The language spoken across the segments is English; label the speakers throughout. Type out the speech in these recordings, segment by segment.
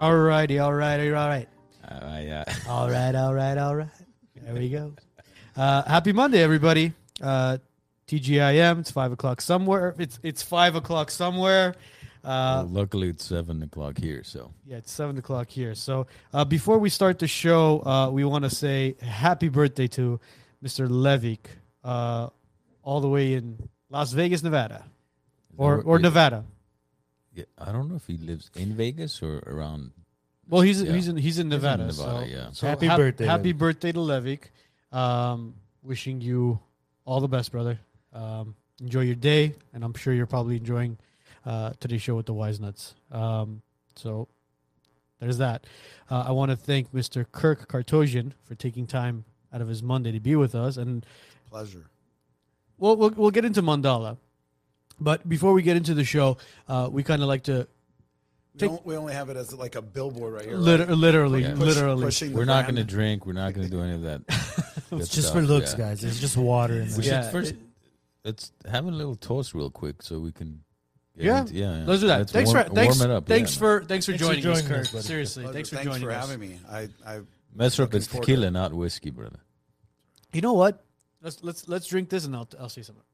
Speaker 1: All righty, all righty, all right.
Speaker 2: Uh, I, uh,
Speaker 1: All right, all right, all right. There we go. Uh, happy Monday, everybody. Uh, TGIM. It's five o'clock somewhere. It's it's five o'clock somewhere. Uh,
Speaker 2: well, luckily, it's seven o'clock here, so
Speaker 1: yeah, it's seven o'clock here. So uh, before we start the show, uh, we want to say happy birthday to Mr. Levick, uh, all the way in Las Vegas, Nevada, or
Speaker 2: Or-
Speaker 1: or Nevada.
Speaker 2: yeah, I don't know if he lives in Vegas or around.
Speaker 1: Well, he's
Speaker 2: Yeah.
Speaker 1: he's in he's in Nevada.
Speaker 2: Nevada,
Speaker 1: so,
Speaker 2: yeah.
Speaker 1: so
Speaker 3: Happy
Speaker 1: hap-
Speaker 3: birthday,
Speaker 1: happy birthday to Levick. Um, wishing you all the best, brother. Um, enjoy your day, and I'm sure you're probably enjoying uh, today's show with the Wise Nuts. Um, so there's that. Uh, I want to thank Mr. Kirk Kartosian for taking time out of his Monday to be with us, and
Speaker 4: Pleasure.
Speaker 1: we'll we'll, we'll get into Mandala. But before we get into the show, uh, we kind of like to
Speaker 4: We,
Speaker 1: Take-
Speaker 4: don't, we only have it as like a billboard right here.
Speaker 1: liter-
Speaker 4: right?
Speaker 1: literally,
Speaker 2: Yeah.
Speaker 4: Push-
Speaker 1: literally,
Speaker 4: pushing the
Speaker 2: We're not going to
Speaker 4: brand.
Speaker 2: drink. We're not going to do any of that.
Speaker 3: It's just for looks, guys. It's just water in
Speaker 2: We
Speaker 3: there.
Speaker 1: Yeah,
Speaker 2: should first
Speaker 1: it-
Speaker 2: let's have a little toast real quick so we can. get
Speaker 1: Yeah,
Speaker 2: into- yeah, yeah.
Speaker 1: Let's do that.
Speaker 2: Let's
Speaker 1: thanks
Speaker 2: warm,
Speaker 1: for thanks,
Speaker 2: warm it up.
Speaker 1: thanks
Speaker 2: yeah.
Speaker 1: for thanks for
Speaker 3: Thanks for
Speaker 1: joining, us,
Speaker 3: joining
Speaker 1: Kirk.
Speaker 3: us, buddy.
Speaker 1: Seriously,
Speaker 4: Pleasure.
Speaker 1: thanks for
Speaker 4: Thanks
Speaker 1: joining
Speaker 4: for
Speaker 1: us.
Speaker 4: having me. I, I
Speaker 2: mess up.
Speaker 4: Looking
Speaker 2: It's
Speaker 4: forward to
Speaker 2: tequila, not whiskey, brother.
Speaker 1: You know what? Let's let's let's drink this and I'll I'll say something.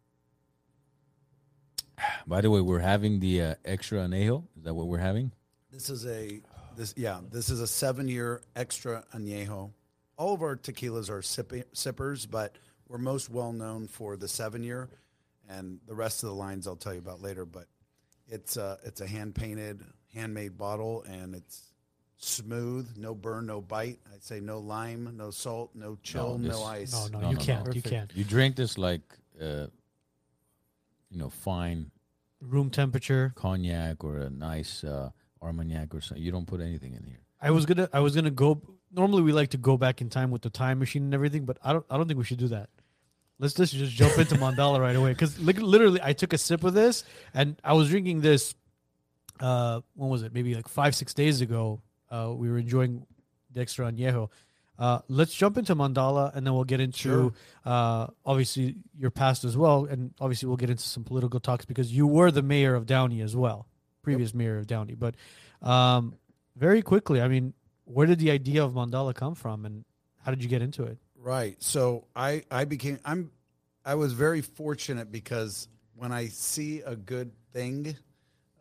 Speaker 2: By the way, we're having the uh, extra anejo. Is that what we're having?
Speaker 4: this is a this yeah this is a seven year extra añejo. All of our tequilas are sippy, sippers, but we're most well known for the seven year, and the rest of the lines I'll tell you about later. But it's a it's a hand painted, handmade bottle, and it's smooth, no burn, no bite. I'd say no lime, no salt, no chill, no,
Speaker 2: this-
Speaker 4: ice.
Speaker 1: No, no,
Speaker 2: No,
Speaker 1: you
Speaker 2: no,
Speaker 1: can't.
Speaker 3: no.
Speaker 1: You
Speaker 3: Perfect.
Speaker 1: can't.
Speaker 2: You drink this like, uh, you know, fine
Speaker 1: Room temperature.
Speaker 2: cognac or a nice uh, armagnac or something. You don't put anything in here.
Speaker 1: I was gonna I was gonna go. Normally we like to go back in time with the time machine and everything, but I don't I don't think we should do that. Let's just just jump into Mandala right away because literally I took a sip of this and I was drinking this. Uh, when was it? Maybe like five six days ago. Uh, we were enjoying Dexter Añejo. Uh, let's jump into Mandala and then we'll get into
Speaker 4: Sure.
Speaker 1: uh, obviously your past as well, and obviously we'll get into some political talks because you were the mayor of Downey as well, previous mayor of Downey. But um, very quickly, I mean, where did the idea of Mandala come from, and how did you get into it?
Speaker 4: Right. So I I became I'm I was very fortunate because when I see a good thing,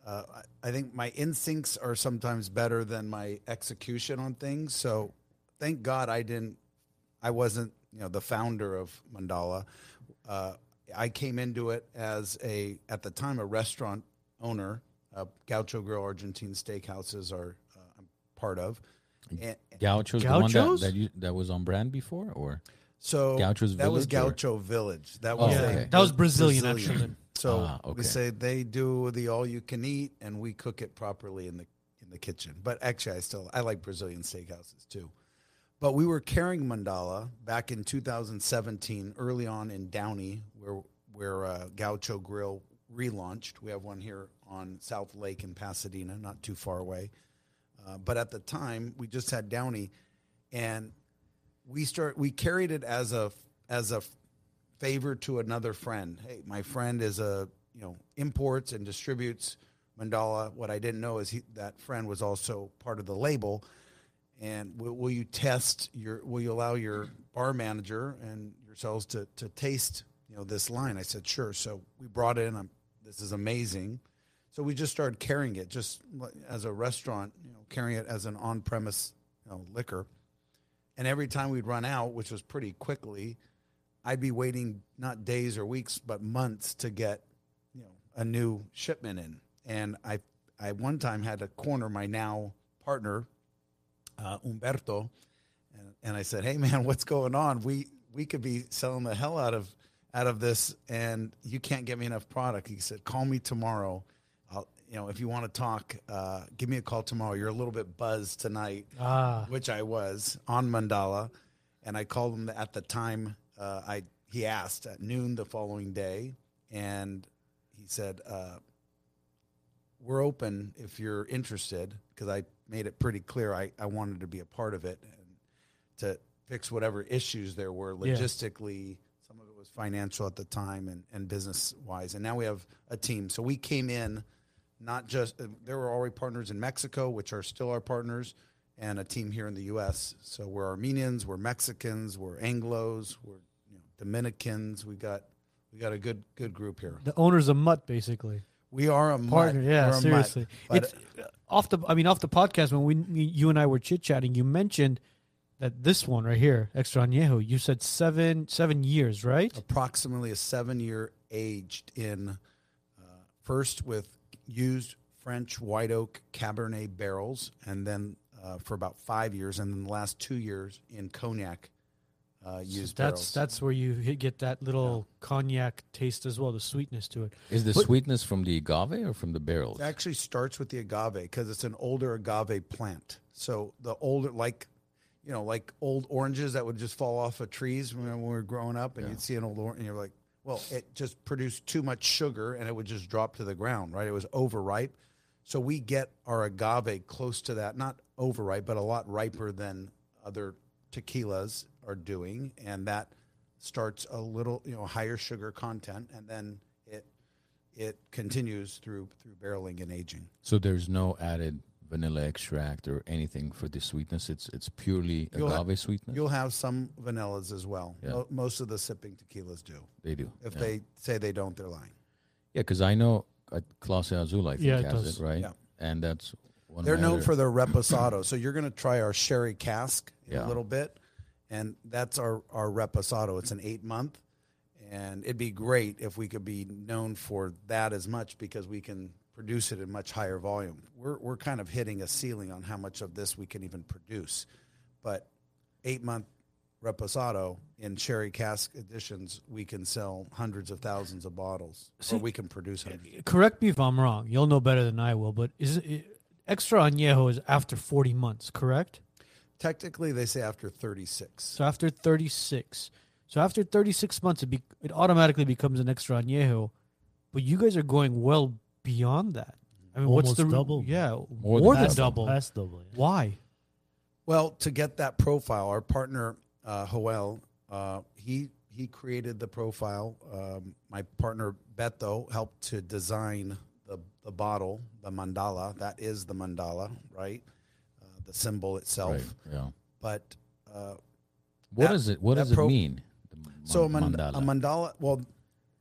Speaker 4: uh, I, I think my instincts are sometimes better than my execution on things. So thank God I didn't I wasn't you know the founder of Mandala. Uh, I came into it as a at the time a restaurant owner. Uh, Gaucho Grill Argentine Steakhouses are uh, I'm part of. And,
Speaker 2: Gauchos, the one that,
Speaker 1: Gauchos?
Speaker 2: that, you, that was on brand before, or
Speaker 4: So
Speaker 2: Gaucho's
Speaker 4: Oh, that was
Speaker 2: Village or-
Speaker 4: Gaucho Village. That
Speaker 2: Oh,
Speaker 4: was
Speaker 2: Yeah,
Speaker 4: a-
Speaker 2: okay.
Speaker 1: that was Brazilian, actually.
Speaker 4: So
Speaker 2: Ah, okay.
Speaker 4: we say they do the all you can eat, and we cook it properly in the in the kitchen. But actually, I still I like Brazilian steakhouses too. But we were carrying mandala back in 2017, early on in Downey, where where uh, Gaucho Grill relaunched. We have one here on South Lake in Pasadena, not too far away. Uh, but at the time, we just had Downey, and we start we carried it as a as a favor to another friend. Hey, my friend is a you know imports and distributes mandala. What I didn't know is he, that friend was also part of the label. And will, will you test your? Will you allow your bar manager and yourselves to to taste you know this line? I said sure. So we brought in. Um, this is amazing. So we just started carrying it, just li- as a restaurant, you know, carrying it as an on-premise you know, liquor. And every time we'd run out, which was pretty quickly, I'd be waiting not days or weeks, but months to get, you know, a new shipment in. And I, I one time had to corner my now partner, uh, Umberto, and, and I said, "Hey, man, what's going on? We we could be selling the hell out of out of this, and you can't get me enough product." He said, "Call me tomorrow. I'll, you know, if you want to talk, uh, give me a call tomorrow. You're a little bit buzzed tonight."
Speaker 1: Ah,
Speaker 4: which I was on Mandala, and I called him at the time. Uh, I he asked at noon the following day, and he said, uh, "We're open if you're interested," because I made it pretty clear I, I wanted to be a part of it and to fix whatever issues there were
Speaker 1: Yeah.
Speaker 4: logistically. Some of it was financial at the time and, and business wise, and now we have a team. So we came in not just uh, there were already partners in Mexico, which are still our partners, and a team here in the U.S. So we're Armenians, we're Mexicans, we're Anglo's, we're you know, Dominicans. We got we got a good good group here.
Speaker 1: The owner's a mutt, basically.
Speaker 4: We are a mutt.
Speaker 1: Partner, yeah,
Speaker 4: We're a mutt.
Speaker 1: seriously.
Speaker 4: But-
Speaker 1: It's uh, off the. I mean, off the podcast when we me- you and I were chit chatting, you mentioned that this one right here, Extra Añejo, you said seven seven years, right?
Speaker 4: approximately a seven year aged in uh, first with used French white oak Cabernet barrels, and then uh, for about five years, and then the last two years in cognac uh,
Speaker 1: So
Speaker 4: used
Speaker 1: that's
Speaker 4: barrels.
Speaker 1: that's where you hit- get that little cognac taste as well, the sweetness to it.
Speaker 2: Is the
Speaker 1: But-
Speaker 2: sweetness from the agave or from the barrels?
Speaker 4: It actually starts with the agave because it's an older agave plant. So the older, like, you know, like old oranges that would just fall off of trees when we were growing up, and
Speaker 2: Yeah.
Speaker 4: you'd see an old orange, and you're like, well, it just produced too much sugar, and it would just drop to the ground, right? It was overripe. So we get our agave close to that, not overripe, but a lot riper than other tequilas are doing, and that starts a little, you know, higher sugar content, and then it it continues through through barreling and aging.
Speaker 2: So there's no added vanilla extract or anything for the sweetness. It's it's purely
Speaker 4: You'll ha-
Speaker 2: agave sweetness.
Speaker 4: You'll have some vanillas as well.
Speaker 2: Yeah.
Speaker 4: Mo- most of the sipping tequilas do.
Speaker 2: They do.
Speaker 4: If
Speaker 2: yeah.
Speaker 4: they say they don't, they're lying.
Speaker 2: yeah, because I know uh, Clase Azul. I think
Speaker 1: Yeah, it
Speaker 2: has
Speaker 1: does.
Speaker 2: it right.
Speaker 4: Yeah.
Speaker 2: And that's one. of
Speaker 4: They're
Speaker 2: my
Speaker 4: known
Speaker 2: other-
Speaker 4: for their reposado. So you're going to try our sherry cask in
Speaker 2: Yeah.
Speaker 4: a little bit, and that's our our reposado. It's an eight month, and it'd be great if we could be known for that as much because we can produce it in much higher volume. We're we're kind of hitting a ceiling on how much of this we can even produce, but eight month reposado in sherry cask editions we can sell hundreds of thousands of bottles
Speaker 1: See,
Speaker 4: or we can produce hundreds
Speaker 1: Correct me if I'm wrong. You'll know better than I will, but is it, Extra Añejo is after 40 months, correct?
Speaker 4: technically they say after 36
Speaker 1: So after 36, so after 36 months, it be, it automatically becomes an extra añejo. But you guys are going well beyond that. I mean, what's
Speaker 3: Almost
Speaker 1: the re-
Speaker 3: double.
Speaker 1: Yeah, more,
Speaker 2: More than
Speaker 1: than
Speaker 3: Past-
Speaker 1: double.
Speaker 3: Past double. yeah.
Speaker 1: Why?
Speaker 4: Well, to get that profile, our partner uh, Joel, uh, he he created the profile. Um, my partner Beto helped to design the the bottle, the mandala. That is the mandala, right? Uh, the symbol itself.
Speaker 2: Right, yeah.
Speaker 4: But uh,
Speaker 2: What
Speaker 4: That-
Speaker 2: does it? What
Speaker 4: that
Speaker 2: does it
Speaker 4: pro-
Speaker 2: mean? The man-
Speaker 4: so a, mand-
Speaker 2: mandala.
Speaker 4: a mandala. Well,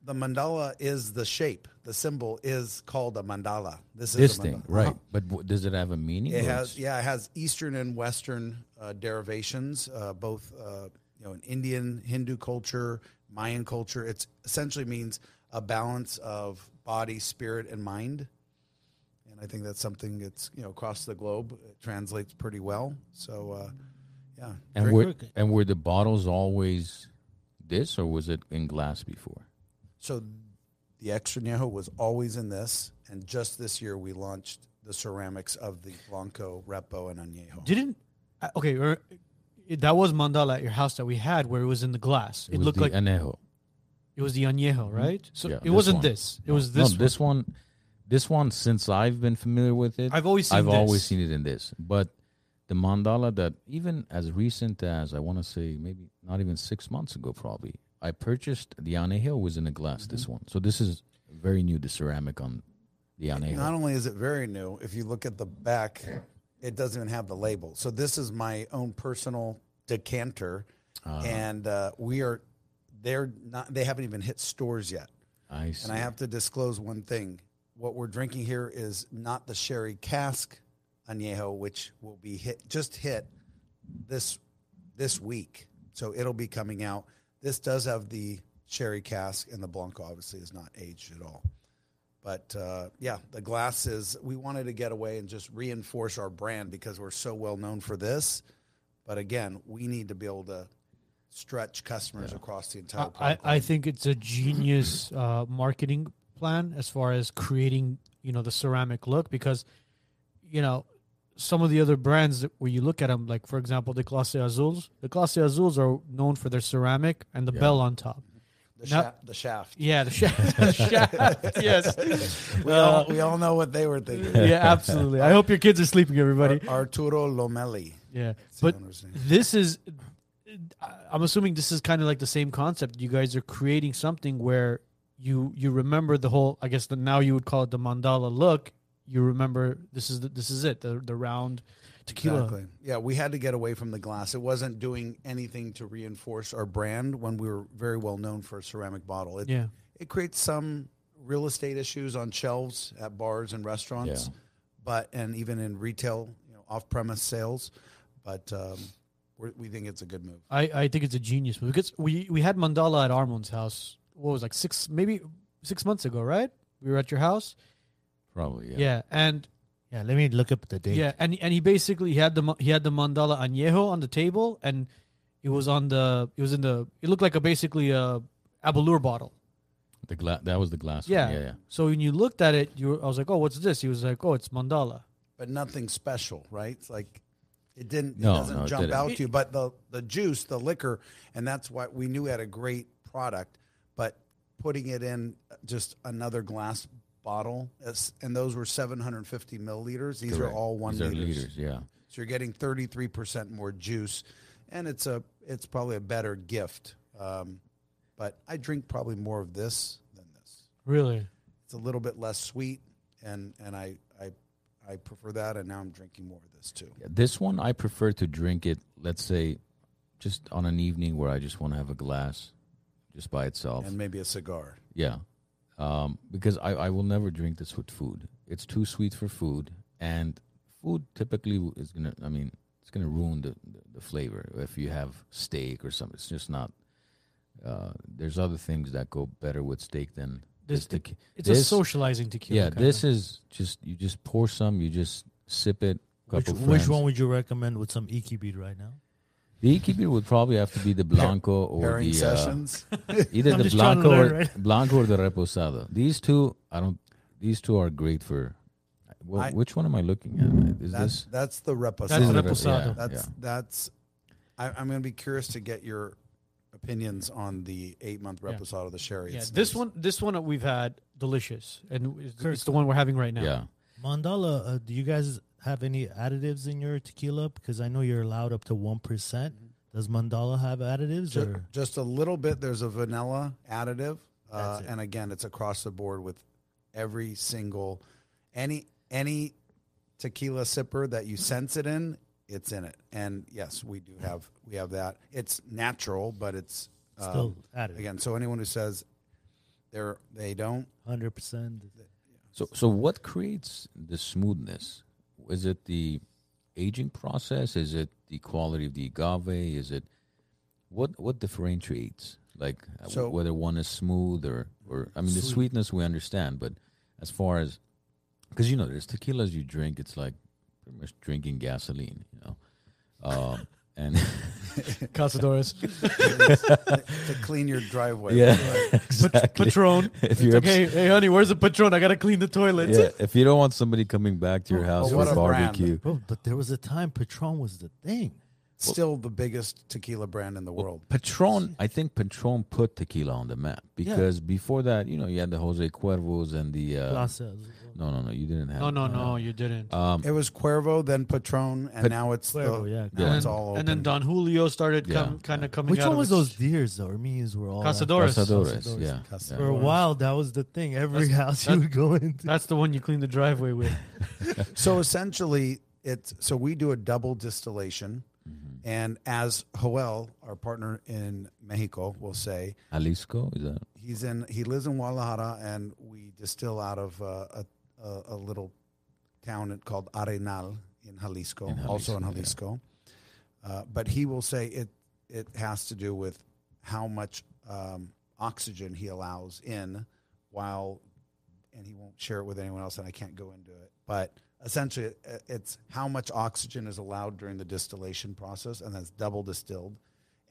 Speaker 4: the mandala is the shape. The symbol is called a mandala. This is
Speaker 2: this
Speaker 4: a
Speaker 2: thing,
Speaker 4: mandala.
Speaker 2: right?
Speaker 4: Uh-huh.
Speaker 2: But w- does it have a meaning? or
Speaker 4: It has,
Speaker 2: it's-
Speaker 4: yeah, it has Eastern and Western uh, derivations, uh, both uh, you know in Indian, Hindu culture, Mayan culture. It's essentially means a balance of body, spirit, and mind. And I think that's something that's you know across the globe it translates pretty well. So, uh, yeah,
Speaker 2: And
Speaker 4: Very-
Speaker 2: were and were the bottles always this, or was it in glass before?
Speaker 4: so the extra añejo was always in this, and just this year we launched the ceramics of the Blanco, Repo, and Añejo.
Speaker 1: Didn't uh, okay? er, it- That was mandala at your house that we had, where it was in the glass. It,
Speaker 2: was
Speaker 1: looked
Speaker 2: the
Speaker 1: like
Speaker 2: anejo.
Speaker 1: it was the añejo,
Speaker 3: Mm-hmm.
Speaker 1: right? So
Speaker 2: Yeah,
Speaker 1: it wasn't
Speaker 2: one.
Speaker 1: this. It
Speaker 2: No,
Speaker 1: was
Speaker 2: no,
Speaker 1: this.
Speaker 2: this one. This one, since I've been familiar with it,
Speaker 1: I've always seen
Speaker 2: I've always
Speaker 1: this.
Speaker 2: seen it in this. But the mandala that even as recent as I want to say maybe not even six months ago, probably I purchased the anejo was in a glass.
Speaker 1: Mm-hmm.
Speaker 2: This one, so this is very new. The ceramic on the anejo.
Speaker 4: Not only is it very new, if you look at the back, it doesn't even have the label. So this is my own personal decanter,
Speaker 2: Ah, Uh-huh.
Speaker 4: and uh, we are they're not they haven't even hit stores yet.
Speaker 2: I see.
Speaker 4: And I have to disclose one thing: what we're drinking here is not the sherry cask añejo, which will be hit just hit this this week. So it'll be coming out. This does have the sherry cask, and the blanco obviously is not aged at all. But uh, yeah, the glass is. We wanted to get away and just reinforce our brand because we're so well known for this. But again, we need to be able to stretch customers across the
Speaker 1: I,
Speaker 4: entire.
Speaker 1: I
Speaker 4: product
Speaker 1: I
Speaker 4: line.
Speaker 1: think it's a genius uh, marketing plan as far as creating you know the ceramic look because you know some of the other brands that where you look at them like for example the Classe Azules the Classe Azules are known for their ceramic and the bell on top no-
Speaker 4: the, shaft, the shaft.
Speaker 1: yeah the shaft, the shaft yes Uh,
Speaker 4: We, all, we all know what they were thinking.
Speaker 1: yeah absolutely I hope your kids are sleeping everybody
Speaker 4: Arturo Lomelli.
Speaker 1: yeah
Speaker 4: the
Speaker 1: but
Speaker 4: owner's name.
Speaker 1: this is I- i'm assuming this is kind of like the same concept you guys are creating something where you you remember the whole i guess the now you would call it the mandala look you remember this is the, this is it the the round tequila.
Speaker 4: Exactly. Yeah, we had to get away from the glass. It wasn't doing anything to reinforce our brand when we were very well known for a ceramic bottle. It,
Speaker 1: Yeah.
Speaker 4: it creates some real estate issues on shelves at bars and restaurants,
Speaker 2: Yeah.
Speaker 4: but and even in retail, you know, off-premise sales. But um, we're, we think it's a good move.
Speaker 1: I, I think it's a genius move because we, we had Mandala at Armand's house. What was it, like six maybe six months ago, right? We were at your house.
Speaker 2: Probably, yeah.
Speaker 1: Yeah, and
Speaker 3: Yeah, let me look up the date.
Speaker 1: yeah, and and he basically he had the ma- he had the Mandala añejo on the table, and it was on the it was in the it looked like a basically a abalur bottle.
Speaker 2: The gla- that was the glass.
Speaker 1: Yeah.
Speaker 2: one. yeah, yeah.
Speaker 1: So when you looked at it, you were, I was like, oh, what's this? He was like, oh, it's Mandala.
Speaker 4: But nothing special, right? It's like it didn't.
Speaker 2: No,
Speaker 4: it doesn't
Speaker 2: no, it
Speaker 4: jump
Speaker 2: didn't.
Speaker 4: out to you. But the the juice, the liquor, and that's what we knew had a great product. But putting it in just another glass bottle, it's- and those were 750 milliliters. These are
Speaker 2: Correct.
Speaker 4: all one
Speaker 2: These are liters, yeah.
Speaker 4: So you're getting 33% more juice, and it's a it's probably a better gift. Um, but I drink probably more of this than this.
Speaker 1: Really?
Speaker 4: It's a little bit less sweet, and and I I I prefer that. And now I'm drinking more of this too.
Speaker 2: Yeah, This one I prefer to drink it. Let's say, just on an evening where I just want to have a glass, just by itself.
Speaker 4: And maybe a cigar.
Speaker 2: yeah, um, because I I will never drink this with food. It's too sweet for food, and food typically w- is gonna. I mean, it's gonna ruin the the, the flavor if you have steak or something. It's just not. Uh, there's other things that go better with steak than
Speaker 1: This
Speaker 2: this
Speaker 1: te-
Speaker 2: tequi-
Speaker 1: It's a
Speaker 2: this-
Speaker 1: socializing tequila.
Speaker 2: Yeah,
Speaker 1: kinda.
Speaker 2: this is just you just pour some, you just sip it.
Speaker 3: Which,
Speaker 2: couple
Speaker 3: which
Speaker 2: friends.
Speaker 3: one would you recommend with some Ikebid right now?
Speaker 2: The keeper would probably have to be the Blanco or the
Speaker 4: Pairing
Speaker 2: uh,
Speaker 4: sessions.
Speaker 2: either
Speaker 3: I'm
Speaker 2: the
Speaker 3: just trying to
Speaker 2: Blanco or
Speaker 3: learn, right?
Speaker 2: Blanco or the Reposado. These two, I don't. These two are great for. Well,
Speaker 4: I-
Speaker 2: which one am I looking at? Is
Speaker 4: that's
Speaker 2: this?
Speaker 4: that's the reposado.
Speaker 1: That's the
Speaker 2: the Rep-
Speaker 1: reposado.
Speaker 2: yeah.
Speaker 4: That's that's. I, I'm going to be curious to get your opinions on the eight month
Speaker 1: Yeah.
Speaker 4: reposado, the sherry.
Speaker 1: Yeah,
Speaker 4: It's
Speaker 1: this
Speaker 4: nice.
Speaker 1: one this one that we've had delicious, and it's, it's the one we're having right now.
Speaker 2: Yeah,
Speaker 3: Mandala, uh, do you guys have any additives in your tequila? Because I know you're allowed up to one percent. Does Mandala have additives?
Speaker 4: Ju-
Speaker 3: Or
Speaker 4: just a little bit. There's a vanilla additive, uh,
Speaker 3: That's it.
Speaker 4: and again, it's across the board with every single any any tequila sipper that you sense it in, it's in it. And yes, we do have we have that. It's natural, but it's um,
Speaker 3: still additive,
Speaker 4: again. So anyone who says they're they don't,
Speaker 3: hundred percent.
Speaker 2: So, so what creates the smoothness? Is it the aging process? Is it the quality of the agave? Is it what what differentiates? Like uh,
Speaker 4: So-
Speaker 2: whether one is smooth or or I mean the sweetness we understand, but as far as because you know there's tequilas you drink, it's like pretty much drinking gasoline, you know. Um, and
Speaker 1: Casadores,
Speaker 4: to clean your driveway.
Speaker 2: yeah,
Speaker 1: Pat-
Speaker 2: exactly.
Speaker 1: Patron.
Speaker 2: If
Speaker 1: It's
Speaker 2: you're
Speaker 1: like,
Speaker 2: ups-
Speaker 1: hey, hey, honey, where's the Patron? I gotta clean the toilet.
Speaker 2: Yeah, if you don't want somebody coming back to your house
Speaker 4: Oh, what
Speaker 2: for
Speaker 4: a brand.
Speaker 2: barbecue,
Speaker 3: Bro, but there was a time Patron was the thing.
Speaker 4: Still the biggest tequila brand in the world.
Speaker 2: Patron, I think Patron put tequila on the map because before that, you know, you had the Jose Cuervos and the. Uh,
Speaker 3: Plaza.
Speaker 2: No, no, no, you didn't have. Um,
Speaker 1: No, no,
Speaker 2: Uh-huh.
Speaker 1: no, you didn't.
Speaker 4: It was Cuervo, then Patron, and now it's
Speaker 3: Cuervo,
Speaker 4: the,
Speaker 3: yeah,
Speaker 4: now
Speaker 1: and,
Speaker 4: it's all open.
Speaker 1: and then Don Julio started
Speaker 2: Yeah.
Speaker 1: com- kind of coming.
Speaker 3: Which
Speaker 1: out
Speaker 3: one
Speaker 1: of
Speaker 3: was
Speaker 1: its-
Speaker 3: those deers though? Or means were all
Speaker 1: Casadores.
Speaker 2: Casadores,
Speaker 3: Casadores.
Speaker 2: yeah.
Speaker 4: Casadores.
Speaker 3: For a while, that was the thing. Every house you
Speaker 1: that's-
Speaker 3: would go into.
Speaker 1: That's the one you clean the driveway with.
Speaker 4: So essentially, it's so we do a double distillation, and as Joel, our partner in Mexico, will say,
Speaker 2: yeah. Jalisco, is that?
Speaker 4: he's in he lives in Guadalajara, and we distill out of uh, a, a a little town called Arenal in Jalisco,
Speaker 2: In
Speaker 4: also in
Speaker 2: Jalisco,
Speaker 4: Jalisco. Uh, but he will say it it has to do with how much um, oxygen he allows in while and he won't share it with anyone else, and I can't go into it. But essentially, i- it's how much oxygen is allowed during the distillation process, and that's double distilled.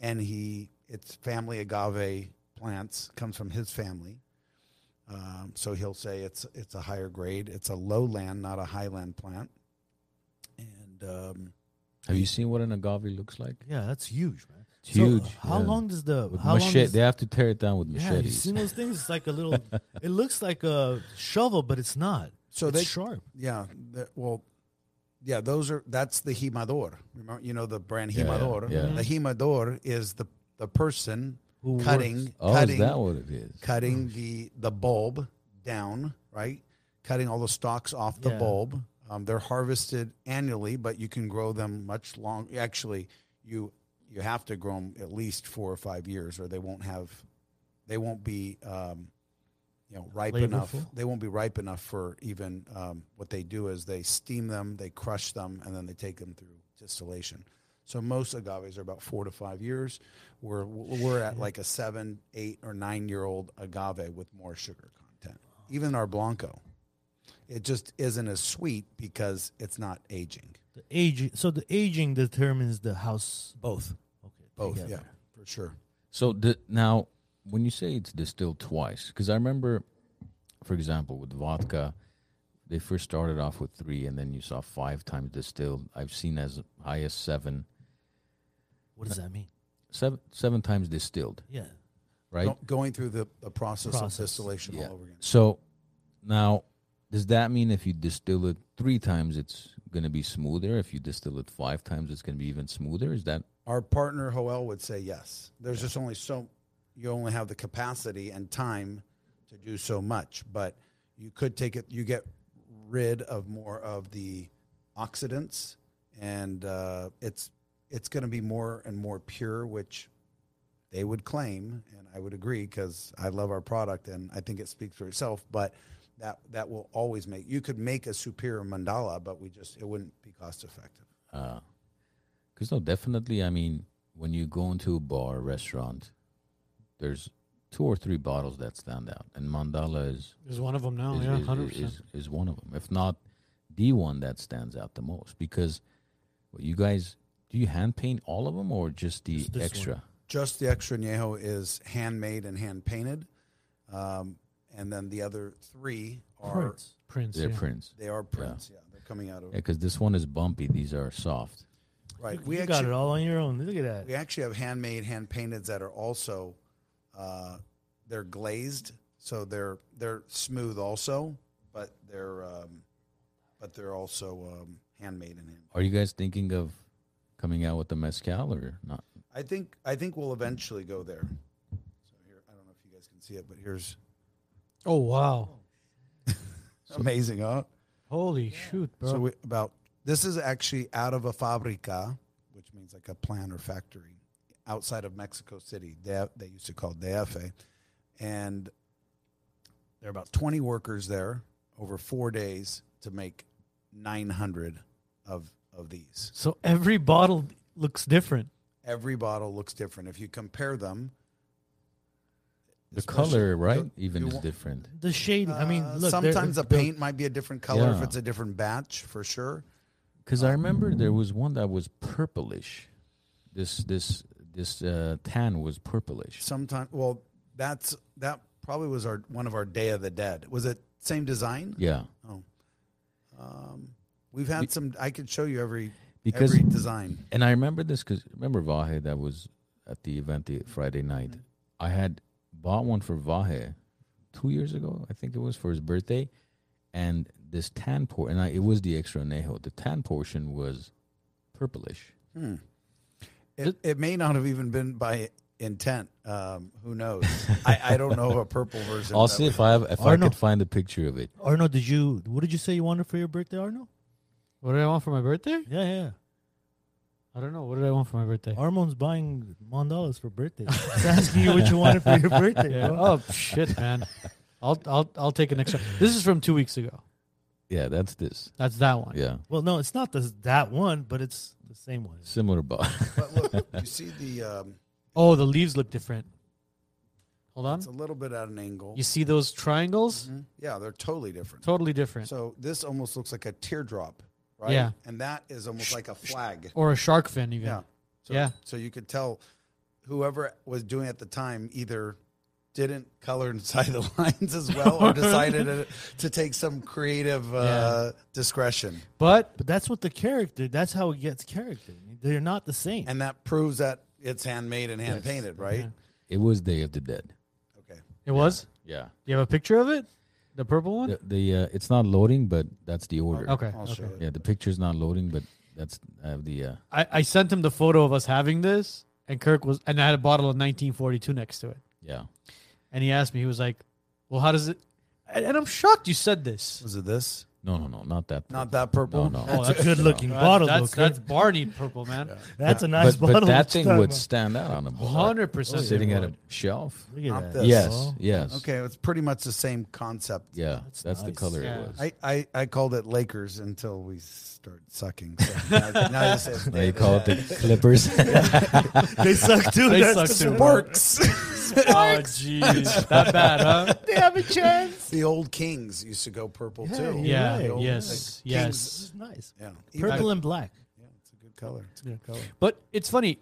Speaker 4: And he, it's family agave plants, comes from his family. Um, so he'll say it's it's a higher grade. It's a lowland, not a highland plant. And um,
Speaker 2: Have you seen what an agave looks like?
Speaker 3: yeah, that's huge, man.
Speaker 2: It's huge,
Speaker 3: How
Speaker 2: yeah.
Speaker 3: long does the
Speaker 2: With
Speaker 3: how long
Speaker 2: machete,
Speaker 3: does,
Speaker 2: they have to tear it down with
Speaker 3: Yeah, you
Speaker 2: machetes.
Speaker 3: seen those things? It's like a little. it looks like a shovel, but it's not.
Speaker 4: so
Speaker 3: it's
Speaker 4: they
Speaker 3: sharp.
Speaker 4: Yeah. the- well, yeah, those are that's the himador. Remember, you know the brand
Speaker 2: Yeah, yeah,
Speaker 4: himador.
Speaker 2: yeah.
Speaker 4: The himador is the the person
Speaker 3: Who
Speaker 4: cutting
Speaker 2: oh,
Speaker 4: cutting
Speaker 2: is that what it is?
Speaker 4: cutting the the bulb down, right? cutting all the stalks off the
Speaker 3: Yeah.
Speaker 4: bulb. Um, they're harvested annually, but you can grow them much long. Actually, you you have to grow them at least four or five years, or they won't have they won't be um, you know ripe enough.
Speaker 3: Flavorful?
Speaker 4: They won't be ripe enough for even um, what they do is they steam them, they crush them, and then they take them through distillation. So most agaves are about four to five years. We're we're at like a seven, eight, or nine year old agave with more sugar content. Even our blanco, it just isn't as sweet because it's not aging.
Speaker 3: The aging. So the aging determines the house.
Speaker 4: Both,
Speaker 3: Okay.
Speaker 4: both, yeah,
Speaker 3: together.
Speaker 4: for sure.
Speaker 2: So di- now, when you say it's distilled twice, because I remember, for example, with vodka, they first started off with three, and then you saw five times distilled. I've seen as high as seven,
Speaker 3: What does that mean?
Speaker 2: seven, seven times distilled,
Speaker 3: Yeah.
Speaker 2: right?
Speaker 4: Go- Going through the, the process,
Speaker 3: Process.
Speaker 4: of distillation
Speaker 2: Yeah.
Speaker 4: all over again.
Speaker 2: So now, does that mean if you distill it three times, it's going to be smoother? If you distill it five times, it's going to be even smoother? Is that
Speaker 4: Our partner Hoel would say yes. There's just only so you only have the capacity and time to do so much, but you could take it. You get rid of more of the oxidants, and uh, it's it's going to be more and more pure, which they would claim, and I would agree because I love our product and I think it speaks for itself. But that that will always make you could make a superior mandala, but we just it wouldn't be cost effective.
Speaker 2: Because uh, no, definitely. I mean, when you go into a bar, restaurant, there's two or three bottles that stand out, and Mandala is
Speaker 1: There's one of them now.
Speaker 2: is,
Speaker 1: Oh, yeah,
Speaker 2: is-
Speaker 1: hundred
Speaker 2: is,
Speaker 1: percent.
Speaker 2: is, is one of them, if not the one that stands out the most. Because what you guys do you hand paint all of them or just the
Speaker 3: Just this one.
Speaker 2: extra?
Speaker 4: just the extra añejo is handmade and hand painted, um, and then the other three are
Speaker 3: Prints.
Speaker 1: Prince.
Speaker 2: Their
Speaker 1: yeah.
Speaker 2: prints,
Speaker 4: they are prints. Yeah, they're coming out of
Speaker 2: because this one is bumpy. These are soft.
Speaker 4: right.
Speaker 3: You-
Speaker 4: We
Speaker 3: you got it
Speaker 4: actually
Speaker 3: all on your own. Look at that.
Speaker 4: we actually have handmade hand painted that are also uh, they're glazed, so they're they're smooth also, but they're um, but they're also um, handmade and hand.
Speaker 2: Are you guys thinking of coming out with the mezcal or not?
Speaker 4: I think I think we'll eventually go there. So here, I don't know if you guys can see it, but here's
Speaker 1: Oh wow!
Speaker 4: amazing, huh?
Speaker 1: Holy shoot, bro!
Speaker 4: So we, about this is actually out of a fabrica, which means like a plant or factory outside of Mexico City. They they used to call DF, and there are about twenty workers there over four days to make nine hundred of of these.
Speaker 1: so every bottle looks different.
Speaker 4: Every bottle looks different if you compare them.
Speaker 2: The
Speaker 4: especially-
Speaker 2: color, right?
Speaker 4: you-
Speaker 2: Even
Speaker 4: you
Speaker 2: is
Speaker 4: won't-
Speaker 2: different.
Speaker 3: The shade. I mean,
Speaker 4: Uh,
Speaker 3: look. they're-
Speaker 4: sometimes the
Speaker 3: they're-
Speaker 4: paint might be a different color if
Speaker 2: Yeah.
Speaker 4: it's a different batch, for sure.
Speaker 2: Because I remember there was one that was purplish. This this this uh, tan was purplish.
Speaker 4: sometime well that's that probably was our one of our day of the dead was it same design
Speaker 2: Yeah,
Speaker 4: we've had some i could show you every
Speaker 2: Because-
Speaker 4: every design
Speaker 2: and I remember this because remember Vahe that was at the event the Friday night. I had bought one for Vahe two years ago, I think it was for his birthday, and this tan por and I, it was the extra anejo. The tan portion was purplish.
Speaker 4: Hmm. it, it may not have even been by intent um, who knows I, I don't know of a purple version
Speaker 2: I'll
Speaker 4: that
Speaker 2: see
Speaker 4: was-
Speaker 2: if I have, if I
Speaker 3: Arno.
Speaker 2: could find a picture of it.
Speaker 3: Arno, did you? What did you say you wanted for your birthday, Arno?
Speaker 1: What did I want for my birthday?
Speaker 3: Yeah, yeah.
Speaker 1: I don't know. What did I want for my birthday?
Speaker 3: Armon's buying mandalas for birthday. He's asking you what you wanted for your birthday.
Speaker 1: Yeah.
Speaker 3: bro.
Speaker 1: Oh shit, man! I'll I'll I'll take an extra. This is from two weeks ago.
Speaker 2: Yeah, that's this.
Speaker 1: That's that one.
Speaker 2: Yeah,
Speaker 3: Well, no, it's not this, that one, but it's the same one.
Speaker 2: similar box.
Speaker 4: but look you see the um,
Speaker 1: Oh, the leaves look different. Hold on.
Speaker 4: it's a little bit at an angle
Speaker 1: You see those triangles?
Speaker 4: Mhm. yeah they're totally different
Speaker 1: Totally different.
Speaker 4: Mm-hmm. so this almost looks like a teardrop right
Speaker 1: Yeah.
Speaker 4: and that is almost like a flag
Speaker 1: or a shark fin, even.
Speaker 4: Yeah. So,
Speaker 1: Yeah.
Speaker 4: So you could tell whoever was doing it at the time either didn't color inside the lines as well or decided to, to take some creative uh, discretion.
Speaker 1: But
Speaker 3: But that's what the character. That's how it gets character. They're not the same.
Speaker 4: And that proves that it's handmade and hand painted, right?
Speaker 2: it was Day of the Dead.
Speaker 4: Okay.
Speaker 1: it was.
Speaker 2: Yeah.
Speaker 1: You have a picture of it? The purple one?
Speaker 2: The, the uh, it's not loading, but that's the order.
Speaker 1: Okay.
Speaker 4: I'll
Speaker 1: okay.
Speaker 4: show it.
Speaker 2: Yeah, the picture's not loading, but that's I have the. Uh,
Speaker 1: I, I sent him the photo of us having this, and Kirk was, and I had a bottle of 1942 next to it.
Speaker 2: yeah,
Speaker 1: And he asked me, he was like, Well, how does it? and, and I'm shocked you said this.
Speaker 4: Was it this?
Speaker 2: No, no, no, not that.
Speaker 4: Not
Speaker 2: purple.
Speaker 4: that purple.
Speaker 2: No, no.
Speaker 3: Oh, that's good looking
Speaker 1: That-
Speaker 3: bottle.
Speaker 1: that's
Speaker 3: though, Kurt.
Speaker 1: that's Barney purple man.
Speaker 3: That's a nice
Speaker 2: but,
Speaker 3: bottle.
Speaker 2: but that
Speaker 3: What
Speaker 2: thing
Speaker 3: you
Speaker 2: would
Speaker 3: talking
Speaker 2: stand out on a
Speaker 1: A
Speaker 2: board,
Speaker 1: Hundred percent.
Speaker 2: sitting
Speaker 1: it
Speaker 2: at a
Speaker 1: would.
Speaker 2: shelf.
Speaker 3: about? Look at
Speaker 4: Not
Speaker 3: that.
Speaker 4: this.
Speaker 2: Yes,
Speaker 3: Oh.
Speaker 2: yes.
Speaker 4: Okay, it's pretty much the same concept.
Speaker 2: Yeah,
Speaker 3: That's
Speaker 2: that's, the
Speaker 3: nice.
Speaker 2: color
Speaker 1: Yeah.
Speaker 2: it was.
Speaker 4: I, I, I called it Lakers until we started sucking. So now, now you say it's
Speaker 2: they call it the Clippers.
Speaker 3: They suck too.
Speaker 1: They
Speaker 3: That's
Speaker 1: suck
Speaker 3: the
Speaker 1: too.
Speaker 4: Sparks.
Speaker 1: Oh jeez, that bad, huh?
Speaker 3: They have a chance.
Speaker 4: the old Kings used to go purple
Speaker 3: Yeah,
Speaker 4: too.
Speaker 3: you're
Speaker 1: Yeah.
Speaker 4: The
Speaker 3: right.
Speaker 4: old,
Speaker 1: Yes.
Speaker 4: like,
Speaker 1: Yes.
Speaker 4: Kings-
Speaker 3: This is nice.
Speaker 4: Yeah. Even-
Speaker 3: Purple and black.
Speaker 4: Yeah, it's a good color. It's a good color.
Speaker 1: But it's funny.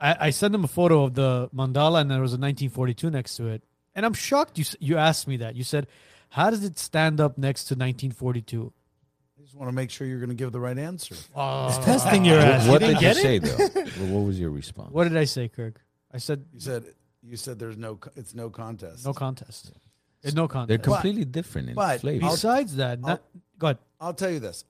Speaker 1: I, I sent him a photo of the mandala, and there was a 1942 next to it. And I'm shocked you s- you asked me that. You said, "How does it stand up next to 1942?"
Speaker 4: I just want to make sure you're going to give the right answer.
Speaker 1: Oh,
Speaker 3: Testing your ass.
Speaker 2: what
Speaker 3: you
Speaker 2: did
Speaker 3: didn't
Speaker 2: you
Speaker 3: get
Speaker 2: say
Speaker 3: it?
Speaker 2: though? Wha- what was your response?
Speaker 1: what did I say, Kirk? I said
Speaker 4: You said you said there's no co- it's no contest.
Speaker 1: no contest. Eh, No
Speaker 2: They're
Speaker 1: contest.
Speaker 2: completely different in
Speaker 4: but-
Speaker 2: flavor.
Speaker 4: I'll-
Speaker 1: Besides that, not, go ahead.
Speaker 4: I'll tell you this.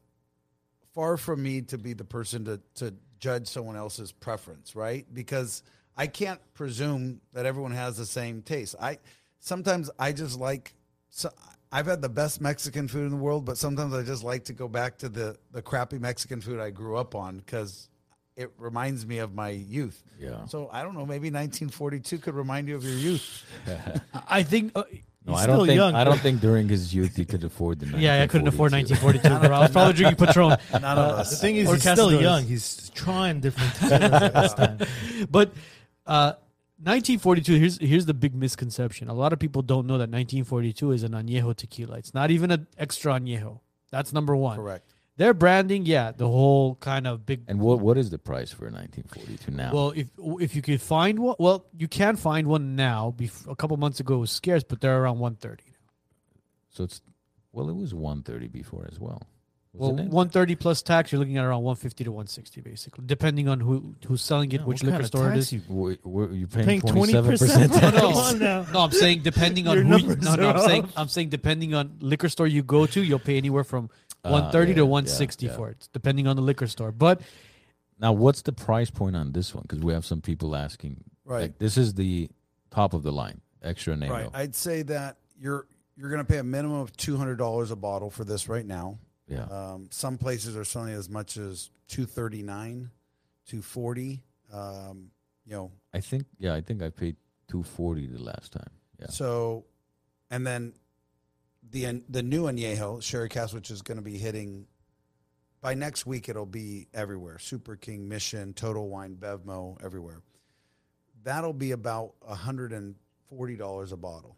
Speaker 4: Far from me to be the person to, to judge someone else's preference, right? Because I can't presume that everyone has the same taste. I sometimes I just like so I've had the best Mexican food in the world, but sometimes I just like to go back to the the crappy Mexican food I grew up on cuz it reminds me of my youth.
Speaker 2: Yeah.
Speaker 4: So I don't know, maybe 1942 could remind you of your youth.
Speaker 1: I think. Uh,
Speaker 2: no,
Speaker 3: He's
Speaker 2: I don't
Speaker 3: still
Speaker 2: think.
Speaker 3: young,
Speaker 2: I don't think during his youth he could afford the.
Speaker 1: yeah, I couldn't afford
Speaker 2: 1942.
Speaker 1: 1942. bro. I was probably drinking Patron.
Speaker 4: None of us.
Speaker 3: Uh, The thing is,
Speaker 1: Or
Speaker 3: he's still
Speaker 1: Casadores.
Speaker 3: young. He's trying different things.
Speaker 1: but uh, 1942 here's here's the big misconception a lot of people don't know that 1942 is an añejo tequila it's not even an extra añejo that's number one
Speaker 4: Correct.
Speaker 1: their branding yeah the whole kind of big
Speaker 2: And what what is the price for a 1942 now?
Speaker 1: well if if you could find one well you can find one now Bef- a couple months ago it was scarce but they're around 130
Speaker 2: so it's well, it was 130 before as well.
Speaker 1: well,
Speaker 2: wasn't it?
Speaker 1: 130 plus tax, you're looking at around 150 to 160, basically, depending on who who's selling it,
Speaker 3: Yeah,
Speaker 1: which liquor
Speaker 3: what kind of
Speaker 1: store it
Speaker 3: tax
Speaker 1: is.
Speaker 3: you-
Speaker 2: Were- were you
Speaker 3: Paying
Speaker 2: paying
Speaker 3: 20%?
Speaker 2: 27%?
Speaker 1: No,
Speaker 3: Come on now.
Speaker 1: no, no, I'm saying depending on
Speaker 3: Your
Speaker 1: who. You,
Speaker 3: numbers
Speaker 1: no, no,
Speaker 3: are
Speaker 1: I'm saying
Speaker 3: off.
Speaker 1: I'm saying depending on liquor store you go to, you'll pay anywhere from
Speaker 2: Ah,
Speaker 1: 130
Speaker 2: yeah,
Speaker 1: to
Speaker 2: yeah,
Speaker 1: 160
Speaker 2: yeah.
Speaker 1: for it, depending on the liquor store. But
Speaker 2: Now, what's the price point on this one? Because we have some people asking.
Speaker 4: Right.
Speaker 2: Like, this is the top of the line extra name.
Speaker 4: Right. I'd say that you're you're going to pay a minimum of two hundred dollars a bottle for this right now.
Speaker 2: yeah.
Speaker 4: Um, some places are selling as much as two thirty nine, two forty. Um, you know,
Speaker 2: I think. Yeah, I think I paid 240 the last time. Yeah.
Speaker 4: so and then the the new añejo sherry cask, which is going to be hitting by next week. It'll be everywhere: Super King, Mission, Total Wine, Bevmo, everywhere. That'll be about hundred and forty dollars a bottle.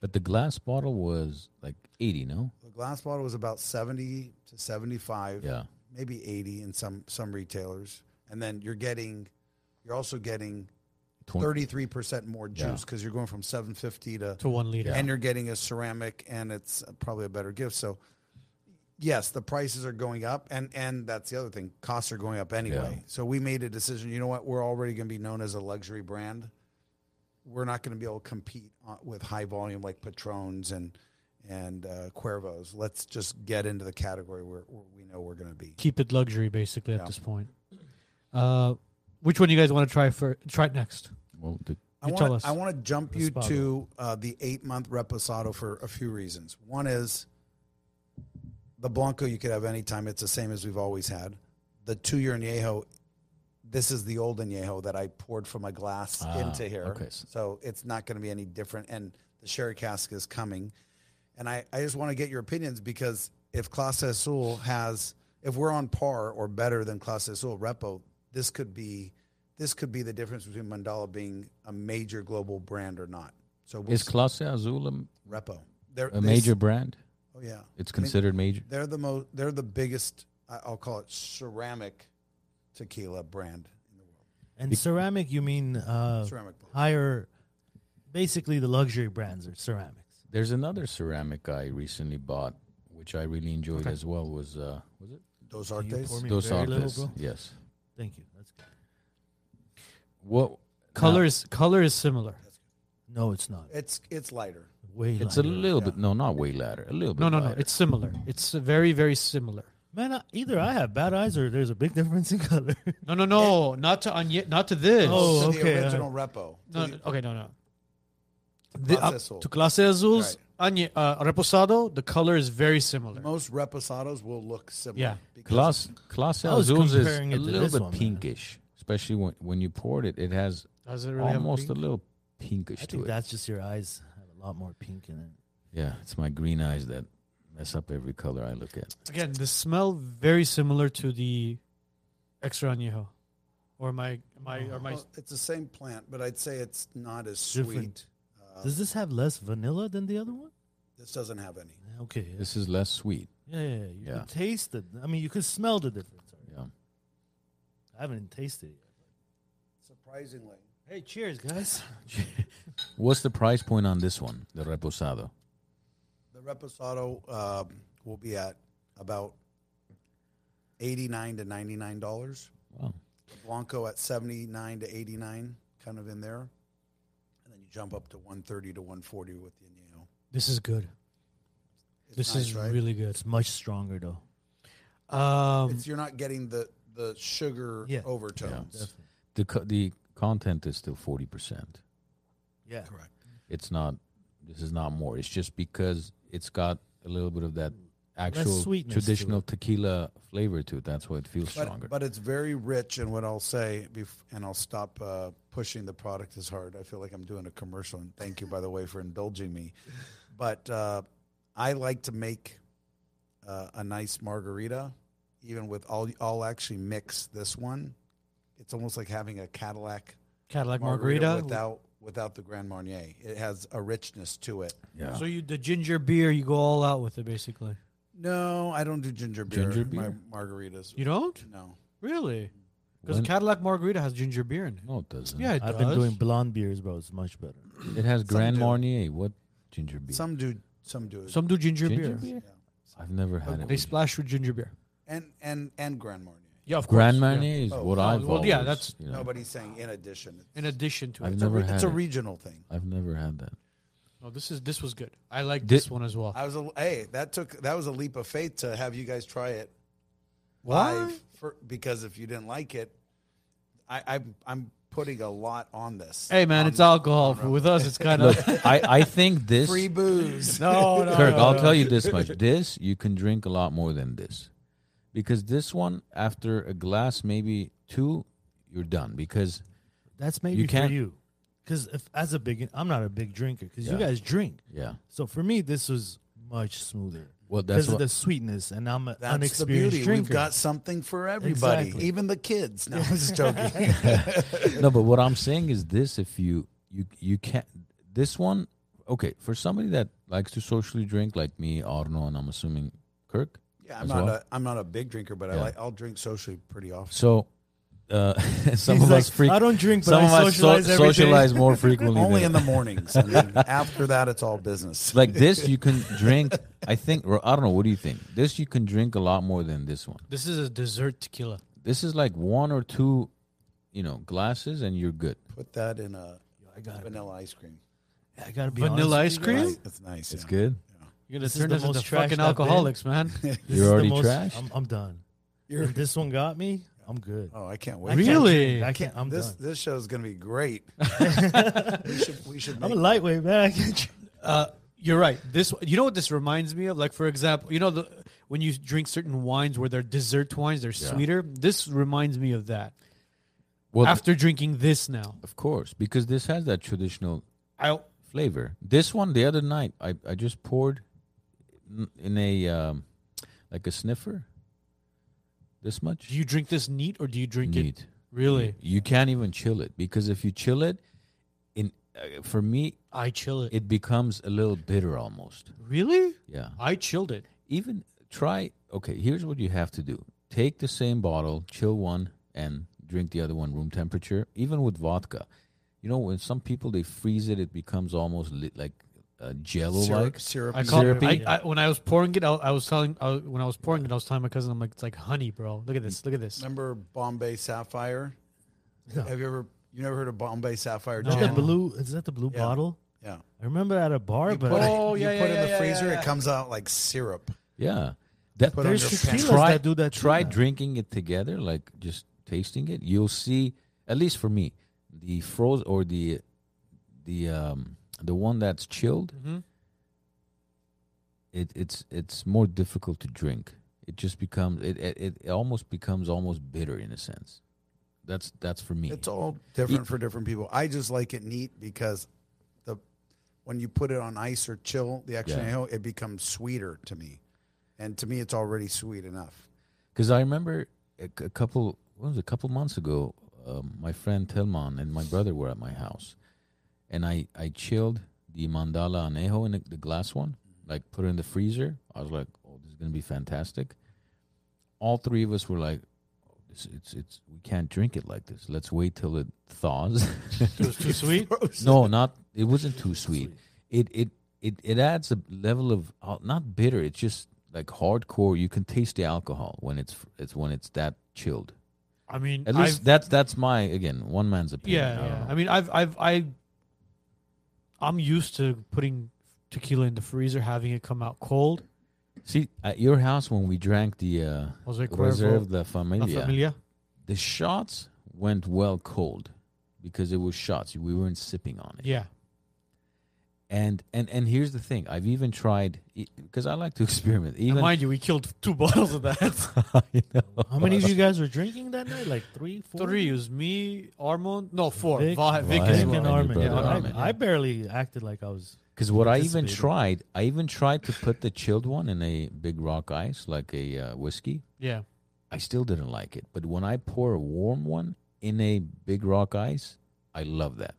Speaker 2: But the glass bottle was like 80, no?
Speaker 4: The glass bottle was about seventy to seventy-five,
Speaker 2: Yeah.
Speaker 4: maybe eighty in some some retailers, and then you're getting, you're also getting
Speaker 2: Twen-
Speaker 4: thirty-three percent more
Speaker 2: Yeah.
Speaker 4: juice because you're going from seven fifty to,
Speaker 1: to one liter,
Speaker 4: and you're getting a ceramic, and it's probably a better gift. So, yes, the prices are going up, and and that's the other thing, costs are going up anyway.
Speaker 2: Yeah.
Speaker 4: So we made a decision. You know what? We're already going to be known as a luxury brand. We're not going to be able to compete uh, with high volume like Patrons and and uh, Cuervos. Let's just get into the category where, where we know we're going to be.
Speaker 1: keep it luxury, basically, at
Speaker 4: Yeah.
Speaker 1: this point. Uh, which one you guys want to try for? Try it next.
Speaker 2: Well, the,
Speaker 4: I
Speaker 1: You
Speaker 4: wanna-
Speaker 1: tell us.
Speaker 4: I want to jump you
Speaker 1: Reposado.
Speaker 4: to uh, the eight month reposado for a few reasons. One is the blanco you could have anytime; it's the same as we've always had. The two year añejo, this is the old añejo that I poured from a glass
Speaker 2: Ah,
Speaker 4: into here,
Speaker 2: okay.
Speaker 4: so it's not going to be any different. And the sherry cask is coming, and I, I just want to get your opinions because if Clase Azul has, if we're on par or better than Clase Azul Repo, this could be, this could be the difference between Mandala being a major global brand or not. So we'll
Speaker 2: is
Speaker 4: see.
Speaker 2: Clase Azul a,
Speaker 4: Repo, they're
Speaker 2: a
Speaker 4: they-
Speaker 2: major brand?
Speaker 4: Oh yeah,
Speaker 2: It's
Speaker 4: I mean,
Speaker 2: considered major.
Speaker 4: they're the most. They're the biggest. I- I'll call it ceramic tequila brand in the world.
Speaker 3: And ceramic, you mean uh,
Speaker 4: Ceramic.
Speaker 3: higher? Basically, the luxury brands are ceramics.
Speaker 2: There's another ceramic I recently bought, which I really enjoyed as well. Was uh, was it
Speaker 4: Those
Speaker 3: Can you pour
Speaker 4: Artes.
Speaker 3: me
Speaker 2: Dos
Speaker 3: very little,
Speaker 2: Artes?
Speaker 3: bro?
Speaker 2: Yes.
Speaker 3: Thank you. That's good.
Speaker 2: What
Speaker 1: Color is color is similar.
Speaker 3: No, it's not.
Speaker 4: It's it's lighter.
Speaker 3: Way
Speaker 2: It's a
Speaker 3: lighter.
Speaker 2: little bit. No, not way lighter. A little bit.
Speaker 1: No, no, no.
Speaker 2: lighter.
Speaker 1: It's similar. It's uh, very, very similar.
Speaker 3: man. I, either I have bad eyes, or there's a big difference in color.
Speaker 1: No, no, no. Not to on not to this.
Speaker 3: Oh,
Speaker 4: to the
Speaker 3: okay,
Speaker 4: original Repo. To
Speaker 1: no,
Speaker 4: the-
Speaker 1: okay, no, no.
Speaker 4: Clase
Speaker 1: The, up,
Speaker 4: Azul.
Speaker 1: to Clase Azul's
Speaker 4: Right.
Speaker 1: Anya, uh, reposado, the color is very similar.
Speaker 4: Most reposados will look similar.
Speaker 1: Yeah.
Speaker 4: because-
Speaker 2: Class Class
Speaker 3: I was
Speaker 2: Azul is a
Speaker 3: comparing it to
Speaker 2: little
Speaker 3: this
Speaker 2: bit
Speaker 3: one, man.
Speaker 2: pinkish, especially when when you poured it. It has
Speaker 1: Does it really have a
Speaker 2: almost a,
Speaker 1: pink?
Speaker 2: little pinkish
Speaker 3: I
Speaker 2: to
Speaker 3: think
Speaker 2: it.
Speaker 3: that's just your eyes have a lot more pink in it.
Speaker 2: yeah, it's my green eyes that mess up every color I look at.
Speaker 1: Again, the smell very similar to the extra añejo. Or my my or my
Speaker 4: Well, it's the same plant, but I'd say it's not as
Speaker 3: Different.
Speaker 4: sweet. Uh,
Speaker 3: Does this have less vanilla than the other one?
Speaker 4: this doesn't have any.
Speaker 3: Okay. Yeah,
Speaker 2: This is less sweet.
Speaker 3: yeah, yeah. You
Speaker 2: Yeah.
Speaker 3: can taste it. I mean, you can smell the difference. already.
Speaker 2: Yeah.
Speaker 3: I haven't tasted it
Speaker 4: Surprisingly,
Speaker 3: yet. Hey, cheers, guys.
Speaker 2: What's the price point on this one, the reposado?
Speaker 4: the reposado um, will be at about eighty-nine to ninety-nine dollars.
Speaker 2: Wow.
Speaker 4: Blanco at seventy-nine to eighty-nine, kind of in there, and then you jump up to one thirty to one forty with the añejo.
Speaker 1: This is good.
Speaker 4: It's
Speaker 1: This
Speaker 4: nice,
Speaker 1: is
Speaker 4: right?
Speaker 1: really good.
Speaker 3: It's much stronger, though.
Speaker 1: Um,
Speaker 4: It's, you're not getting the the sugar
Speaker 3: Yeah.
Speaker 4: overtones.
Speaker 3: Definitely.
Speaker 2: The co- the content is still forty percent.
Speaker 3: Yeah.
Speaker 4: Correct.
Speaker 2: It's not. This is not more. It's just because it's got a little bit of that actual
Speaker 3: sweetness to
Speaker 2: traditional tequila flavor to it. That's why it feels stronger.
Speaker 4: But, but it's very rich, and what I'll say, bef- and I'll stop uh, pushing the product as hard. I feel like I'm doing a commercial, and thank you, by the way, for indulging me. But uh, I like to make uh, a nice margarita, even with all. I'll actually mix this one. It's almost like having a Cadillac
Speaker 1: Cadillac
Speaker 4: margarita,
Speaker 1: margarita.
Speaker 4: without without the Grand Marnier. It has a richness to it.
Speaker 2: yeah.
Speaker 1: So you the ginger beer, you go all out with it basically.
Speaker 4: No, I don't do ginger beer.
Speaker 2: Ginger
Speaker 4: in
Speaker 2: beer?
Speaker 4: My margaritas.
Speaker 1: You don't?
Speaker 4: No.
Speaker 1: Really? Because
Speaker 2: When-
Speaker 1: Cadillac margarita has ginger beer in it.
Speaker 2: no, it doesn't.
Speaker 1: Yeah, it
Speaker 3: I've
Speaker 1: does.
Speaker 3: been doing blonde beers, bro. It's much better.
Speaker 2: It has Grand
Speaker 4: do.
Speaker 2: Marnier. What ginger beer?
Speaker 4: Some do. Some do.
Speaker 1: Some do ginger,
Speaker 2: ginger
Speaker 1: beer.
Speaker 2: beer?
Speaker 4: Yeah.
Speaker 2: I've never had it.
Speaker 1: They
Speaker 2: with-
Speaker 1: splash with ginger beer.
Speaker 4: and and and Grand Marnier.
Speaker 1: Yeah, of
Speaker 2: Grand Marnier is
Speaker 4: Oh,
Speaker 2: what
Speaker 4: no,
Speaker 2: I've
Speaker 1: well, yeah,
Speaker 2: always,
Speaker 1: that's-
Speaker 2: you know,
Speaker 4: Nobody's saying in addition.
Speaker 1: In addition to
Speaker 2: I've
Speaker 1: it.
Speaker 4: It's, a,
Speaker 2: never
Speaker 4: re- it's
Speaker 2: had
Speaker 4: a
Speaker 2: it.
Speaker 4: regional thing.
Speaker 2: I've never had that.
Speaker 1: No, this is this was good. I like
Speaker 2: Did-
Speaker 1: this one as well.
Speaker 4: I was a, hey, that took that was a leap of faith to have you guys try it
Speaker 1: Why?
Speaker 4: live for, because if you didn't like it, I, I'm I'm putting a lot on this.
Speaker 1: Hey man,
Speaker 4: On
Speaker 1: it's alcohol. With us, it's kind of
Speaker 2: I, I think this
Speaker 4: free booze.
Speaker 1: no, no.
Speaker 2: Kirk,
Speaker 1: no,
Speaker 2: I'll
Speaker 1: no.
Speaker 2: tell you this much. This, you can drink a lot more than this. Because this one, after a glass, maybe two, you're done. Because
Speaker 3: That's maybe
Speaker 2: can't-
Speaker 3: for you. Because if as a big, I'm not a big drinker. Because you
Speaker 2: Yeah.
Speaker 3: guys drink.
Speaker 2: yeah.
Speaker 3: So for me, this was much smoother.
Speaker 2: Well that's
Speaker 3: Because of
Speaker 2: what
Speaker 3: the sweetness, and I'm an
Speaker 4: That's the
Speaker 3: unexperienced
Speaker 4: beauty.
Speaker 3: drinker.
Speaker 4: We've got something for everybody,
Speaker 3: Exactly.
Speaker 4: even the kids. No, I'm just joking.
Speaker 2: no, but what I'm saying is this: if you you you can't this one, okay, for somebody that likes to socially drink like me, Arno, and I'm assuming Kirk.
Speaker 4: yeah, I'm
Speaker 2: As
Speaker 4: not
Speaker 2: well?
Speaker 4: a I'm not a big drinker, but I
Speaker 2: Yeah.
Speaker 4: like I'll drink socially pretty often.
Speaker 2: So uh, some
Speaker 3: He's
Speaker 2: of
Speaker 3: like,
Speaker 2: us freak.
Speaker 3: I don't drink, but
Speaker 2: Some of
Speaker 3: I
Speaker 2: us so-
Speaker 3: socialize everything.
Speaker 2: socialize more frequently.
Speaker 4: Only
Speaker 2: than-
Speaker 4: in the mornings. I mean, after that, it's all business.
Speaker 2: like this, you can drink. I think or I don't know. What do you think? This you can drink a lot more than this one.
Speaker 1: This is a dessert tequila.
Speaker 2: This is like one or two, you know, glasses, and you're good.
Speaker 4: Put that in a
Speaker 3: I got it.
Speaker 4: vanilla ice cream.
Speaker 3: I gotta be
Speaker 1: Vanilla
Speaker 3: honest
Speaker 1: ice
Speaker 3: with you guys.
Speaker 1: cream?
Speaker 4: Nice. It's nice.
Speaker 2: It's
Speaker 4: yeah.
Speaker 2: good.
Speaker 1: You're gonna
Speaker 3: This is
Speaker 1: turn
Speaker 3: the
Speaker 1: us into
Speaker 3: most trash
Speaker 1: fucking
Speaker 3: I've been.
Speaker 1: alcoholics, man.
Speaker 3: This
Speaker 2: You're
Speaker 3: is the
Speaker 2: already
Speaker 3: most-
Speaker 2: trashed?
Speaker 3: I'm, I'm done.
Speaker 4: You're-
Speaker 3: if this one got me, I'm good.
Speaker 4: Oh, I can't
Speaker 3: I
Speaker 4: wait.
Speaker 3: can't
Speaker 1: Really?
Speaker 3: drink. I can't. I'm
Speaker 4: This
Speaker 3: done.
Speaker 4: this show is gonna be great. we should we should
Speaker 3: I'm
Speaker 4: make,
Speaker 3: a lightweight man. I can't drink.
Speaker 1: Uh, you're right. This, you know what this reminds me of? Like for example, you know the when you drink certain wines where they're dessert wines, they're sweeter. This reminds me of that.
Speaker 2: Well,
Speaker 1: After drinking this now,
Speaker 2: of course, because this has that traditional
Speaker 1: I
Speaker 2: flavor. This one the other night, I, I just poured n- in a um, like a sniffer. This much
Speaker 1: do you drink this neat or do you drink it
Speaker 2: neat.
Speaker 1: really?
Speaker 2: You can't even chill it because if you chill it, in uh, for me
Speaker 1: I chill it.
Speaker 2: it becomes a little bitter almost.
Speaker 1: Really?
Speaker 2: Yeah.
Speaker 1: I chilled it.
Speaker 2: Even try. Okay, here's what you have to do: take the same bottle, chill one, and drink the other one room temperature. Even with vodka, you know when some people they freeze it, it becomes almost li- like uh, jello like.
Speaker 4: syrup, syrup
Speaker 1: I
Speaker 4: and
Speaker 1: call
Speaker 2: Syrupy?
Speaker 1: I, I, when I was pouring it, I, I was telling I, when I was pouring it, I was telling my cousin, I'm like, it's like honey, bro. Look at this. Look at this.
Speaker 4: remember Bombay Sapphire? Have you ever you never heard of Bombay Sapphire
Speaker 1: No.
Speaker 3: Is that
Speaker 4: gin?
Speaker 3: the blue? Is that the blue
Speaker 4: Yeah.
Speaker 3: bottle?
Speaker 4: Yeah.
Speaker 3: I remember at a bar,
Speaker 4: You
Speaker 3: but
Speaker 4: put,
Speaker 1: Oh,
Speaker 4: you
Speaker 1: yeah, yeah,
Speaker 4: put it in the
Speaker 1: yeah, yeah,
Speaker 4: freezer,
Speaker 1: yeah.
Speaker 4: it comes out like syrup.
Speaker 2: Yeah, that
Speaker 4: Put on
Speaker 3: there's
Speaker 4: your
Speaker 3: tequilas
Speaker 4: pants.
Speaker 2: try
Speaker 3: that do that. too
Speaker 2: try
Speaker 3: now.
Speaker 2: drinking it together, like just tasting it. You'll see, at least for me, the
Speaker 1: Mm-hmm.
Speaker 2: froze or the the um the one that's chilled. it, it's it's more difficult to drink. It just becomes it, it it- it almost becomes almost bitter in a sense. That's that's for me.
Speaker 4: It's all different for different people. I just like it neat because the when you put it on ice or chill, the action
Speaker 2: Yeah.
Speaker 4: ale, it becomes sweeter to me. And to me, it's already sweet enough.
Speaker 2: Because I remember a, c- a couple, what was it, a couple months ago, um, my friend Tilman and my brother were at my house, and I I chilled the mandala anejo in the, the glass one, like put it in the freezer. I was like, oh, this is gonna be fantastic. All three of us were like. It's, it's it's we can't drink it like this. Let's wait till it thaws.
Speaker 1: It was too sweet.
Speaker 2: no, not it wasn't too sweet. It it it it adds a level of al- not bitter. It's just like hardcore. You can taste the alcohol when it's it's when it's that chilled.
Speaker 1: I mean,
Speaker 2: At least
Speaker 1: I've-
Speaker 2: that's that's my again one man's opinion.
Speaker 1: yeah,
Speaker 2: I don't
Speaker 1: yeah.
Speaker 2: know.
Speaker 1: um, I mean, I've, I've, I, I'm used to putting tequila in the freezer, having it come out cold.
Speaker 2: see at your house when we drank the uh,
Speaker 1: Jose Cuervo,
Speaker 2: Reserve La
Speaker 1: La
Speaker 2: Familia,
Speaker 1: Familia.
Speaker 2: the shots went well cold because it was shots. We weren't sipping on it.
Speaker 1: Yeah,
Speaker 2: And and and here's the thing. I've even tried because I like to experiment.
Speaker 1: and
Speaker 2: Even
Speaker 1: mind you, we killed two bottles of that.
Speaker 2: I know.
Speaker 3: How many of you guys were drinking that night? Like three, four.
Speaker 1: Three is me, Armand. No, four.
Speaker 3: Vic,
Speaker 1: Vic, Va- Vic
Speaker 2: Vic
Speaker 1: as
Speaker 3: Him
Speaker 2: Armand,
Speaker 1: well.
Speaker 2: your
Speaker 3: and
Speaker 2: brother
Speaker 3: Armin. Yeah, I-
Speaker 2: Armin.
Speaker 3: I barely acted like I was.
Speaker 2: Because what I even
Speaker 3: Anticipated.
Speaker 2: tried, I even tried to put the chilled one in a big rock ice, like a uh, whiskey.
Speaker 1: Yeah,
Speaker 2: I still didn't like it. But when I pour a warm one in a big rock ice, I love that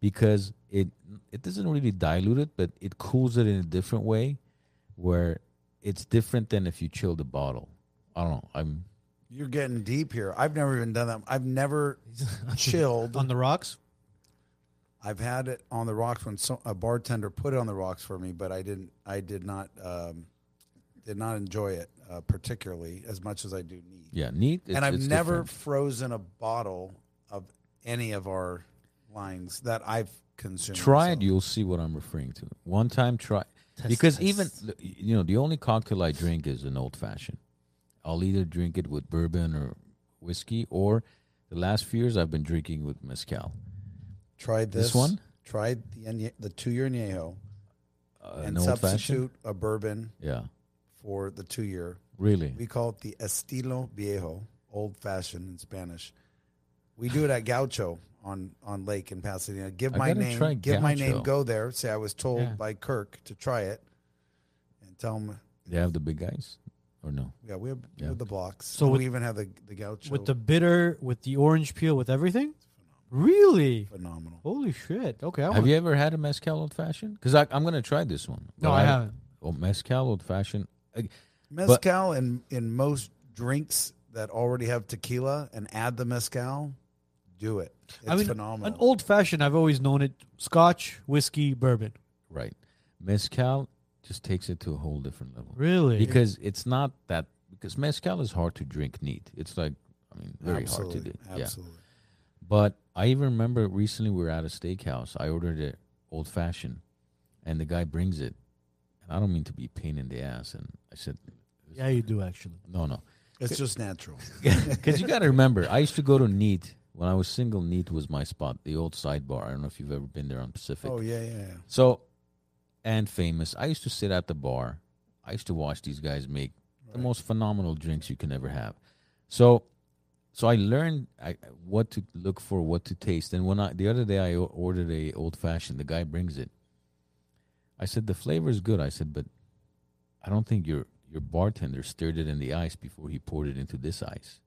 Speaker 2: because it it doesn't really dilute it, but it cools it in a different way, where it's different than if you chill the bottle. I don't know. I'm
Speaker 4: You're getting deep here. I've never even done that. I've never chilled.
Speaker 1: on the rocks.
Speaker 4: I've had it on the rocks when so, a bartender put it on the rocks for me, but I didn't. I did not. Um, did not enjoy it uh, particularly as much as I do need.
Speaker 2: yeah neat. It's-
Speaker 4: and I've
Speaker 2: it's
Speaker 4: never
Speaker 2: different.
Speaker 4: frozen a bottle of any of our lines that I've consumed.
Speaker 2: try it
Speaker 4: so-
Speaker 2: you'll see what i'm referring to one time try because even you know the only cocktail i drink is an old fashioned i'll either drink it with bourbon or whiskey or the last few years i've been drinking with mezcal
Speaker 4: Tried
Speaker 2: this
Speaker 4: this,
Speaker 2: one?
Speaker 4: Tried the añe- the two year añejo
Speaker 2: uh,
Speaker 4: and
Speaker 2: an old fashioned
Speaker 4: substitute a bourbon
Speaker 2: yeah
Speaker 4: for the two year.
Speaker 2: really
Speaker 4: We call it the estilo viejo, old fashioned in Spanish. We do it at Gaucho on on Lake in Pasadena. Give
Speaker 2: I
Speaker 4: my
Speaker 2: gotta
Speaker 4: name,
Speaker 2: try
Speaker 4: give my name,
Speaker 2: Gaucho.
Speaker 4: go there. Say I was told
Speaker 1: Yeah.
Speaker 4: by Kirk to try it, and tell him.
Speaker 2: they have the big guys or no
Speaker 4: Yeah, we have, we
Speaker 2: Yeah.
Speaker 4: have the blocks.
Speaker 1: So
Speaker 4: So
Speaker 1: with-
Speaker 4: we even have the the Gaucho.
Speaker 1: With the bitter, with the orange peel, with everything. Really?
Speaker 4: phenomenal.
Speaker 1: Holy shit! Okay, I
Speaker 2: have
Speaker 1: want.
Speaker 2: you ever had a mezcal old fashioned because i'm gonna try this one
Speaker 1: no,
Speaker 2: but
Speaker 1: I haven't.
Speaker 2: oh, mezcal old fashioned
Speaker 4: Mezcal in in most drinks that already have tequila and add the mezcal, do it. It's
Speaker 1: I mean,
Speaker 4: phenomenal.
Speaker 1: An old fashioned, I've always known it: Scotch, whiskey, bourbon.
Speaker 2: right mezcal just takes it to a whole different level
Speaker 1: Really?
Speaker 2: because it's not that because mezcal is hard to drink neat. It's like I mean very
Speaker 4: absolutely,
Speaker 2: hard to do. Yeah.
Speaker 4: Absolutely.
Speaker 2: But I even remember recently we were at a steakhouse. I ordered an old fashioned, and the guy brings it, and I don't mean to be a pain in the ass. And I said,
Speaker 3: Yeah, you do actually.
Speaker 2: no, no,
Speaker 4: It's just natural.
Speaker 2: because you got to remember, I used to go to Neat when I was single. Neat was my spot, the old sidebar. I don't know if you've ever been there on Pacific.
Speaker 4: oh yeah, yeah. yeah.
Speaker 2: So, and famous. I used to sit at the bar. I used to watch these guys make the most phenomenal drinks you can ever have. So, so I learned I, what to look for, what to taste. And when I the other day I o- ordered a old fashioned, the guy brings it. I said the flavor is good. I said, but I don't think your your bartender stirred it in the ice before he poured it into this ice.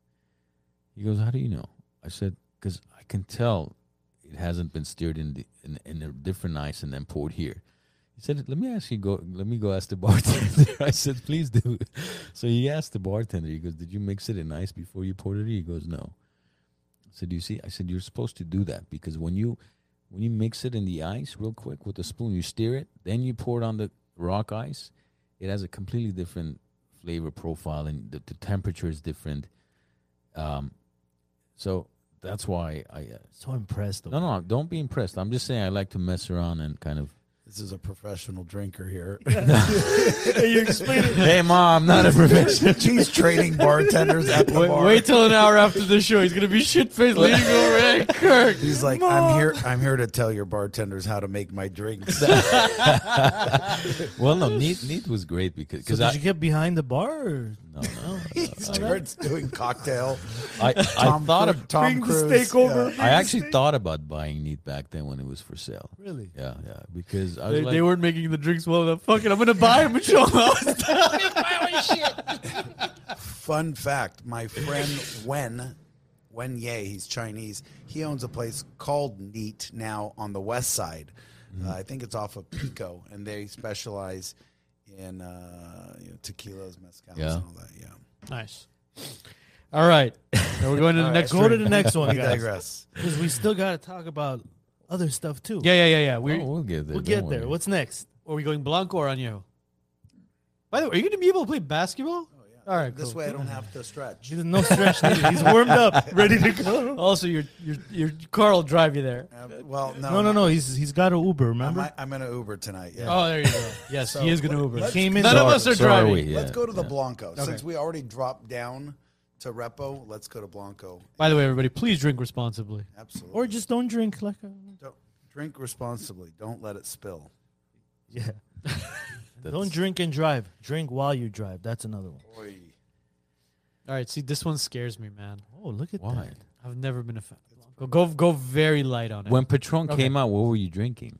Speaker 2: He goes, how do you know? I said, because I can tell it hasn't been stirred in the in, in a different ice and then poured here. He said, "Let me ask you go. Let me go ask the bartender." I said, "Please do." So he asked the bartender. He goes, "Did you mix it in ice before you poured it?" here?" He goes, "No." I said, "You see?" I said, "You're supposed to do that because when you when you mix it in the ice real quick with a spoon, you stir it, then you pour it on the rock ice. It has a completely different flavor profile, and the, the temperature is different. Um, so that's why I." Uh,
Speaker 3: So impressed.
Speaker 2: no, no, don't be impressed. I'm just saying I like to mess around and kind of.
Speaker 4: This is a professional drinker here.
Speaker 1: you explain it.
Speaker 2: hey, mom, not a professional.
Speaker 4: He's training bartenders at the
Speaker 1: Wait,
Speaker 4: bar.
Speaker 1: wait till an hour after the show. He's gonna be shit faced. Leading over Ray Kirk.
Speaker 4: He's like, I'm here. I'm here to tell your bartenders how to make my drinks.
Speaker 2: well, no, Neat, Neat was great because
Speaker 3: So
Speaker 2: cause
Speaker 3: did
Speaker 2: I,
Speaker 3: you get behind the bar? Or?
Speaker 2: no, no.
Speaker 4: he starts doing cocktail.
Speaker 2: I, I
Speaker 4: Tom
Speaker 2: thought
Speaker 4: Cru-
Speaker 2: of,
Speaker 4: Tom Cruise. yeah.
Speaker 2: I actually thought about buying Neat back then when it was for sale.
Speaker 3: Really?
Speaker 2: Yeah, yeah, because I was
Speaker 1: They,
Speaker 2: like, "Oh,
Speaker 1: they weren't making the drinks well enough. Fuck it, I'm gonna buy him and show him.
Speaker 4: Fun fact: My friend Wen, Wen Ye, he's Chinese. He owns a place called Neat now on the West Side. Uh, I think it's off of Pico, and they specialize in uh, you know, tequilas, mezcals,
Speaker 2: Yeah.
Speaker 4: and all that. Yeah.
Speaker 1: nice. All right, now we're going to the
Speaker 4: All right,
Speaker 1: next.
Speaker 3: Go to
Speaker 1: drink.
Speaker 3: the next one,
Speaker 4: We
Speaker 3: guys.
Speaker 4: digress.
Speaker 3: Because we still got to talk about other stuff too.
Speaker 1: Yeah, yeah, yeah, yeah.
Speaker 2: oh,
Speaker 1: We're,
Speaker 2: we'll get there. don't
Speaker 3: We'll get there.
Speaker 2: worry.
Speaker 3: What's next?
Speaker 1: Are we going Blanco or Añejo? By the way, are you gonna be able to play basketball? All right,
Speaker 4: Oh, This
Speaker 1: cool.
Speaker 4: way, I don't have to stretch.
Speaker 3: There's no stretch needed. He's warmed up, ready to go.
Speaker 1: Also, your your your car will drive you there.
Speaker 4: Um, well, no,
Speaker 3: No, no, no. He's he's got an Uber.
Speaker 4: I'm,
Speaker 3: Remember?
Speaker 4: I'm gonna Uber tonight. Yeah.
Speaker 1: Oh, there you go. Yes,
Speaker 4: So,
Speaker 1: he is gonna
Speaker 4: let-
Speaker 1: Uber.
Speaker 4: let's-
Speaker 3: Came in.
Speaker 1: None of
Speaker 3: dark.
Speaker 1: us are
Speaker 2: So are
Speaker 1: driving.
Speaker 2: we, yeah.
Speaker 4: let's go to the Blanco.
Speaker 1: Okay.
Speaker 4: Since we already dropped down to Repo, let's go to Blanco.
Speaker 1: By the way, everybody, please drink responsibly.
Speaker 4: Absolutely.
Speaker 3: Or just don't drink like. uh, A,
Speaker 4: Don't- drink responsibly. Don't let it spill.
Speaker 3: yeah. don't drink and drive. Drink while you drive. That's another one.
Speaker 4: Oy.
Speaker 1: All right, see, this one scares me, man.
Speaker 3: Oh, look at
Speaker 2: Why?
Speaker 3: that.
Speaker 1: I've never been a fan. Go, go, go very light on it.
Speaker 2: When Patron
Speaker 1: Okay.
Speaker 2: came out, what were you drinking?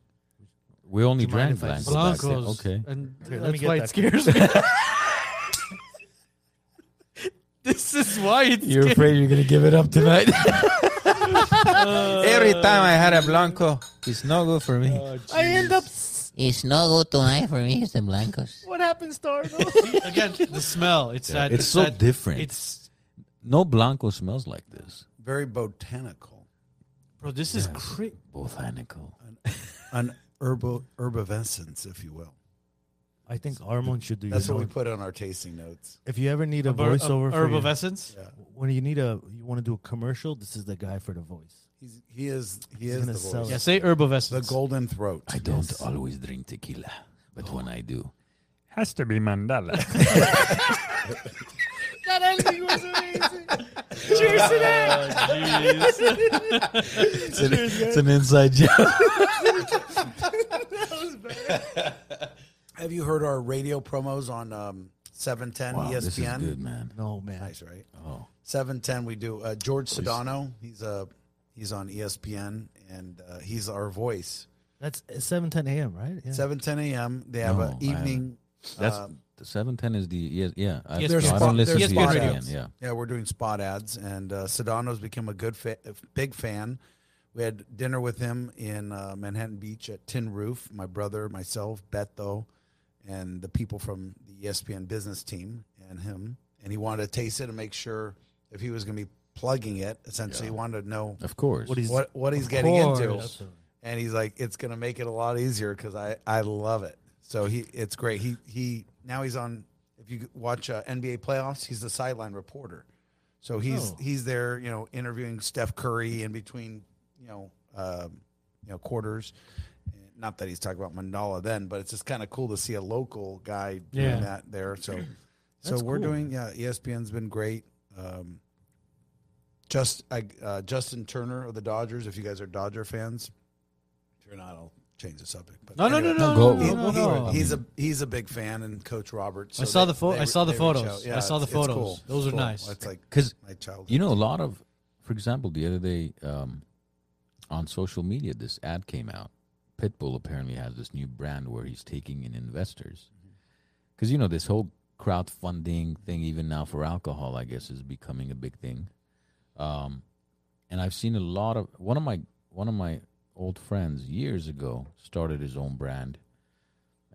Speaker 2: We only
Speaker 3: Do you mind
Speaker 2: drank
Speaker 3: if I-
Speaker 2: Blanco. back then.
Speaker 1: Blancos.
Speaker 2: Okay.
Speaker 1: And
Speaker 3: Here, let me
Speaker 1: that's
Speaker 3: get
Speaker 1: why it
Speaker 3: that
Speaker 1: scares me. this is why it's
Speaker 2: You're afraid you're gonna give it up tonight. Every time I had a blanco, it's no good for me.
Speaker 3: I end up.
Speaker 5: It's no good tonight for me, it's the Blancos.
Speaker 3: What happens to our?
Speaker 1: Again, the smell. It's that.
Speaker 2: it's so
Speaker 1: that-
Speaker 2: different.
Speaker 1: It's
Speaker 2: no blanco smells like this.
Speaker 4: Very botanical.
Speaker 1: bro. This is crazy.
Speaker 2: Botanical.
Speaker 4: An herbal herbivescence, if you will.
Speaker 3: I think Armon should do.
Speaker 4: That's
Speaker 3: your
Speaker 4: what we
Speaker 3: note.
Speaker 4: put on our tasting notes.
Speaker 3: If you ever need a voiceover for
Speaker 1: herb of
Speaker 3: your-
Speaker 1: essence.
Speaker 4: Yeah.
Speaker 3: when you need a, you want to do a commercial. This is the guy for the voice.
Speaker 4: He's, he is he
Speaker 3: He's
Speaker 4: is
Speaker 3: gonna
Speaker 4: the
Speaker 3: sell
Speaker 4: voice.
Speaker 1: Yeah, say herb of
Speaker 4: The
Speaker 1: essence.
Speaker 4: golden throat.
Speaker 2: I don't always drink tequila, but when I do,
Speaker 6: Has to be Mandala.
Speaker 2: it's an, it's an inside joke.
Speaker 4: Have you heard our radio promos on um, E 710
Speaker 2: Wow,
Speaker 4: ESPN?
Speaker 2: this is good, man.
Speaker 3: No man.
Speaker 4: Nice, right?
Speaker 2: Oh,
Speaker 4: Seven ten, we do. Uh, George Sedano, he's uh, he's on ESPN, and uh, he's our voice.
Speaker 3: That's seven ten a.m. Right? Yeah.
Speaker 4: Seven ten a.m. They have
Speaker 2: No,
Speaker 4: an
Speaker 2: I
Speaker 4: evening.
Speaker 2: that's
Speaker 4: uh,
Speaker 2: the seven ten is the yeah yeah. I,
Speaker 1: Yes,
Speaker 3: E
Speaker 2: no,
Speaker 1: there's
Speaker 2: I
Speaker 1: spot-
Speaker 2: don't listen
Speaker 1: there's
Speaker 2: to E
Speaker 1: spot
Speaker 2: ESPN.
Speaker 1: ads.
Speaker 2: Yeah,
Speaker 4: yeah, we're doing spot ads, and uh, Sedano's become a good, fa- a big fan. We had dinner with him in uh, Manhattan Beach at Tin Roof. My brother, myself, Beto, and the people from the E ESPN business team, and him. And he wanted to taste it and make sure if he was going to be plugging it. Essentially, he wanted to know
Speaker 2: of course.
Speaker 3: What is
Speaker 4: what what he's getting into.
Speaker 3: course.
Speaker 4: And he's like, it's gonna make it a lot easier because I I love it. So he it's great. He he now he's on. If you watch uh, NBA playoffs, he's the sideline reporter. So he's
Speaker 3: Oh.
Speaker 4: he's there, you know, interviewing Steph Curry in between, you know, um, you know quarters. Not that he's talking about Mandala then, but it's just kind of cool to see a local guy doing
Speaker 1: Yeah.
Speaker 4: that there. So so
Speaker 3: That's
Speaker 4: we're
Speaker 3: cool.
Speaker 4: doing yeah. E ESPN's been great. Um, just I, uh, Justin Turner of the Dodgers. If you guys are Dodger fans, if you're not, I'll change the subject. But
Speaker 1: No, no,
Speaker 4: anyway.
Speaker 1: no, no,
Speaker 2: No, go-
Speaker 1: no, no, no,
Speaker 4: He-
Speaker 1: no, no.
Speaker 4: he- He's a he's a big fan, and Coach Roberts.
Speaker 1: I saw the pho- I saw the photos. I saw the photos. Those are nice.
Speaker 4: It's like
Speaker 2: Because
Speaker 4: my childhood.
Speaker 2: you know a lot of, for example, the other day um, on social media, this ad came out. Pitbull apparently has this new brand where he's taking in investors, because you know this whole crowdfunding thing, even now for alcohol, I guess is becoming a big thing. Um, and I've seen a lot of one of my one of my old friends years ago started his own brand,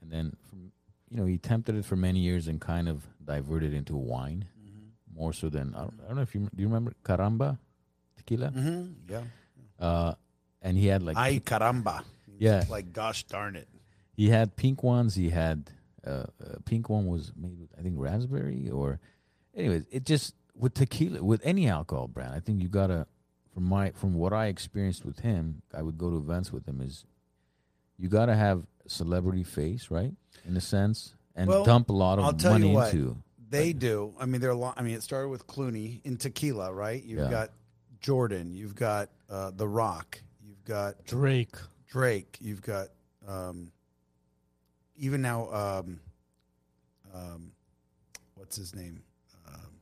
Speaker 2: and then from, you know he attempted it for many years and kind of diverted into wine more so than I don't, I don't know if you do you remember Caramba tequila,
Speaker 4: hmm yeah.
Speaker 2: uh, and he had like
Speaker 4: Ay caramba.
Speaker 2: Yeah.
Speaker 4: Like gosh darn it.
Speaker 2: he had pink ones. He had uh, a pink one was made with I think raspberry or, anyways, it just with tequila with any alcohol brand. I think you gotta from my from what I experienced with him. I would go to events with him. Is you gotta have celebrity face, right? In a sense, and
Speaker 4: Well,
Speaker 2: dump a lot of
Speaker 4: I'll tell
Speaker 2: money
Speaker 4: you what.
Speaker 2: into.
Speaker 4: They do. I mean, they're. Lo- I mean, it started with Clooney in Tequila, right? You've
Speaker 2: Yeah.
Speaker 4: got Jordan. You've got uh, The Rock. You've got
Speaker 1: Drake.
Speaker 4: Drake. You've got um, even now. Um, um, what's his name? Um,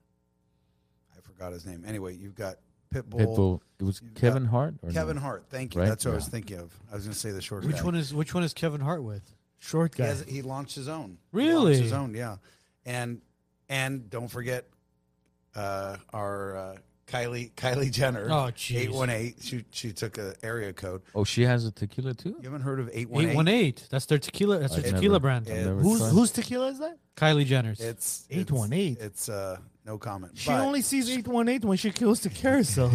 Speaker 4: I forgot his name. Anyway, you've got Pitbull.
Speaker 2: Pitbull. It was
Speaker 4: you've got
Speaker 2: Kevin Hart. Or no?
Speaker 4: Kevin Hart. Thank you.
Speaker 2: Right?
Speaker 4: That's what I
Speaker 2: Yeah.
Speaker 4: was thinking of. I was going to say the short.
Speaker 1: Which
Speaker 4: guy.
Speaker 1: one is which one is Kevin Hart with?
Speaker 3: Short
Speaker 4: He,
Speaker 3: guy.
Speaker 4: has, he launched his own. He launched
Speaker 1: Really?
Speaker 4: his own. Yeah, and and don't forget uh, our uh, Kylie Kylie Jenner.
Speaker 1: Oh, jeez.
Speaker 4: Eight one eight. She she took a area code.
Speaker 2: Oh, she has a tequila too.
Speaker 4: You haven't heard of eight one
Speaker 1: Eight one
Speaker 4: eight?
Speaker 1: eight. That's their tequila. That's their
Speaker 2: I've
Speaker 1: tequila
Speaker 2: never-
Speaker 1: brand.
Speaker 2: I've
Speaker 4: Yeah.
Speaker 2: never
Speaker 3: Who's
Speaker 2: tried
Speaker 3: whose tequila is that?
Speaker 1: Kylie Jenner's.
Speaker 4: It's it's-
Speaker 3: 818.
Speaker 4: It's uh no comment.
Speaker 3: She
Speaker 4: But
Speaker 3: only sees eight one eight when she kills the carousel.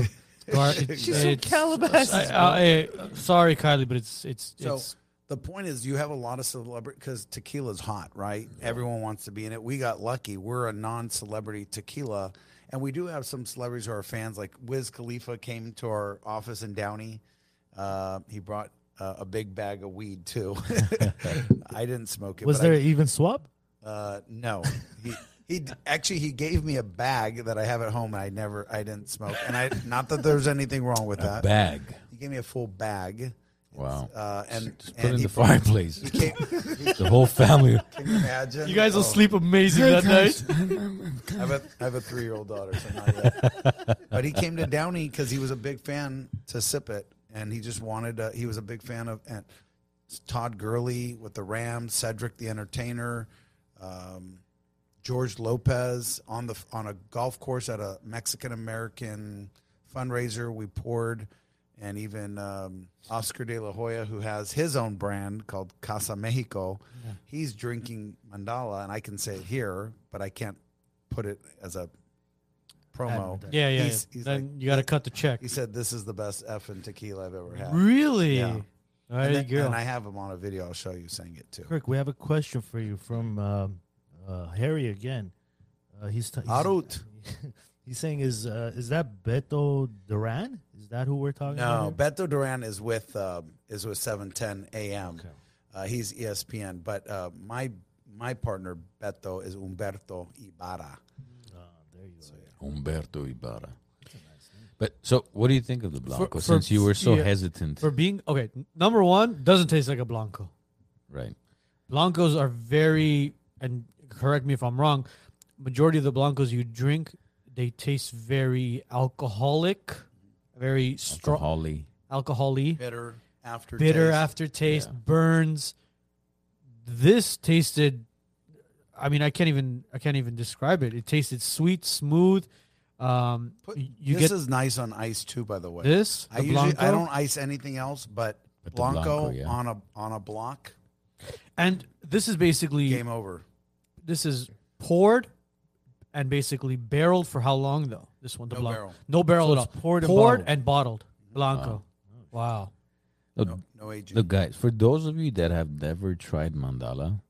Speaker 1: Gar- it's-
Speaker 3: She's from
Speaker 1: it's-
Speaker 3: Calabasas.
Speaker 1: I- I- I- sorry, Kylie, but it's it's
Speaker 4: So-
Speaker 1: it's
Speaker 4: the point is you have a lot of celebrity because tequila's hot, right? Everyone wants to be in it. We got lucky. We're a non-celebrity tequila, and we do have some celebrities who are fans. Like Wiz Khalifa came to our office in Downey. Uh, he brought uh, a big bag of weed too. I didn't smoke it.
Speaker 3: Was
Speaker 4: but I-
Speaker 3: there an even swap?
Speaker 4: Uh, no. He, he d- actually he gave me a bag that I have at home. And I never I didn't smoke, and I not that there's anything wrong with that.
Speaker 2: Bag.
Speaker 4: He gave me a full bag.
Speaker 2: Wow.
Speaker 4: Uh, and
Speaker 2: Just put
Speaker 4: and
Speaker 2: it in
Speaker 4: he
Speaker 2: the fireplace.
Speaker 4: He came, can
Speaker 2: the whole family.
Speaker 4: you imagine?
Speaker 1: you guys will
Speaker 4: Oh,
Speaker 1: sleep amazing that night.
Speaker 4: I have a, I have a three year old daughter, so not yet. but he came to Downey because he was a big fan to sip it, and he just wanted. Uh, he was a big fan of and Todd Gurley with the Rams, Cedric the Entertainer, um, George Lopez on the on a golf course at a Mexican American fundraiser. We poured. And even um, Oscar de la Hoya, who has his own brand called Casa Mexico, he's drinking Mandala, and I can say it here, but I can't put it as a promo.
Speaker 1: Yeah, yeah.
Speaker 4: He's-
Speaker 1: yeah.
Speaker 4: he's
Speaker 1: then you got to cut the check.
Speaker 4: He said, "This is the best effing tequila I've ever had."
Speaker 1: Really?
Speaker 4: Yeah.
Speaker 1: There
Speaker 4: And,
Speaker 1: you
Speaker 4: then-
Speaker 1: go.
Speaker 4: and I have him on a video. I'll show you saying it too.
Speaker 3: Kirk, we have a question for you from um, uh, Harry again. Uh, he's, t- he's
Speaker 4: Arut.
Speaker 3: He's saying, "Is uh, is that Beto Duran? Is that who we're talking
Speaker 4: No,
Speaker 3: about?"
Speaker 4: Beto Duran is with um, is with 710 AM.
Speaker 3: Okay.
Speaker 4: Uh, he's ESPN, but uh, my my partner Beto is Umberto Ibarra.
Speaker 3: No, there you go.
Speaker 2: Humberto Ibarra. But so, what do you think of the Blanco?
Speaker 1: for-
Speaker 2: since you were so
Speaker 1: yeah.
Speaker 2: hesitant,
Speaker 1: For being okay, n- number one doesn't taste like a blanco.
Speaker 2: right?
Speaker 1: Blancos are very and correct me if I'm wrong. Majority of the blancos you drink, they taste very alcoholic, very strong,
Speaker 2: Alcoholic.
Speaker 1: alcoholy,
Speaker 4: Bitter after
Speaker 1: bitter aftertaste, burns. This tasted I mean, I can't even I can't even describe it. It tasted sweet, smooth. Um
Speaker 4: Put-
Speaker 1: y- you
Speaker 4: this
Speaker 1: get
Speaker 4: is nice on ice too, by the way.
Speaker 1: this
Speaker 4: I
Speaker 1: the
Speaker 4: usually
Speaker 1: Blanco.
Speaker 4: I don't ice anything else, but,
Speaker 2: But the
Speaker 4: Blanco,
Speaker 2: Blanco, yeah.
Speaker 4: on a on a block,
Speaker 1: and this is basically
Speaker 4: game over.
Speaker 1: this is poured and basically barreled for how long though? This one, the
Speaker 4: No
Speaker 1: Blanco.
Speaker 4: barrel.
Speaker 1: No barrel
Speaker 3: So
Speaker 1: at all.
Speaker 3: it's poured and bottled.
Speaker 1: and bottled. Blanco. Wow.
Speaker 2: Look,
Speaker 4: No aging.
Speaker 2: look, guys. For those of you that have never tried Mandala,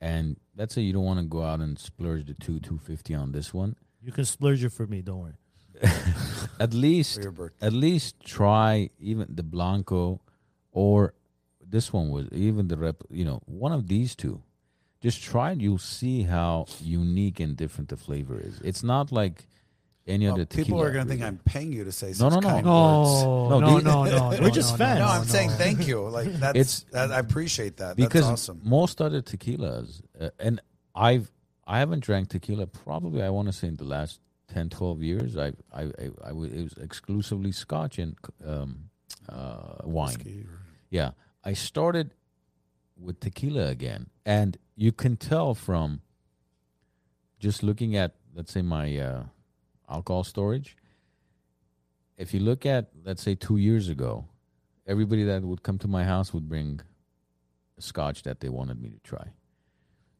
Speaker 2: and let's say you don't want to go out and splurge the two two fifty on this one,
Speaker 3: You can splurge it for me. Don't worry.
Speaker 2: at least
Speaker 4: for your birthday.
Speaker 2: at least try even the Blanco or this one was even the rep, you know, one of these two. Just try and you'll see how unique and different the flavor is. It's not like any
Speaker 4: Oh,
Speaker 2: other tequila.
Speaker 4: people are going to think I'm paying you to say such
Speaker 2: no, no.
Speaker 4: kind words.
Speaker 1: No, no,
Speaker 2: No,
Speaker 1: no,
Speaker 2: these-
Speaker 1: no, no.
Speaker 3: We're just
Speaker 1: Oh. no,
Speaker 3: fans.
Speaker 4: No,
Speaker 1: no,
Speaker 4: I'm
Speaker 1: no.
Speaker 4: saying thank you. Like that's
Speaker 2: It's-
Speaker 4: that, I appreciate that.
Speaker 2: because
Speaker 4: that's awesome.
Speaker 2: most other tequilas uh, and I've I haven't drank tequila probably I want to say in the last 10 12 years I I I, I was, it was exclusively scotch and um uh wine. Yeah, I started with tequila again, and you can tell from just looking at, let's say, my uh, alcohol storage. If you look at, let's say, two years ago, everybody that would come to my house would bring a scotch that they wanted me to try.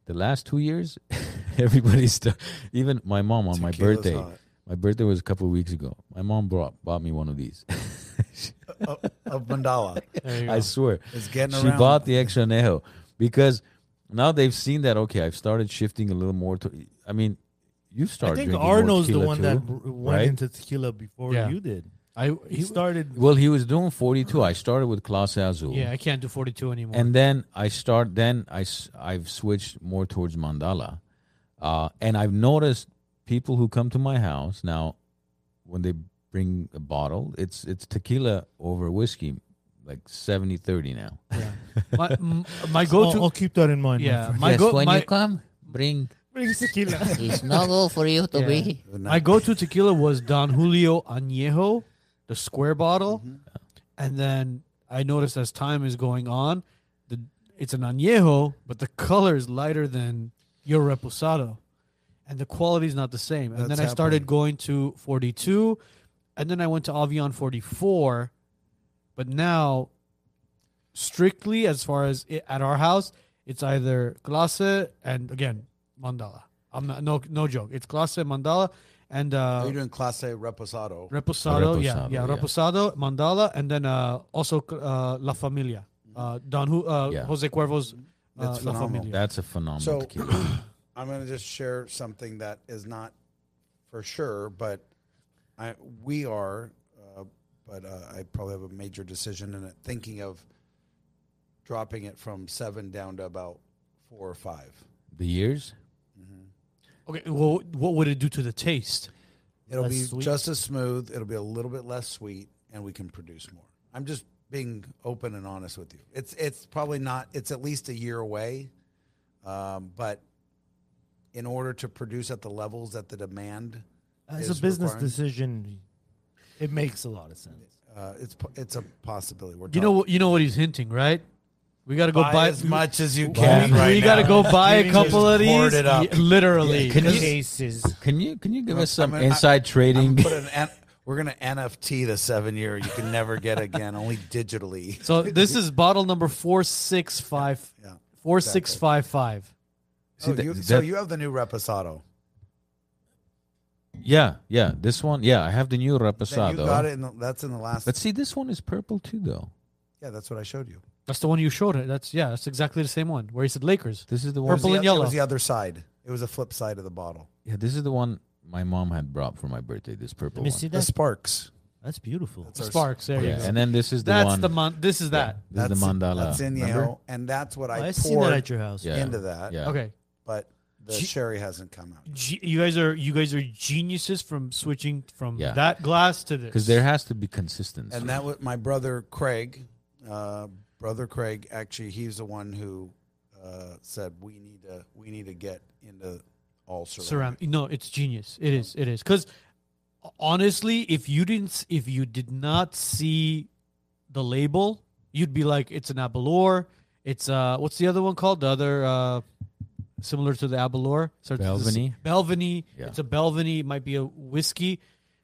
Speaker 2: The last two years, everybody's still, even my mom on my
Speaker 4: Tequila's
Speaker 2: birthday.
Speaker 4: hot.
Speaker 2: My birthday was a couple of weeks ago. My mom brought bought me one of these.
Speaker 4: of, of Mandala
Speaker 1: There you
Speaker 2: I
Speaker 1: go.
Speaker 2: swear
Speaker 4: is getting
Speaker 2: she
Speaker 4: around.
Speaker 2: bought the extra anejo because now they've seen that okay i've started shifting a little more to i mean you
Speaker 3: I
Speaker 2: started
Speaker 3: think
Speaker 2: drinking more
Speaker 3: Arno's the
Speaker 2: tequila
Speaker 3: one
Speaker 2: too.
Speaker 3: that r- went
Speaker 2: right?
Speaker 3: into tequila before
Speaker 1: Yeah.
Speaker 3: you did.
Speaker 1: I
Speaker 3: He
Speaker 1: he,
Speaker 3: started.
Speaker 2: Well, he was doing 42. I started with Class Azul.
Speaker 1: yeah, I can't do 42 anymore.
Speaker 2: and then I start. Then I have switched more towards mandala, uh, and I've noticed people who come to my house now, when they bring a bottle, it's it's tequila over whiskey, like 70-30 now.
Speaker 1: my, m- my
Speaker 3: Go
Speaker 1: go-to
Speaker 3: I'll keep that in mind. Oh, my
Speaker 1: yeah,
Speaker 3: friend.
Speaker 1: my
Speaker 5: yes,
Speaker 1: go
Speaker 5: when
Speaker 1: my,
Speaker 5: you come, bring.
Speaker 6: Bring tequila.
Speaker 5: It's no go for you to
Speaker 1: Yeah.
Speaker 5: bring.
Speaker 1: My go-to tequila was Don Julio Añejo, the square bottle,
Speaker 4: Mm-hmm.
Speaker 1: and then I noticed as time is going on, the it's an Añejo, but the color is lighter than your Reposado, and the quality is not the same. And
Speaker 4: That's
Speaker 1: then I started
Speaker 4: happening.
Speaker 1: going to 42, and then I went to Avion 44, but now strictly as far as it, at our house, it's either clase and again mandala. I'm not no no joke. It's clase mandala and
Speaker 4: Are
Speaker 1: uh,
Speaker 4: you doing clase reposado?
Speaker 1: reposado, Yeah, yeah,
Speaker 2: Reposado, yeah.
Speaker 1: reposado, mandala, and then uh, also uh, La Familia. Uh, Don Ju- uh,
Speaker 2: Yeah.
Speaker 1: Jose Cuervo's uh,
Speaker 4: Mm-hmm. That's
Speaker 1: La
Speaker 4: phenomenal.
Speaker 1: Familia.
Speaker 2: That's a phenomenal
Speaker 4: So-
Speaker 2: tequila.
Speaker 4: I'm going to just share something that is not for sure, but I we are, uh, but uh, I probably have a major decision in it. Thinking of dropping it from seven down to about four or five.
Speaker 2: the years.
Speaker 1: okay, well, what would it do to the taste?
Speaker 4: It'll
Speaker 3: Less
Speaker 4: be
Speaker 3: sweet?
Speaker 4: just as smooth. It'll be a little bit less sweet, and we can produce more. I'm just being open and honest with you. It's it's probably not. It's at least a year away, um, but in order to produce at the levels that the demand
Speaker 1: Uh,
Speaker 3: As
Speaker 4: is
Speaker 3: a business
Speaker 4: requiring-
Speaker 3: decision, it makes a lot of sense.
Speaker 4: Uh, it's po- it's a possibility. We're
Speaker 1: You know, what- you know what he's hinting, right? We got to go buy,
Speaker 4: as much as you
Speaker 1: we-
Speaker 4: can
Speaker 1: We,
Speaker 4: right
Speaker 1: got to
Speaker 4: now.
Speaker 1: go buy a
Speaker 4: Just
Speaker 1: couple of
Speaker 4: hoard
Speaker 1: these,
Speaker 4: it up.
Speaker 1: Yeah, literally.
Speaker 2: Can you-
Speaker 3: Cases.
Speaker 2: Can you can you give us
Speaker 4: I'm
Speaker 2: some
Speaker 4: gonna- I-
Speaker 2: inside
Speaker 4: I'm
Speaker 2: trading?
Speaker 4: gonna put an N- we're gonna NFT the seven year you can never get again, only digitally.
Speaker 1: So this is bottle number four six five
Speaker 4: Yeah, exactly.
Speaker 1: four six five five.
Speaker 2: See,
Speaker 4: Oh,
Speaker 2: that-
Speaker 4: you, so
Speaker 2: that-
Speaker 4: you have the new Reposado.
Speaker 2: yeah, yeah. This one, yeah. I have the new
Speaker 4: Then you got
Speaker 2: reposado.
Speaker 4: it. In the, that's in the last.
Speaker 2: But see, this one is purple too, though.
Speaker 4: yeah, that's what I showed you.
Speaker 1: That's the one you showed it. That's yeah. That's exactly the same one where he said Lakers.
Speaker 2: This is the one.
Speaker 1: Purple
Speaker 4: The
Speaker 1: and
Speaker 4: oth- It
Speaker 1: yellow.
Speaker 4: was the other side. It was a flip side of the bottle.
Speaker 2: Yeah, this is the one my mom had brought for my birthday. This purple
Speaker 3: Let me
Speaker 2: one.
Speaker 3: see
Speaker 4: The
Speaker 3: that.
Speaker 4: sparks.
Speaker 3: That's beautiful.
Speaker 4: our-
Speaker 1: Sparks. There
Speaker 2: Yeah,
Speaker 1: you go.
Speaker 2: and then this is the
Speaker 1: that's
Speaker 2: one.
Speaker 1: the month. This is that.
Speaker 2: This is the mandala.
Speaker 4: That's in
Speaker 2: remember?
Speaker 4: yellow, and that's what I
Speaker 3: Oh, I seen that
Speaker 4: poured
Speaker 3: at your house.
Speaker 2: Yeah.
Speaker 4: into that.
Speaker 2: Yeah.
Speaker 1: Okay.
Speaker 4: But the
Speaker 1: Gee-
Speaker 4: sherry hasn't come out.
Speaker 1: G- you guys are you guys are geniuses from switching from
Speaker 2: Yeah.
Speaker 1: that glass to this.
Speaker 2: Because there has to be consistency.
Speaker 4: And that was my brother Craig. Uh, brother Craig, actually, he's the one who uh, said we need to we need to get into all ceramic.
Speaker 1: ceramic. No, it's genius. It is. It is. Because honestly, if you didn't, s- if you did not see the label, you'd be like, it's an Abelor. It's uh, what's the other one called? The other uh, similar to the Abelor. Starts with the C-
Speaker 2: Belvany?
Speaker 1: Belvany.
Speaker 2: Yeah.
Speaker 1: It's a Belvany. It might be a whiskey,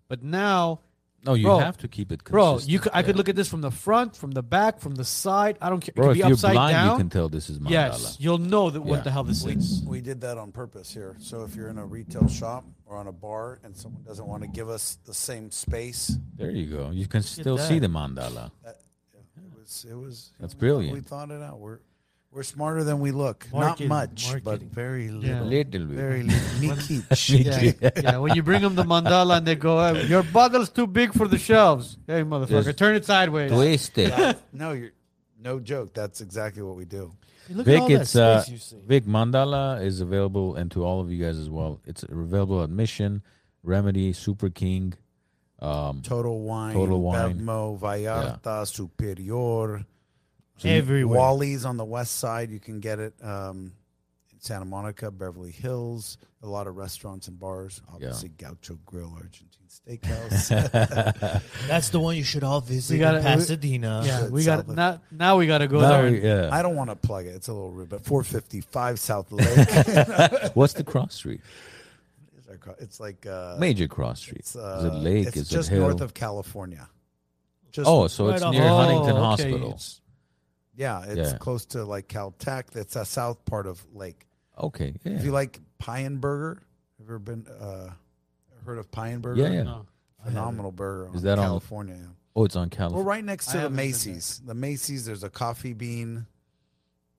Speaker 1: but now.
Speaker 2: no, you
Speaker 1: Bro,
Speaker 2: have to keep it
Speaker 1: Bro,
Speaker 2: consistent.
Speaker 1: you could, I could
Speaker 2: yeah.
Speaker 1: look at this from the front, from the back, from the side. I don't care. it
Speaker 2: Bro, if
Speaker 1: could be
Speaker 2: you're
Speaker 1: upside
Speaker 2: blind,
Speaker 1: down.
Speaker 2: you can tell this is mandala.
Speaker 1: yes, you'll know that what
Speaker 2: Yeah.
Speaker 1: the hell this is.
Speaker 4: We did that on purpose here. So if you're in a retail shop or on a bar and someone doesn't want to give us the same space,
Speaker 2: There you go. You can still see the mandala.
Speaker 4: it was it was
Speaker 2: That's
Speaker 4: we-
Speaker 2: brilliant.
Speaker 4: We thought it out. We're we're smarter than we look.
Speaker 3: Marketing,
Speaker 4: Not much, but
Speaker 3: marketing.
Speaker 4: very
Speaker 1: Yeah.
Speaker 4: little.
Speaker 2: Little bit.
Speaker 4: Very little.
Speaker 1: Yeah, yeah. When you bring them the mandala and they go, uh, your bottle's too big for the shelves. Hey, motherfucker,
Speaker 2: Just
Speaker 1: turn it sideways.
Speaker 2: Twisted.
Speaker 4: no, you're no joke. That's exactly what we do.
Speaker 3: Hey, look at
Speaker 2: Vic,
Speaker 3: all that
Speaker 2: it's uh,
Speaker 3: space you saved.
Speaker 2: Vic Mandala is available, and to all of you guys as well. It's available at Mission, Remedy, Super King. Um,
Speaker 4: Total Wine,
Speaker 2: Total Wine.
Speaker 4: Bevmo, Vallarta, Superior,
Speaker 3: Everywhere.
Speaker 4: Wally's on the west side. You can get it um, in Santa Monica, Beverly Hills, a lot of restaurants and bars. Obviously, Gaucho Grill, Argentine Steakhouse.
Speaker 3: That's the one you should all visit
Speaker 1: We gotta-
Speaker 3: in Pasadena.
Speaker 1: Yeah,
Speaker 4: Shit,
Speaker 1: we got
Speaker 4: solid.
Speaker 1: now. Now we got to go
Speaker 2: now
Speaker 1: there.
Speaker 2: we- yeah.
Speaker 4: I don't want to plug it. It's a little rude, but 455 South Lake.
Speaker 2: What's the cross street?
Speaker 4: it's like uh,
Speaker 2: Major cross street.
Speaker 4: It's,
Speaker 2: is it
Speaker 4: uh,
Speaker 2: lake?
Speaker 4: It's
Speaker 2: is
Speaker 4: just
Speaker 2: it hill?
Speaker 4: north of California. Just,
Speaker 2: Oh, so
Speaker 3: Right
Speaker 2: it's
Speaker 3: off-
Speaker 2: near
Speaker 1: Oh,
Speaker 2: Huntington
Speaker 1: okay,
Speaker 2: Hospital.
Speaker 1: it's-
Speaker 4: yeah, it's
Speaker 2: yeah.
Speaker 4: close to like Caltech. That's a south part of Lake.
Speaker 2: Okay.
Speaker 4: If
Speaker 2: Yeah.
Speaker 4: you like Pie Burger, have you ever been uh, heard of Pie Burger?
Speaker 2: Yeah, yeah.
Speaker 1: No.
Speaker 4: Phenomenal burger.
Speaker 2: Is that on-
Speaker 4: California? yeah.
Speaker 2: Oh, it's on
Speaker 4: We're
Speaker 2: California.
Speaker 4: uh, right next
Speaker 1: I
Speaker 4: to the
Speaker 1: haven't been there.
Speaker 4: Macy's. The Macy's. There's a coffee bean.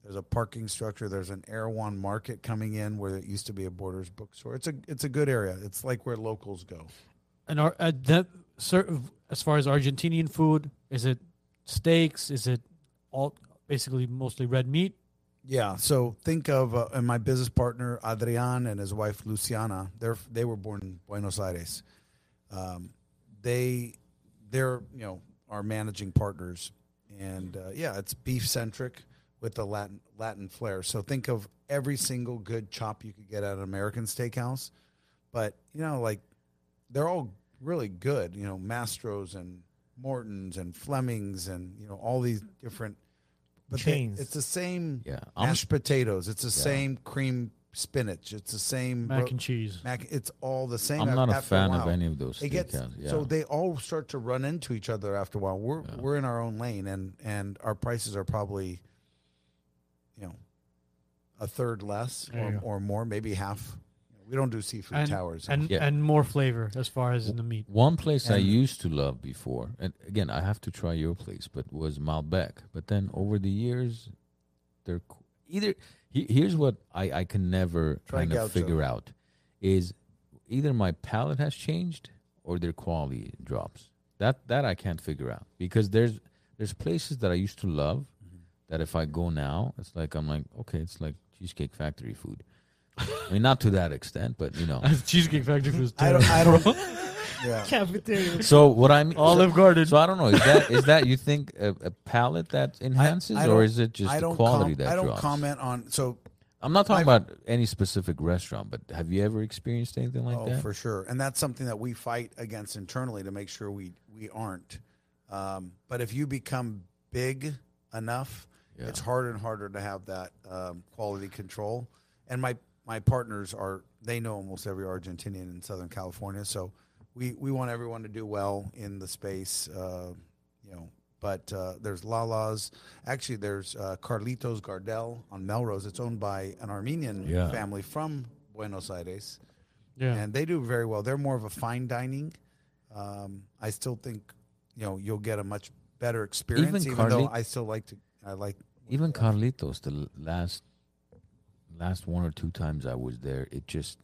Speaker 4: There's a parking structure. There's an Erewhon Market coming in where it used to be a Borders bookstore. It's a it's a good area. It's like where locals go.
Speaker 1: and our uh, the, cer- as far as Argentinian food, is it steaks? Is it all basically mostly red meat?
Speaker 4: Yeah. So think of uh, and my business partner Adrian and his wife Luciana. They're they were born in Buenos Aires. Um, they they're you know our managing partners, and uh, yeah, it's beef centric with the Latin Latin flair. So think of every single good chop you could get at an American steakhouse, but you know like they're all really good. You know Mastros and Mortons and Flemings and you know all these different. But they-
Speaker 3: Chains.
Speaker 4: it's the same
Speaker 2: Yeah, I'm-
Speaker 4: mashed potatoes. It's the same cream spinach. It's the same
Speaker 1: Mac
Speaker 4: ro-
Speaker 1: and cheese.
Speaker 4: mac. It's all the same.
Speaker 2: I'm
Speaker 4: af-
Speaker 2: not a
Speaker 4: after
Speaker 2: fan of
Speaker 4: while.
Speaker 2: any of those
Speaker 4: It gets
Speaker 2: steakhouses, yeah.
Speaker 4: so they all start to run into each other after a while. We're we're in our own lane, and and our prices are probably, you know, a third less
Speaker 1: There you
Speaker 4: or,
Speaker 1: go.
Speaker 4: or more, maybe half. We don't do seafood
Speaker 1: And,
Speaker 4: towers.
Speaker 1: and
Speaker 2: Yeah.
Speaker 1: and more flavor as far as in the meat.
Speaker 2: One place I
Speaker 4: And-
Speaker 2: used to love before, and again, I have to try your place, but was Malbec. But then over the years, they're co- either. He, here's what I, I can never
Speaker 4: Try
Speaker 2: kind of
Speaker 4: Gaucho.
Speaker 2: figure out is either my palate has changed or their quality drops. That that I can't figure out because there's there's places that I used to love
Speaker 4: Mm-hmm.
Speaker 2: that if I go now, it's like I'm like okay, it's like Cheesecake Factory food. I mean, not to that extent, but you know.
Speaker 1: Cheesecake Factory was
Speaker 4: I
Speaker 1: terrible.
Speaker 4: don't. I don't. yeah.
Speaker 3: Cafeteria.
Speaker 2: So what I mean, so-
Speaker 1: Olive Garden.
Speaker 2: so I don't know. Is that is that you think a, a palette that enhances,
Speaker 4: I
Speaker 2: or
Speaker 4: don't-
Speaker 2: is it just
Speaker 4: I
Speaker 2: the
Speaker 4: don't
Speaker 2: quality
Speaker 4: com-
Speaker 2: that
Speaker 4: I don't
Speaker 2: drops?
Speaker 4: comment on. So
Speaker 2: I'm not talking
Speaker 4: I've-
Speaker 2: about any specific restaurant, but have you ever experienced anything like
Speaker 4: oh,
Speaker 2: that?
Speaker 4: for sure, and that's something that we fight against internally to make sure we we aren't. Um, but if you become big enough,
Speaker 2: Yeah.
Speaker 4: it's harder and harder to have that um, quality control. And my my partners are they know almost every Argentinian in Southern California, so we we want everyone to do well in the space. Uh, you know, but uh, there's Lala's. Actually, there's uh, Carlitos Gardel on Melrose. It's owned by an Armenian
Speaker 2: Yeah.
Speaker 4: family from Buenos Aires
Speaker 1: yeah.
Speaker 4: and they do very well. They're more of a fine dining. Um, I still think you know you'll get a much better experience, even, though
Speaker 2: Carli-
Speaker 4: I still like to. I like
Speaker 2: Even Carlitos, the l- last last one or two times I was there, it just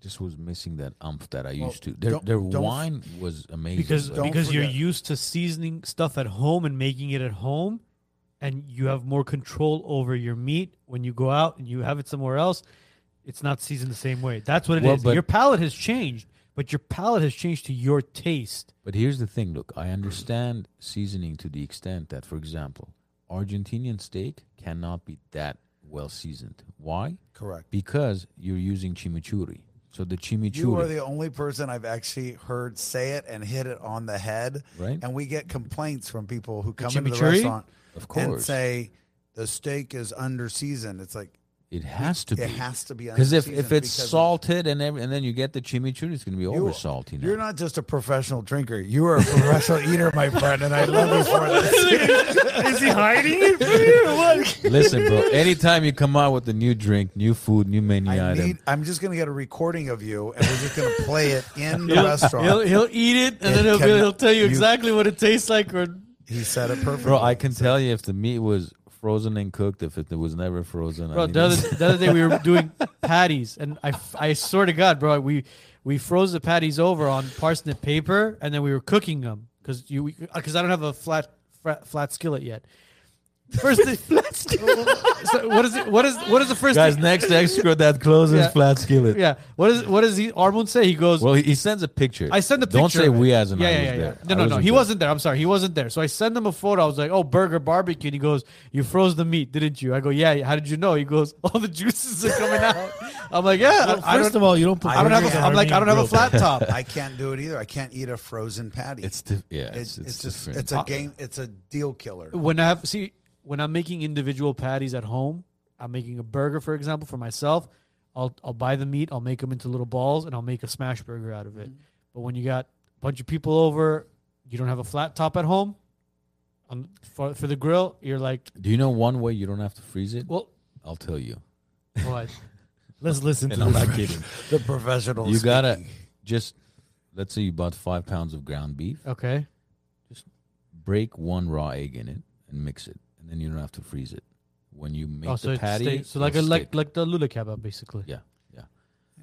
Speaker 2: just was missing that umph that I
Speaker 4: Well,
Speaker 2: used to. Their
Speaker 4: don't-
Speaker 2: their
Speaker 4: don't f-
Speaker 2: wine was amazing.
Speaker 1: because
Speaker 2: but-
Speaker 4: Don't
Speaker 1: because you're
Speaker 4: forget.
Speaker 1: used to seasoning stuff at home and making it at home and you have more control over your meat when you go out and you have it somewhere else it's not seasoned the same way that's what it is.
Speaker 2: Well, but-
Speaker 1: your palate has changed but your palate has changed to your taste
Speaker 2: But here's the thing look, I understand seasoning to the extent that, for example, Argentinian steak cannot be that well seasoned. Why?
Speaker 4: correct.
Speaker 2: Because you're using chimichurri. So the chimichurri.
Speaker 4: You are the only person I've actually heard say it and hit it on the head.
Speaker 2: Right.
Speaker 4: And we get complaints from people who come into the
Speaker 1: chimichurri?
Speaker 4: restaurant
Speaker 2: Of
Speaker 4: and
Speaker 2: course.
Speaker 4: say the steak is under seasoned. It's like
Speaker 2: it has to be.
Speaker 4: it has to be
Speaker 2: Because if,
Speaker 4: under-seasoned
Speaker 2: if it's
Speaker 4: because of-
Speaker 2: salted and every, and then you get the chimichurri, it's going to be over salty now.
Speaker 4: You're not just a professional drinker. You are a professional eater, my friend, and I love you for this.
Speaker 1: is he hiding it from you
Speaker 2: Listen, bro, anytime you come out with a new drink, new food, new menu
Speaker 4: I
Speaker 2: item,
Speaker 4: need, I'm just going to get a recording of you, and we're just going to play it in the restaurant.
Speaker 1: he'll, he'll eat it and
Speaker 4: It
Speaker 1: then he'll, be,
Speaker 4: cannot-
Speaker 1: he'll tell you
Speaker 4: you-
Speaker 1: exactly what it tastes like or
Speaker 4: he said it perfectly.
Speaker 2: bro, I can tell you if the meat was frozen and cooked, if it was never frozen. I
Speaker 1: Bro,
Speaker 2: mean,
Speaker 1: the other, the other day we were doing patties, and I, f- I swear to God, bro, we we froze the patties over on parsnip paper, and then we were cooking them because you because I don't have a flat flat, flat skillet yet. First thing, flat skillet. so what is it? What is what is the first
Speaker 2: guys,
Speaker 1: thing?
Speaker 2: next extra that closes
Speaker 1: Yeah.
Speaker 2: flat skillet.
Speaker 1: Yeah. What is what does he Armand say? He goes.
Speaker 2: Well, he, he sends a picture.
Speaker 1: I send the picture.
Speaker 2: Don't say
Speaker 1: of it.
Speaker 2: we as in
Speaker 1: yeah,
Speaker 2: I
Speaker 1: yeah,
Speaker 2: was
Speaker 1: yeah, yeah.
Speaker 2: there.
Speaker 1: No,
Speaker 2: I
Speaker 1: no, no. He
Speaker 2: there.
Speaker 1: wasn't there. I'm sorry. He wasn't there. So I send him a photo. I was like, "Oh, burger barbecue." And he goes, "You froze the meat, didn't you?" I go, "Yeah." How did you know? He goes, "All the juices are coming out." I'm like, "Yeah."
Speaker 3: Well,
Speaker 1: I, I
Speaker 3: first
Speaker 1: don't,
Speaker 3: of all, you don't. Put
Speaker 1: I don't have.
Speaker 3: burgers
Speaker 1: A,
Speaker 3: on
Speaker 1: I'm like, I
Speaker 3: Armenian
Speaker 1: don't have a
Speaker 3: grill.
Speaker 1: flat top.
Speaker 4: I can't do it either. I can't eat a frozen patty.
Speaker 2: It's diff- yeah,
Speaker 4: it's,
Speaker 2: it's,
Speaker 4: it's
Speaker 2: it's
Speaker 4: just
Speaker 2: different.
Speaker 4: it's a game. It's a deal killer.
Speaker 1: when I have see when I'm making individual patties at home, I'm making a burger, for example, for myself. I'll I'll buy the meat, I'll make them into little balls, and I'll make a smash burger out of it. But when you got a bunch of people over, you don't have a flat top at home. On, for for the grill, you're like,
Speaker 2: Do you know one way you don't have to freeze it?
Speaker 1: well,
Speaker 2: I'll tell you.
Speaker 1: what?
Speaker 3: Let's listen to
Speaker 2: And I'm
Speaker 3: this.
Speaker 2: not kidding.
Speaker 4: The professional.
Speaker 2: You gotta
Speaker 4: speaking.
Speaker 2: just let's say you bought five pounds of ground beef,
Speaker 1: okay,
Speaker 2: break one raw egg in it and mix it, and then you don't have to freeze it. When you make
Speaker 1: oh, so
Speaker 2: the
Speaker 1: it
Speaker 2: patty,
Speaker 1: stays, so like a
Speaker 2: it'll
Speaker 1: like
Speaker 2: stick.
Speaker 1: like the lula kebab, basically.
Speaker 2: yeah, yeah.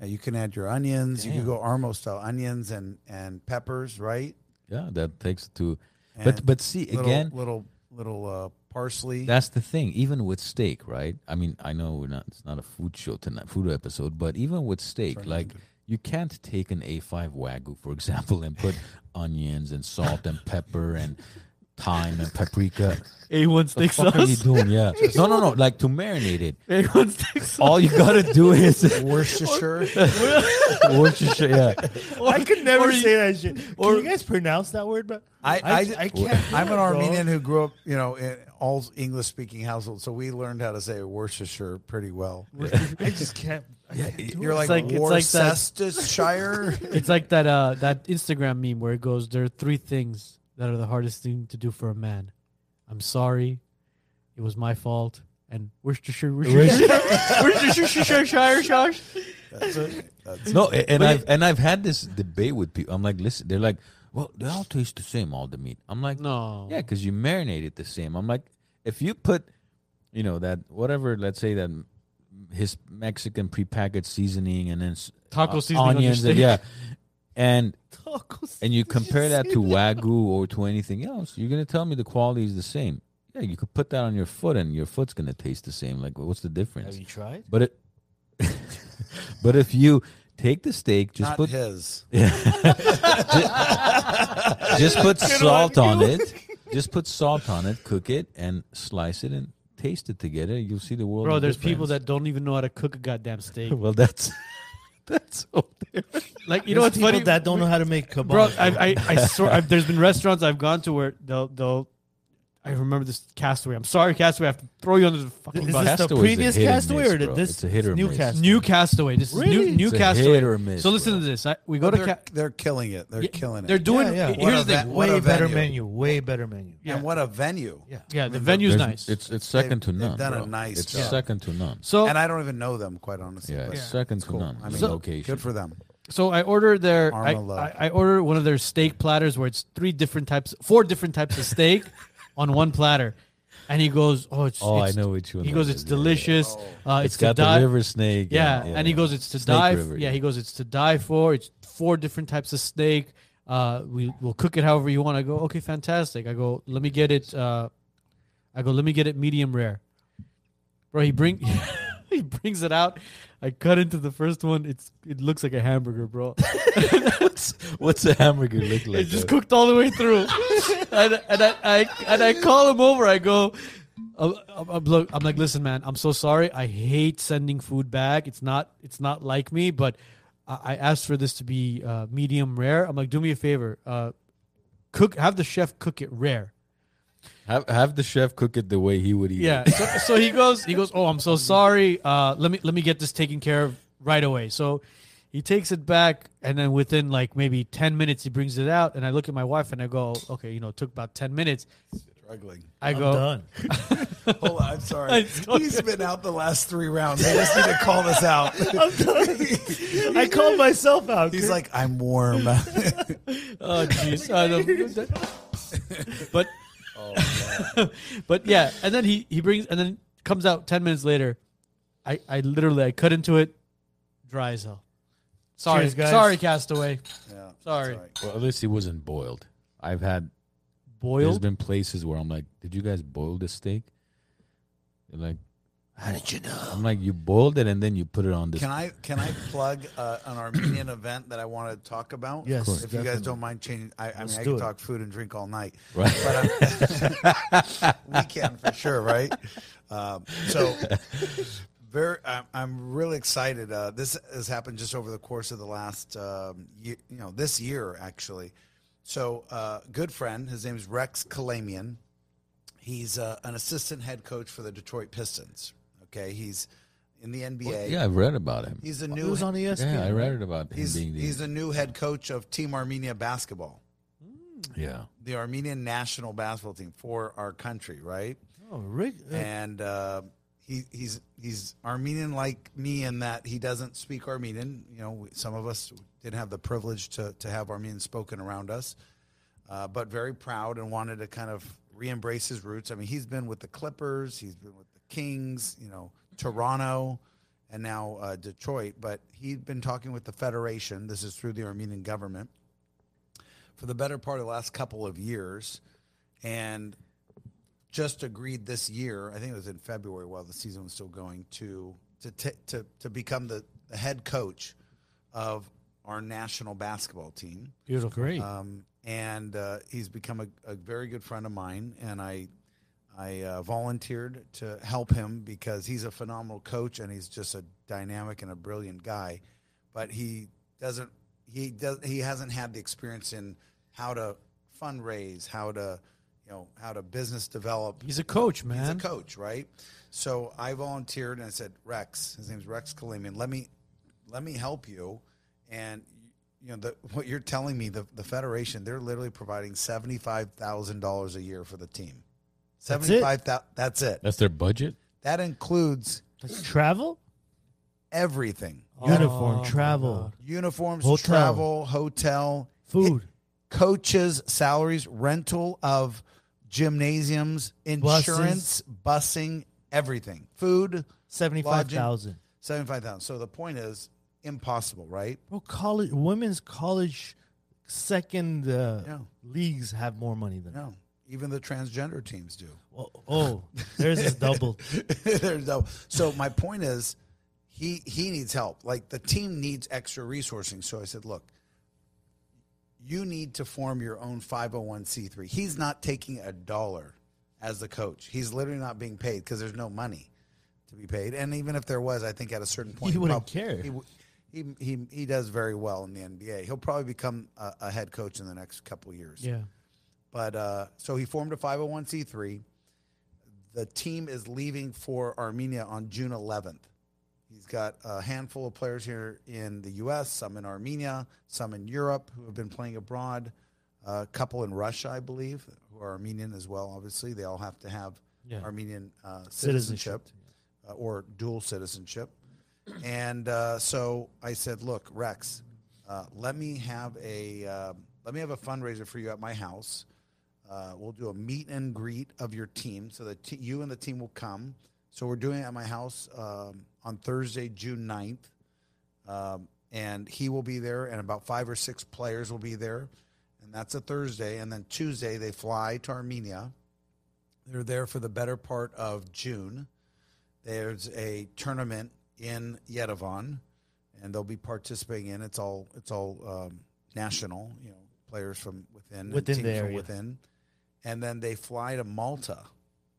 Speaker 4: Uh, You can add your onions. You
Speaker 2: Damn.
Speaker 4: can go Armo style onions and and peppers, right?
Speaker 2: Yeah, that takes to.
Speaker 4: And
Speaker 2: But but see
Speaker 4: little,
Speaker 2: again,
Speaker 4: little little uh, parsley.
Speaker 2: that's the thing. Even with steak, right? I mean, I know we're not. It's not a food show tonight, food episode. But even with steak,
Speaker 4: Sorry,
Speaker 2: like you can't take an A5 wagyu, for example, and put onions and salt and pepper and thyme and paprika.
Speaker 1: A1
Speaker 2: The
Speaker 1: steak
Speaker 2: fuck are you
Speaker 1: sauce.
Speaker 2: doing? Yeah. No, no, no. Like to marinate it.
Speaker 1: A1 steak sauce.
Speaker 2: All you gotta do is
Speaker 4: Worcestershire.
Speaker 2: Worcestershire. Yeah.
Speaker 3: I could never
Speaker 1: or
Speaker 3: say
Speaker 1: you-
Speaker 3: that shit.
Speaker 1: or-
Speaker 3: Can you guys pronounce that word? But
Speaker 4: I, I, I can't. I'm an
Speaker 3: bro.
Speaker 4: Armenian who grew up, you know, in all English speaking household, so we learned how to say Worcestershire pretty well.
Speaker 3: I just can't. I can't do
Speaker 4: You're
Speaker 3: it.
Speaker 4: like,
Speaker 1: like- it's like that-
Speaker 4: Worcestershire.
Speaker 1: It's like that uh that Instagram meme where it goes, there are three things that are the hardest thing to do for a man. I'm sorry, it was my fault, and Worcestershire, Worcestershire, Worcestershire, Shire, Shire.
Speaker 4: That's it. That's
Speaker 2: No, a- and I've and I've had this debate with people. I'm like, listen, they're like, well, they all taste the same, all the meat. I'm like,
Speaker 1: No.
Speaker 2: yeah, because you marinate it the same. I'm like, if you put, you know, that whatever, let's say that m- his Mexican prepackaged seasoning and then s-
Speaker 1: Taco
Speaker 2: o-
Speaker 1: seasoning on your
Speaker 2: uh, onions, and,
Speaker 1: steak.
Speaker 2: yeah, and
Speaker 3: Tacos.
Speaker 2: and you compare that to wagyu or to anything else, you're gonna tell me the quality is the same. Yeah, you could put that on your foot, and your foot's gonna taste the same. Like, what's the difference?
Speaker 3: Have you tried?
Speaker 2: But it, but if you take the steak, just
Speaker 4: not
Speaker 2: put
Speaker 4: his.
Speaker 2: just put salt on it. Just put salt on it, cook it, and slice it and taste it together. You'll see the world.
Speaker 1: Bro,
Speaker 2: of
Speaker 1: there's people
Speaker 2: difference.
Speaker 1: that don't even know how to cook a goddamn steak.
Speaker 2: well, that's that's so different.
Speaker 1: Like, you know what's
Speaker 3: people
Speaker 1: funny?
Speaker 3: that don't know how to make kebab.
Speaker 1: bro. I, I, I swear, I've, there's been restaurants I've gone to where they'll, they'll. I remember this Castaway. I'm sorry, Castaway. I have to throw you under the fucking
Speaker 3: Is
Speaker 1: bus.
Speaker 3: this the
Speaker 2: Castaway's a
Speaker 3: previous
Speaker 2: hit or
Speaker 3: Castaway
Speaker 2: miss,
Speaker 3: or did
Speaker 2: bro.
Speaker 3: this
Speaker 2: It's a hit or
Speaker 3: new
Speaker 2: miss.
Speaker 3: Castaway?
Speaker 1: New Castaway. This
Speaker 3: Really?
Speaker 1: is new, new
Speaker 2: It's a
Speaker 1: Castaway.
Speaker 2: hit or miss,
Speaker 1: so listen
Speaker 2: bro.
Speaker 1: to this. I, we go to
Speaker 4: they're,
Speaker 1: Ca-
Speaker 4: they're killing it. They're killing it.
Speaker 1: they're doing.
Speaker 3: Yeah, yeah.
Speaker 1: Here's
Speaker 4: What a
Speaker 1: the thing.
Speaker 4: va- what
Speaker 3: way
Speaker 4: a
Speaker 3: better
Speaker 4: venue.
Speaker 3: menu. Way better menu.
Speaker 1: yeah.
Speaker 4: And what a venue.
Speaker 3: Yeah.
Speaker 1: Yeah, the venue's nice.
Speaker 2: It's it's second to
Speaker 4: they've
Speaker 2: none.
Speaker 4: done a
Speaker 2: bro.
Speaker 4: nice
Speaker 2: It's
Speaker 4: job.
Speaker 2: second to none.
Speaker 1: so
Speaker 4: And I don't even know them, quite honestly.
Speaker 2: Yeah,
Speaker 4: but
Speaker 2: it's second to
Speaker 4: cool.
Speaker 2: none.
Speaker 4: I mean,
Speaker 2: the location.
Speaker 4: good for them.
Speaker 1: so I order their
Speaker 4: Arm
Speaker 1: I,
Speaker 4: of love.
Speaker 1: I, I order one of their steak platters where it's three different types, four different types of steak on one platter, and he goes, "Oh, it's
Speaker 2: oh, I
Speaker 1: it's-
Speaker 2: know which one.
Speaker 1: He
Speaker 2: that
Speaker 1: goes,
Speaker 2: is,
Speaker 1: "It's
Speaker 2: yeah.
Speaker 1: delicious. Uh,
Speaker 2: It's
Speaker 1: it's to
Speaker 2: got the
Speaker 1: die-
Speaker 2: river snake.
Speaker 1: Yeah, and he goes, "It's to
Speaker 2: Snake
Speaker 1: die." f-
Speaker 2: river,
Speaker 1: yeah,
Speaker 2: yeah.
Speaker 1: he goes, "It's to die for." It's four different types of steak. Uh, we will cook it however you want. I go, "Okay, fantastic." I go, "Let me get it." Uh, I go, "Let me get it medium rare." Bro, he bring he brings it out. I cut into the first one. It's it looks like a hamburger, bro.
Speaker 2: What's a hamburger look like?
Speaker 1: It's just
Speaker 2: though?
Speaker 1: cooked all the way through. and and I, I and I call him over. I go, I'm, I'm- I'm look, I'm like, listen, man, I'm so sorry. I hate sending food back. It's not it's not like me, but I, I asked for this to be uh, medium rare. I'm like, do me a favor, uh, cook have the chef cook it rare.
Speaker 2: have have the chef cook it the way he would eat.
Speaker 1: Yeah.
Speaker 2: it.
Speaker 1: So, so he goes, he goes, oh, I'm so sorry. Uh, let me let me get this taken care of right away. So he takes it back, and then within like maybe ten minutes, he brings it out, and I look at my wife and I go, okay, you know, it took about ten minutes.
Speaker 4: Struggling.
Speaker 1: I
Speaker 3: I'm
Speaker 1: go,
Speaker 3: done.
Speaker 4: Hold on, I'm sorry. He's been out the last three rounds. I just need to call this out.
Speaker 3: I called myself out.
Speaker 4: He's like, I'm warm.
Speaker 1: oh jeez. I don't- but
Speaker 4: Oh,
Speaker 1: but yeah, and then he he brings and then comes out ten minutes later. I I literally I cut into it, dry as hell. Sorry,
Speaker 3: Cheers, guys.
Speaker 1: sorry, Castaway.
Speaker 4: Yeah, it's
Speaker 1: Sorry.
Speaker 4: all right.
Speaker 2: Well, at least it wasn't boiled. I've had There's
Speaker 1: Boiled.
Speaker 2: been places where I'm like, did you guys boil the steak? They're like, how did you know? I'm like, you boiled it and then you put it on this.
Speaker 4: Can I can I plug uh, an Armenian event that I want to talk about?
Speaker 3: Yes, Of course.
Speaker 4: if you guys
Speaker 3: definitely.
Speaker 4: don't mind changing, I, I mean,
Speaker 3: Let's
Speaker 4: I
Speaker 3: do
Speaker 4: can
Speaker 3: it.
Speaker 4: talk food and drink all night.
Speaker 2: Right.
Speaker 4: But I'm, we can for sure, right? Um, so, very, I'm, I'm really excited. Uh, this has happened just over the course of the last, um, year, you know, this year actually. So, uh, good friend, his name is Rex Kalamian. He's uh, an assistant head coach for the Detroit Pistons. Okay, he's in the NBA.
Speaker 2: yeah, I've read about him.
Speaker 4: He's a
Speaker 3: It
Speaker 4: new
Speaker 3: was on E ESPN.
Speaker 2: yeah, I read about him
Speaker 4: he's,
Speaker 2: being the.
Speaker 4: he's the new head coach of Team Armenia basketball,
Speaker 2: yeah.
Speaker 4: the Armenian national basketball team for our country, right?
Speaker 3: Oh, Rick. uh,
Speaker 4: And uh, he, he's he's Armenian like me in that he doesn't speak Armenian. You know, some of us didn't have the privilege to to have Armenian spoken around us, uh, but very proud and wanted to kind of re-embrace his roots. I mean, he's been with the Clippers, he's been with the Kings, you know, Toronto. and now uh, Detroit. But he'd been talking with the Federation. This is through the Armenian government for the better part of the last couple of years, and just agreed this year. I think it was in February while the season was still going to to t- to to become the, the head coach of our national basketball team.
Speaker 1: Beautiful. Great.
Speaker 4: Um, and uh, he's become a, a very good friend of mine, and I I uh, volunteered to help him because he's a phenomenal coach and he's just a dynamic and a brilliant guy, but he doesn't he does he hasn't had the experience in how to fundraise, how to you know how to business develop.
Speaker 1: He's a coach,
Speaker 4: He's a
Speaker 1: man.
Speaker 4: coach, right? So I volunteered and I said, Rex, his name's Rex Kalamian. Let me, let me help you. And you know the, what you're telling me, the, the federation, they're literally providing seventy five thousand dollars a year for the team.
Speaker 3: it?
Speaker 4: Seventy five thousand. That's it.
Speaker 2: That's their budget.
Speaker 4: That includes
Speaker 3: Travel,
Speaker 4: everything:
Speaker 3: uniform,
Speaker 1: Oh, my
Speaker 3: travel,
Speaker 4: uniforms,
Speaker 3: Hotel.
Speaker 4: travel, hotel,
Speaker 3: food,
Speaker 4: coaches' salaries, rental of gymnasiums, insurance, busing, everything, food.
Speaker 3: seventy-five thousand.
Speaker 4: 75,000. So the point is impossible, right?
Speaker 3: Bro, college women's college second uh,
Speaker 4: Yeah.
Speaker 3: leagues have more money than
Speaker 4: No. Even the transgender teams do.
Speaker 3: Oh, oh, theirs is doubled.
Speaker 4: There's no. So my point is he he needs help. Like the team needs extra resourcing. So I said, look, you need to form your own 501c3. He's not taking a dollar as the coach. He's literally not being paid because there's no money to be paid. And even if there was, I think at a certain point
Speaker 3: He wouldn't
Speaker 4: prob-
Speaker 3: care.
Speaker 4: He, w- he, he, he does very well in the NBA. He'll probably become a, a head coach in the next couple years.
Speaker 1: Yeah.
Speaker 4: But uh, so he formed a 501c3. The team is leaving for Armenia on June 11th. He's got a handful of players here in the U.S., some in Armenia, some in Europe who have been playing abroad. A couple in Russia, I believe, who are Armenian as well. Obviously, they all have to have
Speaker 1: Yeah.
Speaker 4: Armenian uh, citizenship,
Speaker 3: Citizenship.
Speaker 4: uh, or dual citizenship. And uh, so I said, "Look, Rex, uh, let me have a uh, let me have a fundraiser for you at my house. Uh, we'll do a meet and greet of your team, so that t- you and the team will come. So we're doing it at my house um, on Thursday, June 9th um, and he will be there, and about five or six players will be there, and that's a Thursday. And then Tuesday they fly to Armenia. They're there for the better part of June. There's a tournament in Yerevan, and they'll be participating in. It's all it's all um, national, you know, players from within and
Speaker 3: Within the
Speaker 4: teams from
Speaker 3: area.
Speaker 4: within, and then they fly to Malta,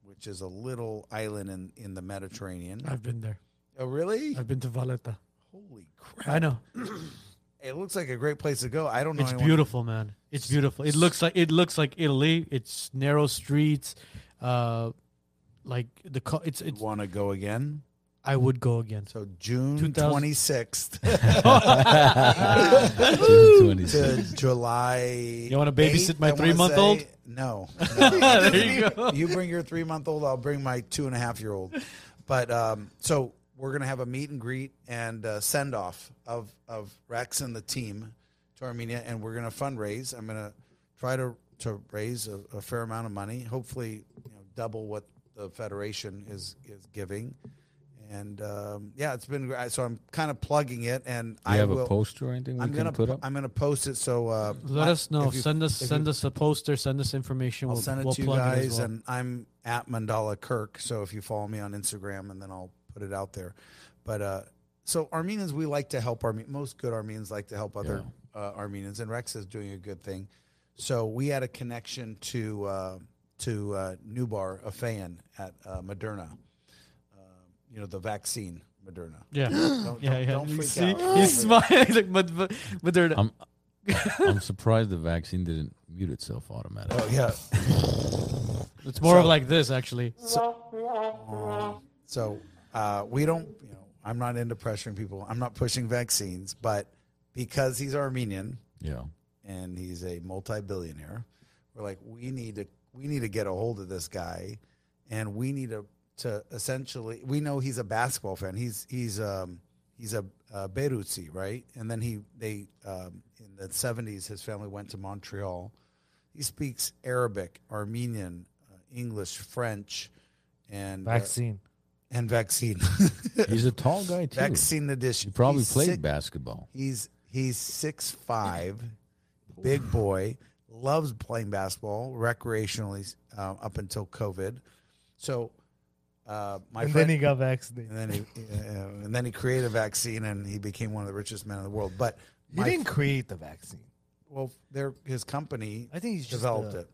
Speaker 4: which is a little island in in the Mediterranean.
Speaker 1: I've been there.
Speaker 4: Oh, really?
Speaker 1: I've been to Valletta.
Speaker 4: Holy crap!
Speaker 1: I know.
Speaker 4: It looks like a great place to go. Oh, I don't know.
Speaker 1: It's
Speaker 4: anyone-
Speaker 1: beautiful, man. It's beautiful. It looks like it looks like Italy. It's narrow streets. Uh like the co- it's it's
Speaker 4: Want to go again?
Speaker 1: I would go again.
Speaker 4: So June
Speaker 1: 2000
Speaker 4: twenty sixth
Speaker 2: June 26.
Speaker 4: to July.
Speaker 1: You wanna babysit
Speaker 4: 8th,
Speaker 1: my
Speaker 4: I wanna
Speaker 1: three-month
Speaker 4: say.
Speaker 1: old?
Speaker 4: No. no.
Speaker 1: there you go.
Speaker 4: you bring your three month old. I'll bring my two and a half year old. But um, so we're gonna have a meet and greet and uh, send off of of Rex and the team to Armenia, and we're gonna fundraise. I'm gonna try to to raise a, a fair amount of money. Hopefully, you know, double what the federation is is giving. And um, yeah, it's been great. So I'm kind of plugging it, and
Speaker 2: Do
Speaker 4: I
Speaker 2: you have
Speaker 4: will.
Speaker 2: a poster or anything we
Speaker 4: I'm
Speaker 2: can
Speaker 4: gonna
Speaker 2: put up?
Speaker 4: I'm gonna post it. So uh,
Speaker 1: Let
Speaker 4: I-
Speaker 1: us know.
Speaker 4: if you-
Speaker 1: send us
Speaker 4: if you-
Speaker 1: send us a poster, send us information.
Speaker 4: I'll
Speaker 1: we'll
Speaker 4: send it
Speaker 1: we'll
Speaker 4: to you
Speaker 1: plug it as
Speaker 4: guys,
Speaker 1: well.
Speaker 4: and I'm at Mandala Kirk. So if you follow me on Instagram, and then I'll put it out there. But uh, so Armenians, we like to help. Arme- most good Armenians like to help other uh, Armenians, and Rex is doing a good thing. So we had a connection to uh, to uh, Nubar, a fan at uh, Moderna. Uh, you know the vaccine, Moderna.
Speaker 1: yeah.
Speaker 4: Don't,
Speaker 1: Yeah, yeah.
Speaker 4: don't, don't
Speaker 1: you
Speaker 4: freak
Speaker 1: see,
Speaker 4: out. Oh,
Speaker 1: he's smiling. He's like, but, but, but they're
Speaker 2: I'm, I'm surprised the vaccine didn't mute itself automatically.
Speaker 4: Oh yeah.
Speaker 1: it's more of
Speaker 4: so-
Speaker 1: like this actually.
Speaker 4: So uh, we don't, you know, I'm not into pressuring people. I'm not pushing vaccines, but because he's Armenian
Speaker 2: Yeah.
Speaker 4: and he's a multi-billionaire, we're like, we need to, we need to get a hold of this guy, and we need to, to essentially, we know he's a basketball fan. He's he's um he's a, uh Beirutsi, right? And then he they um, in the 70s, his family went to Montreal. He speaks Arabic, Armenian, uh, English, French, and uh,
Speaker 3: Vaccine.
Speaker 4: and vaccine.
Speaker 2: He's a tall guy too.
Speaker 4: vaccine edition.
Speaker 2: He probably
Speaker 4: He's
Speaker 2: played
Speaker 4: six-
Speaker 2: basketball.
Speaker 4: He's he's six five, big boy, loves playing basketball recreationally uh, up until COVID. So, uh, my
Speaker 3: and
Speaker 4: friend,
Speaker 3: then he got vaccinated.
Speaker 4: and then he uh, and then he created a vaccine and he became one of the richest men in the world. But
Speaker 3: He
Speaker 4: my,
Speaker 3: didn't create the vaccine.
Speaker 4: well, their his company
Speaker 3: I think he's just uh,
Speaker 4: developed
Speaker 3: a-
Speaker 4: it.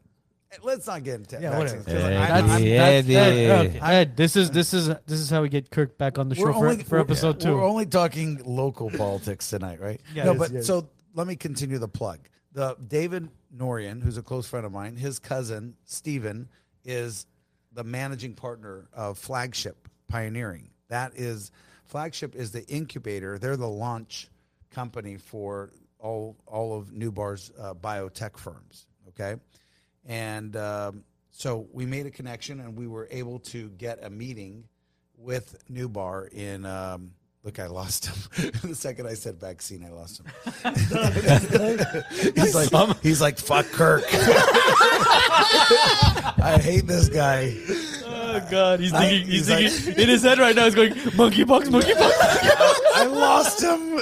Speaker 4: Eh, Let's not get into
Speaker 3: Yeah,
Speaker 4: vaccines.
Speaker 3: whatever.
Speaker 4: 'cause
Speaker 2: Hey,
Speaker 4: I'm- I'm-
Speaker 2: yeah,
Speaker 1: that's- that-
Speaker 2: yeah.
Speaker 1: okay. Ed, this is this is this is how we get Kirk back on the show for, for episode
Speaker 4: we're-
Speaker 1: two.
Speaker 4: We're only talking local politics tonight, right?
Speaker 1: Yeah.
Speaker 4: no,
Speaker 1: Yes,
Speaker 4: but
Speaker 3: yes.
Speaker 4: so let me continue the plug. The David Norian, who's a close friend of mine, his cousin Stephen is the managing partner of Flagship Pioneering. That is Flagship is the incubator. They're the launch company for all all of Newbar's uh, biotech firms. Okay, and um, so we made a connection, and we were able to get a meeting with Newbar in. Um, look, I lost him. the second I said vaccine, I lost him. he's like, he's like, fuck Kirk. I hate this guy.
Speaker 1: oh God, he's
Speaker 4: I-
Speaker 1: thinking, he's,
Speaker 4: he's
Speaker 1: thinking in his head right now. He's going monkeypox, monkeypox.
Speaker 4: I lost him.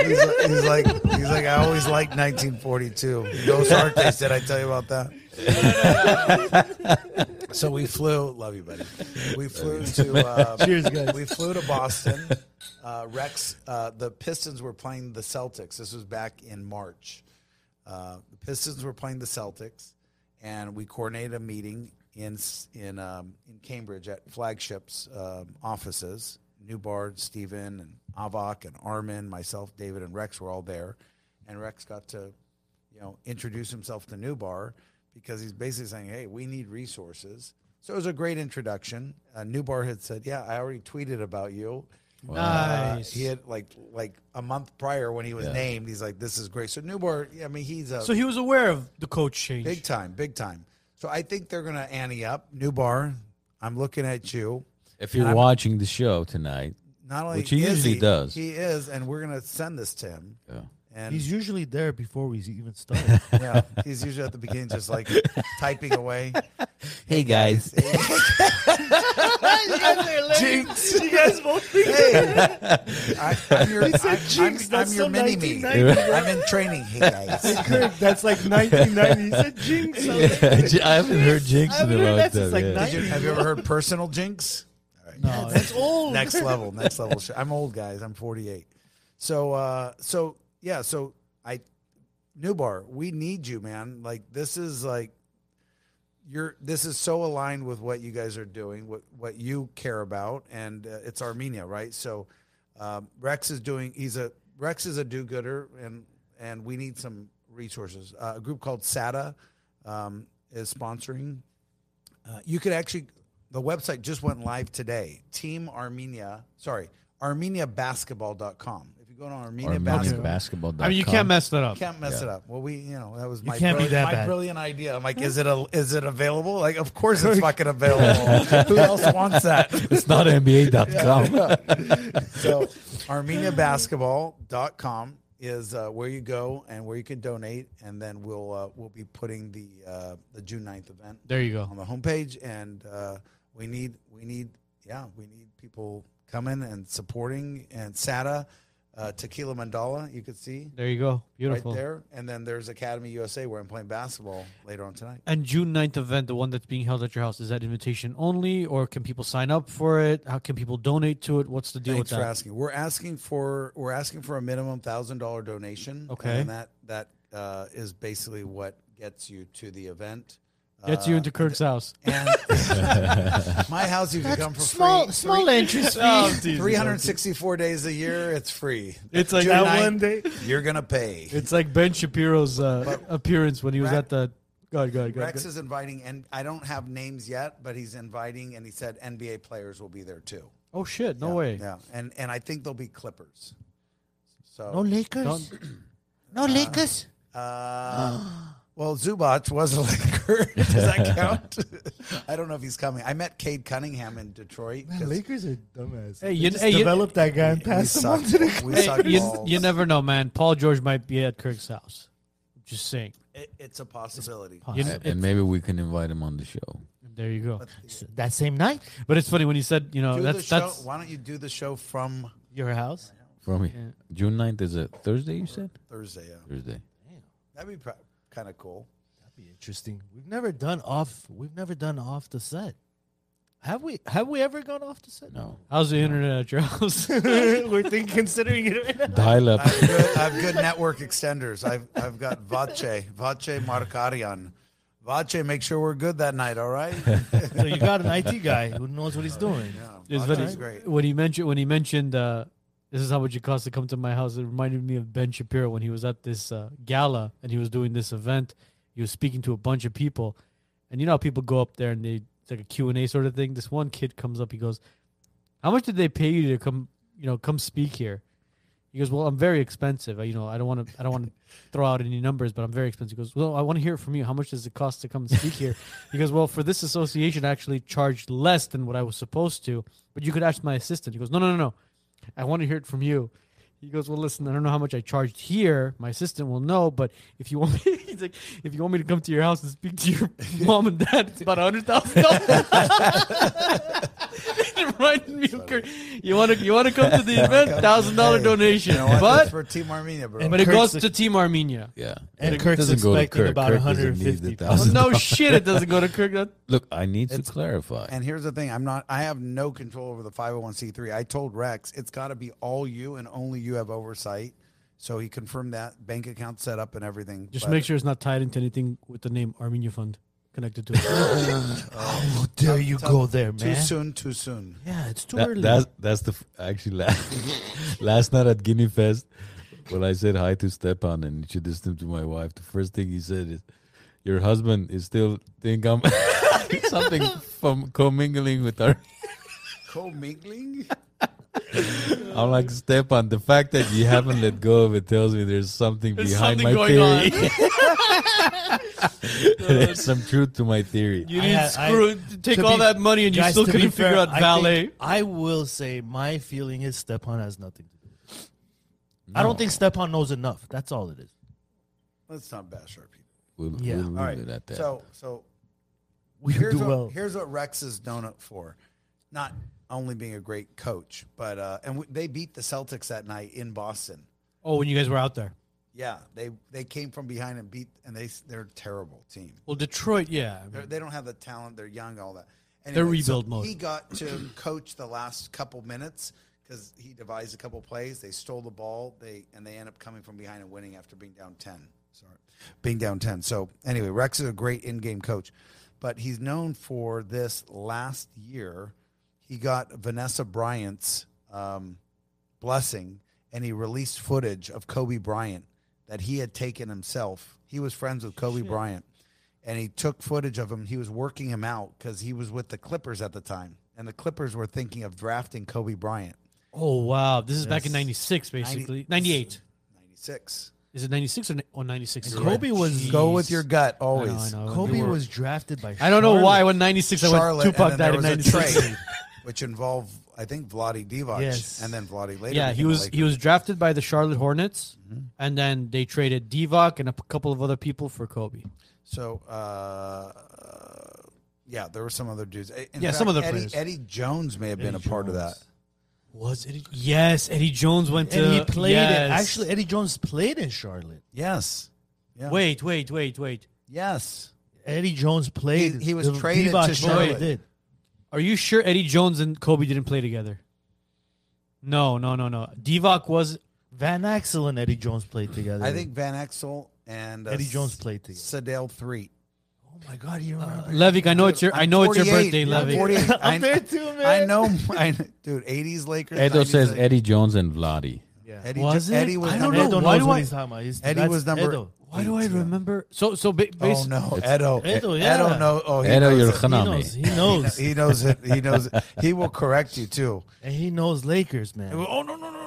Speaker 4: He's, li- he's like, he's like, I always liked 1942. Those Artes, did I tell you about that? so we flew. Love you, buddy. We flew to. Uh,
Speaker 3: Cheers, guys.
Speaker 4: We flew to Boston. Uh, Rex, uh, the Pistons were playing the Celtics. This was back in March. Uh, the Pistons were playing the Celtics, and we coordinated a meeting in s- in um, in Cambridge at Flagship's um, offices. Newbard, Steven, and Avak, and Armin, myself, David, and Rex were all there, and Rex got to, you know, introduce himself to Newbar because he's basically saying, "Hey, we need resources." So it was a great introduction. Uh, Newbar had said, "Yeah, I already tweeted about you." Uh,
Speaker 1: Nice.
Speaker 4: he had like like a month prior when he was named. He's like, "This is great." So Newbar, I mean, he's a
Speaker 1: So he was aware of the coach change.
Speaker 4: Big time, big time. So I think they're going to ante up. New bar. I'm looking at you.
Speaker 2: If you're watching the show tonight,
Speaker 4: Not only
Speaker 2: Which he
Speaker 4: is
Speaker 2: usually does.
Speaker 4: He is, and we're going to send this to him.
Speaker 2: yeah.
Speaker 4: And
Speaker 3: He's
Speaker 4: he's,
Speaker 3: usually there before we even start.
Speaker 4: yeah, he's usually at the beginning, just like typing away.
Speaker 2: hey guys,
Speaker 4: Jinx.
Speaker 3: you guys both think
Speaker 4: Hey, I, I'm your,
Speaker 3: said
Speaker 4: I'm, I'm,
Speaker 3: jinx,
Speaker 4: I'm
Speaker 3: that's
Speaker 4: your
Speaker 3: so
Speaker 4: mini me.
Speaker 3: 1990,
Speaker 4: I'm in training. Hey guys,
Speaker 3: that's like 1990. He said jinx. I was like,
Speaker 2: I haven't heard Jinx
Speaker 3: I
Speaker 2: in
Speaker 3: haven't
Speaker 2: a
Speaker 3: heard
Speaker 2: long
Speaker 3: that
Speaker 2: time.
Speaker 3: since, like,
Speaker 2: yeah.
Speaker 4: Did you, have you ever heard personal jinx? All right.
Speaker 1: No,
Speaker 3: that's old.
Speaker 4: next level next level shit. i'm old guys i'm 48 so uh so yeah so i newbar we need you man like this is like you're this is so aligned with what you guys are doing what what you care about and uh, it's armenia right so um, rex is doing he's a rex is a do-gooder and and we need some resources uh, a group called sata um, is sponsoring uh, you could actually, the website just went live today. Team Armenia, sorry, ArmeniaBasketball.com. If you go to Armenia,
Speaker 2: Or
Speaker 4: Basketball,
Speaker 2: basketball.
Speaker 1: I mean, you can't mess that up.
Speaker 4: can't mess it up. Well, we, you know, that was my,
Speaker 3: can't be
Speaker 4: brilli-
Speaker 3: that
Speaker 4: my
Speaker 3: bad.
Speaker 4: brilliant idea. I'm like, is it a, is it available? Like, of course it's fucking available. Who else wants that?
Speaker 2: It's not NBA.com.
Speaker 4: so armeniabasketball.com is uh, where you go and where you can donate and then we'll uh, we'll be putting the uh, the June 9th event
Speaker 1: There you go.
Speaker 4: on the homepage and uh, we need we need yeah we need people coming and supporting and sata uh, tequila mandala you could see
Speaker 1: There you go. Beautiful.
Speaker 4: right there and then there's academy usa where i'm playing basketball later on tonight
Speaker 1: And June 9th event, the one that's being held at your house, is that invitation only, or can people sign up for it? How can people donate to it? What's the deal
Speaker 4: Thanks
Speaker 1: with
Speaker 4: for
Speaker 1: that?
Speaker 4: asking. We're asking for we're asking for a minimum thousand dollar donation.
Speaker 1: Okay.
Speaker 4: and that that uh, is basically what gets you to the event.
Speaker 1: Gets you
Speaker 4: Uh,
Speaker 1: into Kirk's house.
Speaker 4: and my house. You can come for
Speaker 5: Small,
Speaker 4: free. Um,
Speaker 5: small entrance
Speaker 3: Oh,
Speaker 5: fee.
Speaker 4: Three hundred sixty-four days a year. It's free.
Speaker 1: It's like
Speaker 4: June
Speaker 1: that
Speaker 4: ninth,
Speaker 1: one day.
Speaker 4: You're gonna pay.
Speaker 1: It's like Ben Shapiro's uh, appearance when he was
Speaker 4: Rex-
Speaker 1: at the. God, God, God.
Speaker 4: Rex is inviting, and I don't have names yet, but he's inviting, and he said NBA players will be there too.
Speaker 1: Oh shit! No
Speaker 4: Yeah,
Speaker 1: way.
Speaker 4: Yeah, and and I think there'll be Clippers. So
Speaker 5: No Lakers. No Lakers.
Speaker 4: Uh, well, Zubach was a Laker. Does that count? I don't know if he's coming. I met Cade Cunningham in Detroit. 'cause
Speaker 3: Lakers are dumbass.
Speaker 1: Hey,
Speaker 3: Hey,
Speaker 1: you-
Speaker 3: you just
Speaker 1: hey, you-
Speaker 3: developed that guy and
Speaker 4: we
Speaker 3: passed him
Speaker 4: suck-
Speaker 3: on to the.
Speaker 4: we
Speaker 1: Hey,
Speaker 4: suck
Speaker 1: you,
Speaker 4: balls.
Speaker 1: you never know, man. Paul George might be at Kirk's house. Just saying.
Speaker 4: It- it's a possibility.
Speaker 1: You,
Speaker 2: and maybe we can invite him on the show.
Speaker 1: There you go.
Speaker 4: But
Speaker 3: S- That same night,
Speaker 1: But it's funny when you said, you know,
Speaker 4: do the
Speaker 1: that's
Speaker 4: show,
Speaker 1: that's
Speaker 4: why don't you do the show from
Speaker 3: your house.
Speaker 2: From me.
Speaker 1: Yeah.
Speaker 2: June 9th is a Thursday, you said?
Speaker 4: Thursday? Yeah.
Speaker 2: Thursday.
Speaker 4: That'd be pro- kind of cool.
Speaker 3: That'd be interesting. We've never done off. We've never done off the set. Have we? Have we ever gone off the set?
Speaker 2: No.
Speaker 1: how's the internet at your house?
Speaker 3: We're thinking, considering it right now.
Speaker 2: Dial up.
Speaker 4: I have good, I have good network extenders. I've I've got Vache, Vache Markarian. Vache, make sure we're good that night. All right.
Speaker 3: So you got an IT guy who knows what he's doing.
Speaker 4: Yeah,
Speaker 1: It's funny
Speaker 4: Vache's great.
Speaker 1: when he mentioned when he mentioned uh, this is how much it costs to come to my house. It reminded me of Ben Shapiro when he was at this uh, gala and he was doing this event. He was speaking to a bunch of people, and you know how people go up there and they it's like a Q and A sort of thing. This one kid comes up. He goes, "How much did they pay you to come? You know, come speak here?" He goes, "Well, I'm very expensive. I, you know, I don't want to. I don't want to throw out any numbers, but I'm very expensive." He goes, "Well, I want to hear it from you. How much does it cost to come and speak here?" He goes, "Well, for this association, I actually charged less than what I was supposed to, but you could ask my assistant." He goes, "No, no, no, no. I want to hear it from you." He goes, "Well, listen, I don't know how much I charged here. My assistant will know, but if you want me, he's like, if you want me to come to your house and speak to your mom and dad, it's about a hundred thousand dollars." It reminded me of Kurt. You want to you want to come to the event? Thousand dollar
Speaker 4: Hey,
Speaker 1: donation,
Speaker 4: You know what? That's
Speaker 1: but
Speaker 4: for Team Armenia, bro.
Speaker 1: but it
Speaker 3: Kurt's
Speaker 1: goes
Speaker 3: the-
Speaker 1: to Team Armenia.
Speaker 2: Yeah.
Speaker 3: And
Speaker 2: It
Speaker 3: Kirk's
Speaker 2: doesn't go to
Speaker 3: expecting about
Speaker 2: Kirk doesn't need
Speaker 3: 150.
Speaker 2: the
Speaker 1: Oh,
Speaker 2: thousand
Speaker 1: no
Speaker 2: dollars.
Speaker 1: shit, it doesn't go to Kirk. That-
Speaker 2: Look, I need to
Speaker 4: It's-
Speaker 2: clarify.
Speaker 4: And here's the thing: I'm not. I have no control over the 501c3. I told Rex it's got to be all you and only you have oversight. So he confirmed that bank account set up and everything.
Speaker 1: Just
Speaker 4: but-
Speaker 1: make sure it's not tied into anything with the name Armenia Fund connected to it.
Speaker 3: Oh, there you
Speaker 4: Tell-
Speaker 3: go, there,
Speaker 4: Too
Speaker 1: Eh?
Speaker 3: man.
Speaker 4: soon. Too soon.
Speaker 3: Yeah, it's too
Speaker 2: That-
Speaker 3: early.
Speaker 2: that's that's the f- actually last, last night at Guinea Fest when I said hi to Stepan and introduced him to my wife. The first thing he said is, "Your husband is still think I'm something from commingling with her."
Speaker 4: Co-mingling.
Speaker 2: I'm like Stepan. The fact that you haven't let go of it tells me there's something
Speaker 1: There's
Speaker 2: behind
Speaker 1: something
Speaker 2: my
Speaker 1: going
Speaker 2: theory. there's some truth to my theory.
Speaker 1: You
Speaker 3: I
Speaker 1: didn't
Speaker 3: had- I-
Speaker 1: screw, take
Speaker 3: to
Speaker 1: all
Speaker 3: be-
Speaker 1: that money and you
Speaker 3: Guys,
Speaker 1: still
Speaker 3: to be
Speaker 1: couldn't figure
Speaker 3: fair,
Speaker 1: out
Speaker 3: I think-
Speaker 1: valet.
Speaker 3: I, will say my feeling is Stepan has nothing to do. with it. I don't think Stepan knows enough. That's all it is.
Speaker 4: Let's not bash our people.
Speaker 2: We'll,
Speaker 3: Yeah.
Speaker 2: we'll
Speaker 4: All
Speaker 2: leave
Speaker 4: right.
Speaker 2: it at that.
Speaker 4: So so
Speaker 3: We
Speaker 4: here's
Speaker 3: do
Speaker 4: what,
Speaker 3: well.
Speaker 4: Here's what Rex is known up for, not only being a great coach, but uh, and w- they beat the Celtics that night in Boston.
Speaker 1: Oh, when you guys were out there.
Speaker 4: Yeah, they they came from behind and beat, and they s- they're a terrible team.
Speaker 1: Well, Detroit, yeah.
Speaker 4: They're, they don't have the talent. They're young, all that.
Speaker 1: They're
Speaker 4: so
Speaker 1: rebuild mode.
Speaker 4: He got to coach the last couple minutes because he devised a couple plays. They stole the ball. They and they end up coming from behind and winning after being down ten. Sorry, being down ten. So anyway, Rex is a great in-game coach, but he's known for this last year. He got Vanessa Bryant's um, blessing, and he released footage of Kobe Bryant that he had taken himself. He was friends with Kobe Bryant and he took footage of him. He was working him out because he was with the Clippers at the time, and the Clippers were thinking of drafting Kobe Bryant.
Speaker 1: Oh, wow. This is back in
Speaker 3: Yes.
Speaker 1: 96, basically. 98.
Speaker 4: Ninety-six.
Speaker 1: Is it 96 or, ni- or 96?
Speaker 3: And Kobe was-
Speaker 4: Go with your gut
Speaker 1: I know,
Speaker 4: always.
Speaker 1: I know.
Speaker 3: Kobe
Speaker 1: You were-
Speaker 3: was drafted by.
Speaker 1: I don't know why
Speaker 3: Charlotte.
Speaker 1: when 96 I went
Speaker 4: Charlotte,
Speaker 1: Tupac
Speaker 4: and then
Speaker 1: died
Speaker 4: there
Speaker 1: in
Speaker 4: was a
Speaker 1: 96.
Speaker 4: trade, which involved I think Vladi Divac,
Speaker 3: Yes.
Speaker 4: and then Vladi later.
Speaker 1: Yeah, he
Speaker 4: became a
Speaker 1: was he
Speaker 4: Laker.
Speaker 1: was drafted by the Charlotte Hornets,
Speaker 4: Mm-hmm.
Speaker 1: and then they traded Divac and a p- couple of other people for Kobe.
Speaker 4: So, uh, uh, yeah, there were some other dudes. In
Speaker 1: Yeah, some other
Speaker 4: Eddie,
Speaker 1: players.
Speaker 4: Eddie Jones may have been a
Speaker 3: Eddie
Speaker 4: part of that.
Speaker 3: Jones.
Speaker 1: Was it? Yes, Eddie Jones went to.
Speaker 3: And he played
Speaker 1: yes.
Speaker 3: it. Actually, Eddie Jones played in Charlotte.
Speaker 4: Yes. Yeah.
Speaker 1: Wait, wait, wait, wait.
Speaker 4: Yes.
Speaker 3: Eddie Jones played.
Speaker 4: He- he was
Speaker 3: the
Speaker 4: traded
Speaker 3: Divac
Speaker 4: to
Speaker 3: Charlotte
Speaker 4: Charlotte.
Speaker 3: Did.
Speaker 1: Are you sure Eddie Jones and Kobe didn't play together? No, no, no, no. Divac was.
Speaker 3: Van Axel and Eddie Jones played together.
Speaker 4: I think Van Exel and uh,
Speaker 3: Eddie Jones played together.
Speaker 4: Sadale three.
Speaker 3: Oh my God, you
Speaker 4: Uh,
Speaker 3: remember?
Speaker 1: Levik, I know it's your. I know it's your
Speaker 4: 48.
Speaker 1: birthday,
Speaker 4: I'm
Speaker 1: Levik.
Speaker 4: 48. I-
Speaker 3: I'm there too, man.
Speaker 4: I know, I know- dude. Eighties Lakers.
Speaker 2: Edo
Speaker 4: 90s
Speaker 2: says
Speaker 4: Lakers.
Speaker 2: Eddie Jones and Vladi.
Speaker 4: Eddie
Speaker 1: Was
Speaker 4: ju-
Speaker 1: it?
Speaker 4: Eddie was
Speaker 1: I
Speaker 3: I
Speaker 1: don't
Speaker 4: number-
Speaker 1: know.
Speaker 3: Edo
Speaker 1: Why
Speaker 3: knows
Speaker 1: do
Speaker 3: what
Speaker 1: I-
Speaker 3: he's talking about. He's-
Speaker 4: Eddie
Speaker 3: that's
Speaker 4: was number.
Speaker 3: Edo.
Speaker 1: Why do I remember? So, so ba-
Speaker 4: Oh
Speaker 1: basically,
Speaker 4: no, Edo.
Speaker 3: Edo,
Speaker 4: E-
Speaker 3: yeah.
Speaker 4: Edo know. Oh, he
Speaker 2: Edo
Speaker 4: knows it.
Speaker 3: He
Speaker 2: Hanami.
Speaker 3: knows. He knows.
Speaker 4: He knows it. He knows it. He will correct you too.
Speaker 3: and he knows Lakers, man.
Speaker 4: Oh no no no no.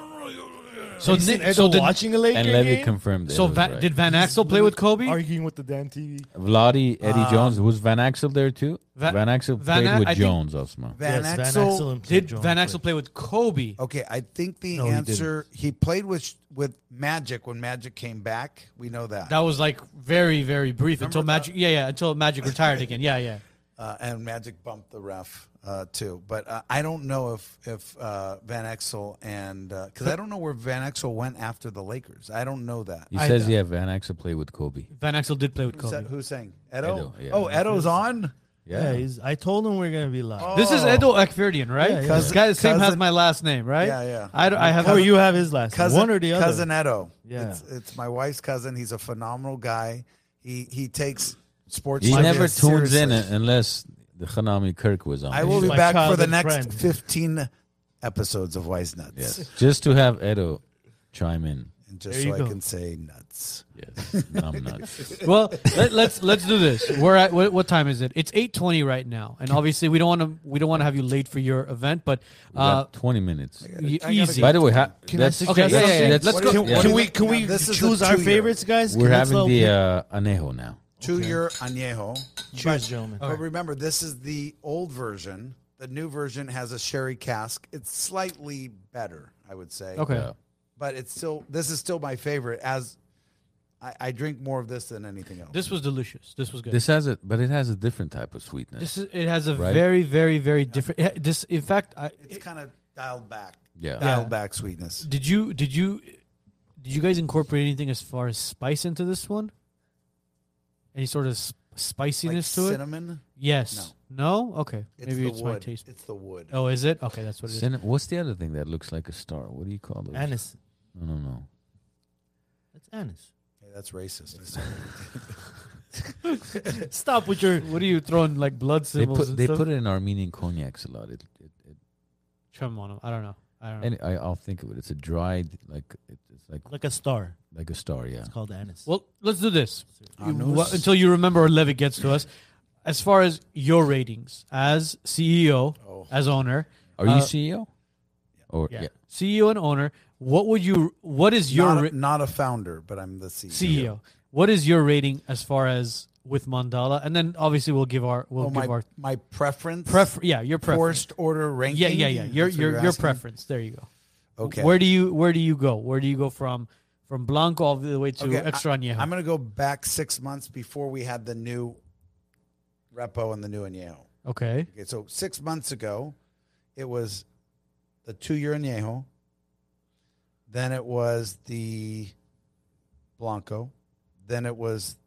Speaker 1: so
Speaker 3: You seen
Speaker 1: Nick, so, did,
Speaker 3: a Laker
Speaker 2: And Levy confirmed.
Speaker 1: so
Speaker 2: Edo's
Speaker 1: Va-
Speaker 2: right.
Speaker 1: did Van Axel play with Kobe?
Speaker 3: Arguing with the damn TV.
Speaker 2: Vladi, Eddie Jones. Was Van Axel there too?
Speaker 1: Va-
Speaker 2: Van Axel
Speaker 1: Van
Speaker 2: played
Speaker 1: A-
Speaker 2: with
Speaker 1: I think-
Speaker 2: Jones, Osman.
Speaker 4: Van
Speaker 3: Yes,
Speaker 4: Exel.
Speaker 3: and
Speaker 1: Did
Speaker 3: Jones
Speaker 1: Van
Speaker 3: played.
Speaker 1: Axel play with Kobe?
Speaker 4: Okay, I think the
Speaker 3: No, he
Speaker 4: answer he, played with with Magic when Magic came back. We know that.
Speaker 1: That was like very, very brief until Magic. Yeah, yeah. Until Magic retired again. Yeah, yeah.
Speaker 4: uh, and Magic bumped the ref uh, too. But uh, I don't know if if uh, Van Exel and because I don't know where Van Exel went after the Lakers. I don't know that.
Speaker 2: He
Speaker 1: I-
Speaker 2: says, yeah, Van Axel played with Kobe.
Speaker 1: Van Axel did play with
Speaker 4: Who's, that,
Speaker 1: Kobe.
Speaker 4: who's saying Edo?
Speaker 2: Edo, yeah.
Speaker 4: Oh, Edo's on.
Speaker 3: Yeah, he's. I told him we're gonna be live.
Speaker 1: This is
Speaker 4: Oh.
Speaker 1: Edo Ekfirdian, right?
Speaker 3: Yeah, yeah.
Speaker 1: This guy the same has
Speaker 4: Cousin-
Speaker 1: my last name, right?
Speaker 4: Yeah, yeah.
Speaker 1: I, don't- I have.
Speaker 3: or you have his last name,
Speaker 4: cousin,
Speaker 3: one or the other.
Speaker 4: Cousin Edo.
Speaker 3: Yeah.
Speaker 4: It's, it's my wife's cousin. He's a phenomenal guy. He he takes sports.
Speaker 2: He
Speaker 4: trivia
Speaker 2: never tunes in
Speaker 4: seriously.
Speaker 2: unless the Hanami Kirk was on.
Speaker 4: I
Speaker 2: it.
Speaker 4: will be
Speaker 3: my
Speaker 4: back for the
Speaker 3: childhood
Speaker 4: next
Speaker 3: friend.
Speaker 4: 15 episodes of Wise Nuts.
Speaker 2: Yes. Just to have Edo chime in.
Speaker 4: And just
Speaker 3: There
Speaker 4: so
Speaker 3: you
Speaker 4: I
Speaker 3: go.
Speaker 4: can say nuts.
Speaker 2: Yes. I'm nuts.
Speaker 1: well, let, let's let's do this. We're at what, what time is it? It's eight twenty right now, and obviously we don't want to we don't want to have you late for your event, but
Speaker 2: We
Speaker 1: uh,
Speaker 2: got 20 minutes.
Speaker 1: y-
Speaker 4: I gotta
Speaker 1: easy.
Speaker 4: go.
Speaker 2: By the way, ha-
Speaker 3: Can I
Speaker 2: that's,
Speaker 3: suggest
Speaker 1: Okay, yeah, yeah, yeah.
Speaker 2: that's-
Speaker 1: Let's
Speaker 4: What
Speaker 1: go-
Speaker 4: is-
Speaker 1: yeah.
Speaker 4: what
Speaker 3: Can
Speaker 4: is-
Speaker 3: we can
Speaker 4: now,
Speaker 3: we
Speaker 4: this is a
Speaker 3: choose our
Speaker 4: two-year.
Speaker 3: favorites, guys?
Speaker 2: we're
Speaker 3: Can
Speaker 2: having
Speaker 3: let's
Speaker 2: the
Speaker 3: all
Speaker 2: uh, Anejo now.
Speaker 4: Two year añejo.
Speaker 3: pick- cheers, gentlemen.
Speaker 4: But remember, this is the old version. The new version has a sherry cask. It's slightly better, I would say.
Speaker 1: okay,
Speaker 2: Yeah.
Speaker 4: But it's still, this is still my favorite as I, I drink more of this than anything else.
Speaker 1: this was delicious. This was good.
Speaker 2: This has a, but it has a different type of sweetness.
Speaker 1: This is, it has a
Speaker 2: Right?
Speaker 1: very, very, very different. it- This, in fact, I,
Speaker 4: it's kind of dialed back.
Speaker 2: Yeah.
Speaker 4: Dialed
Speaker 1: Yeah.
Speaker 4: back sweetness.
Speaker 1: did you did you did you guys incorporate anything as far as spice into this one? Any sort of s-
Speaker 4: Like
Speaker 1: spiciness to it?
Speaker 4: cinnamon.
Speaker 1: Yes. No. Okay.
Speaker 4: It's
Speaker 1: Maybe
Speaker 4: the
Speaker 1: it's
Speaker 4: wood.
Speaker 1: my taste.
Speaker 4: It's the wood.
Speaker 1: Oh, is it? Okay, that's what it is.
Speaker 2: Cinna- what's the other thing that looks like a star? What do you call it?
Speaker 3: Anise.
Speaker 2: I don't know.
Speaker 3: That's anise.
Speaker 4: Hey, that's racist.
Speaker 1: Stop with your. What are you throwing like blood
Speaker 2: They
Speaker 1: symbols?
Speaker 2: put
Speaker 1: and
Speaker 2: they
Speaker 1: stuff?
Speaker 2: put it in Armenian cognacs a lot. It, it, it,
Speaker 1: Tremono. I don't know. I don't know.
Speaker 2: and I, I'll think of it. It's a dried like it, it's like
Speaker 3: Like a star.
Speaker 2: like a star. Yeah.
Speaker 3: It's called anise.
Speaker 1: Well, let's do this You-
Speaker 4: Anus.
Speaker 1: wha- until you remember or Levitt gets to us. As far as your ratings as CEO,
Speaker 4: Oh.
Speaker 1: as owner,
Speaker 2: Are you
Speaker 1: Uh,
Speaker 2: CEO? Or
Speaker 1: yeah.
Speaker 2: yeah.
Speaker 1: CEO and owner, what would you? What is your
Speaker 4: not,
Speaker 1: ra-
Speaker 4: a, not a founder, but I'm the E CEO.
Speaker 1: CEO? What is your rating as far as with Mandala? And then obviously we'll give our we'll
Speaker 4: Oh,
Speaker 1: give
Speaker 4: my,
Speaker 1: our
Speaker 4: my preference.
Speaker 1: pref. Yeah, your preference.
Speaker 4: Forced order ranking.
Speaker 1: Yeah, yeah, yeah. Your
Speaker 4: That's what
Speaker 1: your
Speaker 4: you're
Speaker 1: your
Speaker 4: asking?
Speaker 1: preference. There you go.
Speaker 4: Okay.
Speaker 1: Where do you where do you go? Where do you go from from Blanco all the way to
Speaker 4: Okay,
Speaker 1: Extra Añejo?
Speaker 4: I, am going to go back six months before we had the new repo and the new añejo.
Speaker 1: okay.
Speaker 4: Okay, so six months ago, it was the two-year añejo. Then it was the blanco. Then it was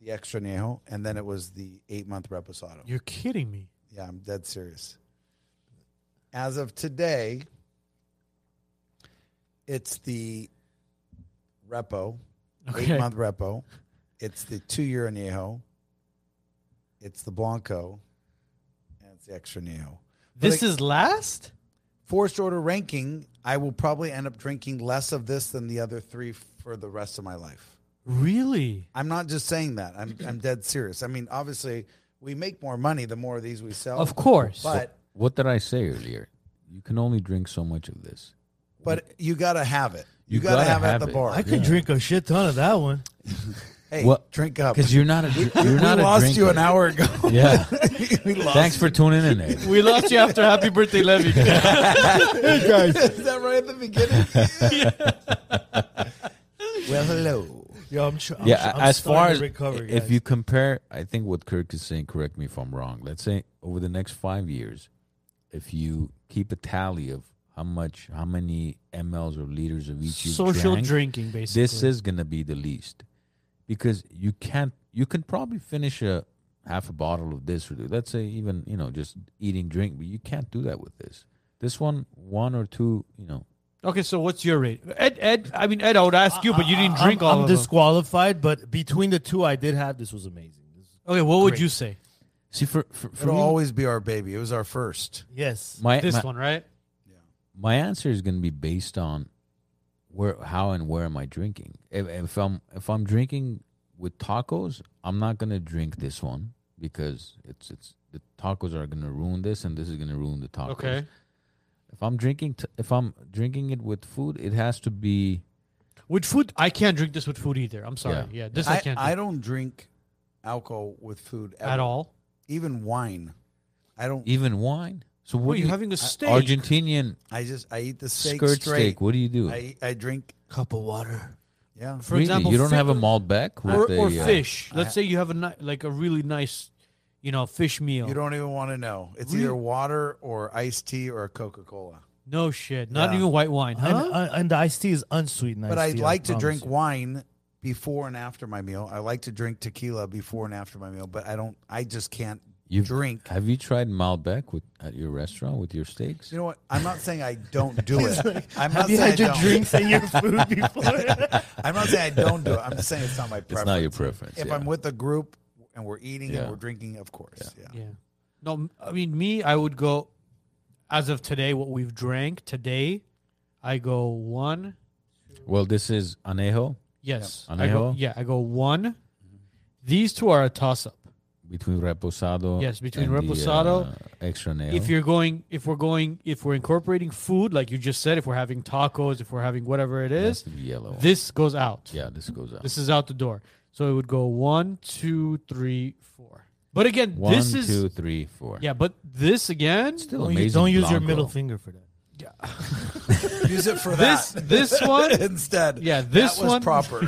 Speaker 4: the extra añejo, and then it was the eight-month reposado.
Speaker 1: You're kidding me.
Speaker 4: Yeah, I'm dead serious. As of today, it's the repo,
Speaker 1: Okay.
Speaker 4: eight month repo. It's the two year añejo. It's the blanco, and it's the extra añejo.
Speaker 1: This
Speaker 4: But
Speaker 1: is last?
Speaker 4: forced order ranking. I will probably end up drinking less of this than the other three for the rest of my life.
Speaker 1: Really?
Speaker 4: I'm not just saying that. I'm I'm dead serious. I mean, obviously, we make more money the more of these we sell.
Speaker 1: Of course.
Speaker 4: but
Speaker 2: What did I say earlier? You can only drink so much of this.
Speaker 4: But you gotta have it. You,
Speaker 2: You
Speaker 4: gotta,
Speaker 2: gotta
Speaker 4: have,
Speaker 2: have
Speaker 4: it at the
Speaker 2: it.
Speaker 4: bar.
Speaker 3: I could drink a shit ton of that one.
Speaker 4: hey,
Speaker 2: What-
Speaker 4: drink up.
Speaker 2: Because you're not a dr- you're
Speaker 4: we
Speaker 2: not a
Speaker 4: lost you
Speaker 2: drinker.
Speaker 4: an hour ago.
Speaker 2: Yeah.
Speaker 4: we lost.
Speaker 2: Thanks for tuning in. Ed.
Speaker 1: We lost you after Happy Birthday Levy.
Speaker 4: Is that right at the beginning? well, hello.
Speaker 3: Yo, I'm, tr- I'm
Speaker 2: yeah,
Speaker 3: tr- I'm
Speaker 2: as far
Speaker 3: starting
Speaker 2: as
Speaker 3: to recover,
Speaker 2: if
Speaker 3: guys.
Speaker 2: you compare, I think what Kirk is saying. Correct me if I'm wrong. Let's say over the next five years, if you keep a tally of how much, how many mls or liters of each you
Speaker 1: Social
Speaker 2: drank,
Speaker 1: drinking, basically.
Speaker 2: this is gonna be the least, because you can't. You can probably finish a half a bottle of this or th- let's say even you know just eating drink, but you can't do that with this. This one, one or two, you know,
Speaker 1: Okay, so what's your rate? Ed, Ed, I mean, Ed, I would ask you, but you didn't
Speaker 3: I-
Speaker 1: drink
Speaker 3: I'm,
Speaker 1: all
Speaker 3: I'm
Speaker 1: of them.
Speaker 3: disqualified, but between the two, I did have this was amazing. This is-
Speaker 1: Okay, what would
Speaker 3: Great.
Speaker 1: you say?
Speaker 2: see for for, for
Speaker 4: It'll
Speaker 2: me,
Speaker 4: always be our baby. It was our first.
Speaker 3: yes,
Speaker 2: my
Speaker 1: This
Speaker 2: my-
Speaker 1: one, right?
Speaker 2: my answer is going to be based on where how and where am i drinking if, if i'm if i'm drinking with tacos i'm not going to drink this one because it's it's the tacos are going to ruin this and this is going to ruin the tacos
Speaker 1: Okay.
Speaker 2: if i'm drinking t- if i'm drinking it with food it has to be
Speaker 1: With food, I can't drink this with food either. I'm sorry. Yeah, this I,
Speaker 4: I,
Speaker 1: can't
Speaker 4: I
Speaker 1: do
Speaker 4: don't drink alcohol with food ever.
Speaker 1: at all.
Speaker 4: Even wine. I don't.
Speaker 2: even wine so what
Speaker 1: Wait,
Speaker 2: do
Speaker 1: you're
Speaker 2: you-
Speaker 1: having a
Speaker 2: uh,
Speaker 1: steak?
Speaker 2: argentinian
Speaker 4: I just. I eat the steak
Speaker 2: skirt
Speaker 4: straight.
Speaker 2: steak what do you do
Speaker 4: I I drink.
Speaker 3: cup of water.
Speaker 4: Yeah.
Speaker 1: For
Speaker 2: really
Speaker 1: example,
Speaker 2: you don't
Speaker 1: fi-
Speaker 2: have a malbec
Speaker 1: or,
Speaker 2: with
Speaker 1: or
Speaker 2: a, uh,
Speaker 1: fish. Let's say you have a ni- like a really nice, you know, fish meal.
Speaker 4: You don't even want to know. It's either water or iced tea or Coca Cola.
Speaker 1: no shit. Not
Speaker 4: Yeah.
Speaker 1: even white wine. Huh?
Speaker 3: And, uh, and the iced tea is unsweetened.
Speaker 4: But I
Speaker 3: iced tea,
Speaker 4: like to
Speaker 3: promise
Speaker 4: drink
Speaker 3: you.
Speaker 4: wine before and after my meal. I like to drink tequila before and after my meal, but I don't. I just can't
Speaker 2: You've-
Speaker 4: drink.
Speaker 2: Have you tried Malbec with at your restaurant with your steaks?
Speaker 4: You know what? I'm not saying I don't do it. I'm not
Speaker 3: You
Speaker 4: saying I
Speaker 3: had your
Speaker 4: don't.
Speaker 3: drinks and your food before.
Speaker 4: I'm not saying I don't do it. I'm just saying it's not my preference.
Speaker 2: it's not your preference.
Speaker 4: if
Speaker 2: yeah.
Speaker 4: I'm with a group and we're eating
Speaker 2: Yeah.
Speaker 4: and we're drinking, of course. Yeah.
Speaker 1: Yeah. No, m- I mean me. I would go as of today. What we've drank today, I go one.
Speaker 2: well, this is anejo
Speaker 1: Yes,
Speaker 2: Yep.
Speaker 1: I go.
Speaker 2: Anejo?
Speaker 1: Yeah, I go one. These two are a toss-up.
Speaker 2: between reposado.
Speaker 1: Yes, between
Speaker 2: and the,
Speaker 1: reposado.
Speaker 2: uh, extra anejo.
Speaker 1: If you're going, if we're going, if we're incorporating food, like you just said, if we're having tacos, if we're having whatever it
Speaker 2: It has
Speaker 1: is,
Speaker 2: to be yellow.
Speaker 1: this goes out.
Speaker 2: yeah, this goes out.
Speaker 1: This is out the door. So it would go one, two, three, four. But again,
Speaker 2: One,
Speaker 1: this is
Speaker 2: two, three, four.
Speaker 1: yeah. But this again,
Speaker 2: still
Speaker 3: Don't,
Speaker 2: amazing.
Speaker 3: use- don't use your
Speaker 2: Blanco.
Speaker 3: middle finger for that.
Speaker 4: Use it for
Speaker 1: this
Speaker 4: that
Speaker 1: this one
Speaker 4: instead.
Speaker 1: Yeah, this
Speaker 4: that was
Speaker 1: one-
Speaker 4: proper.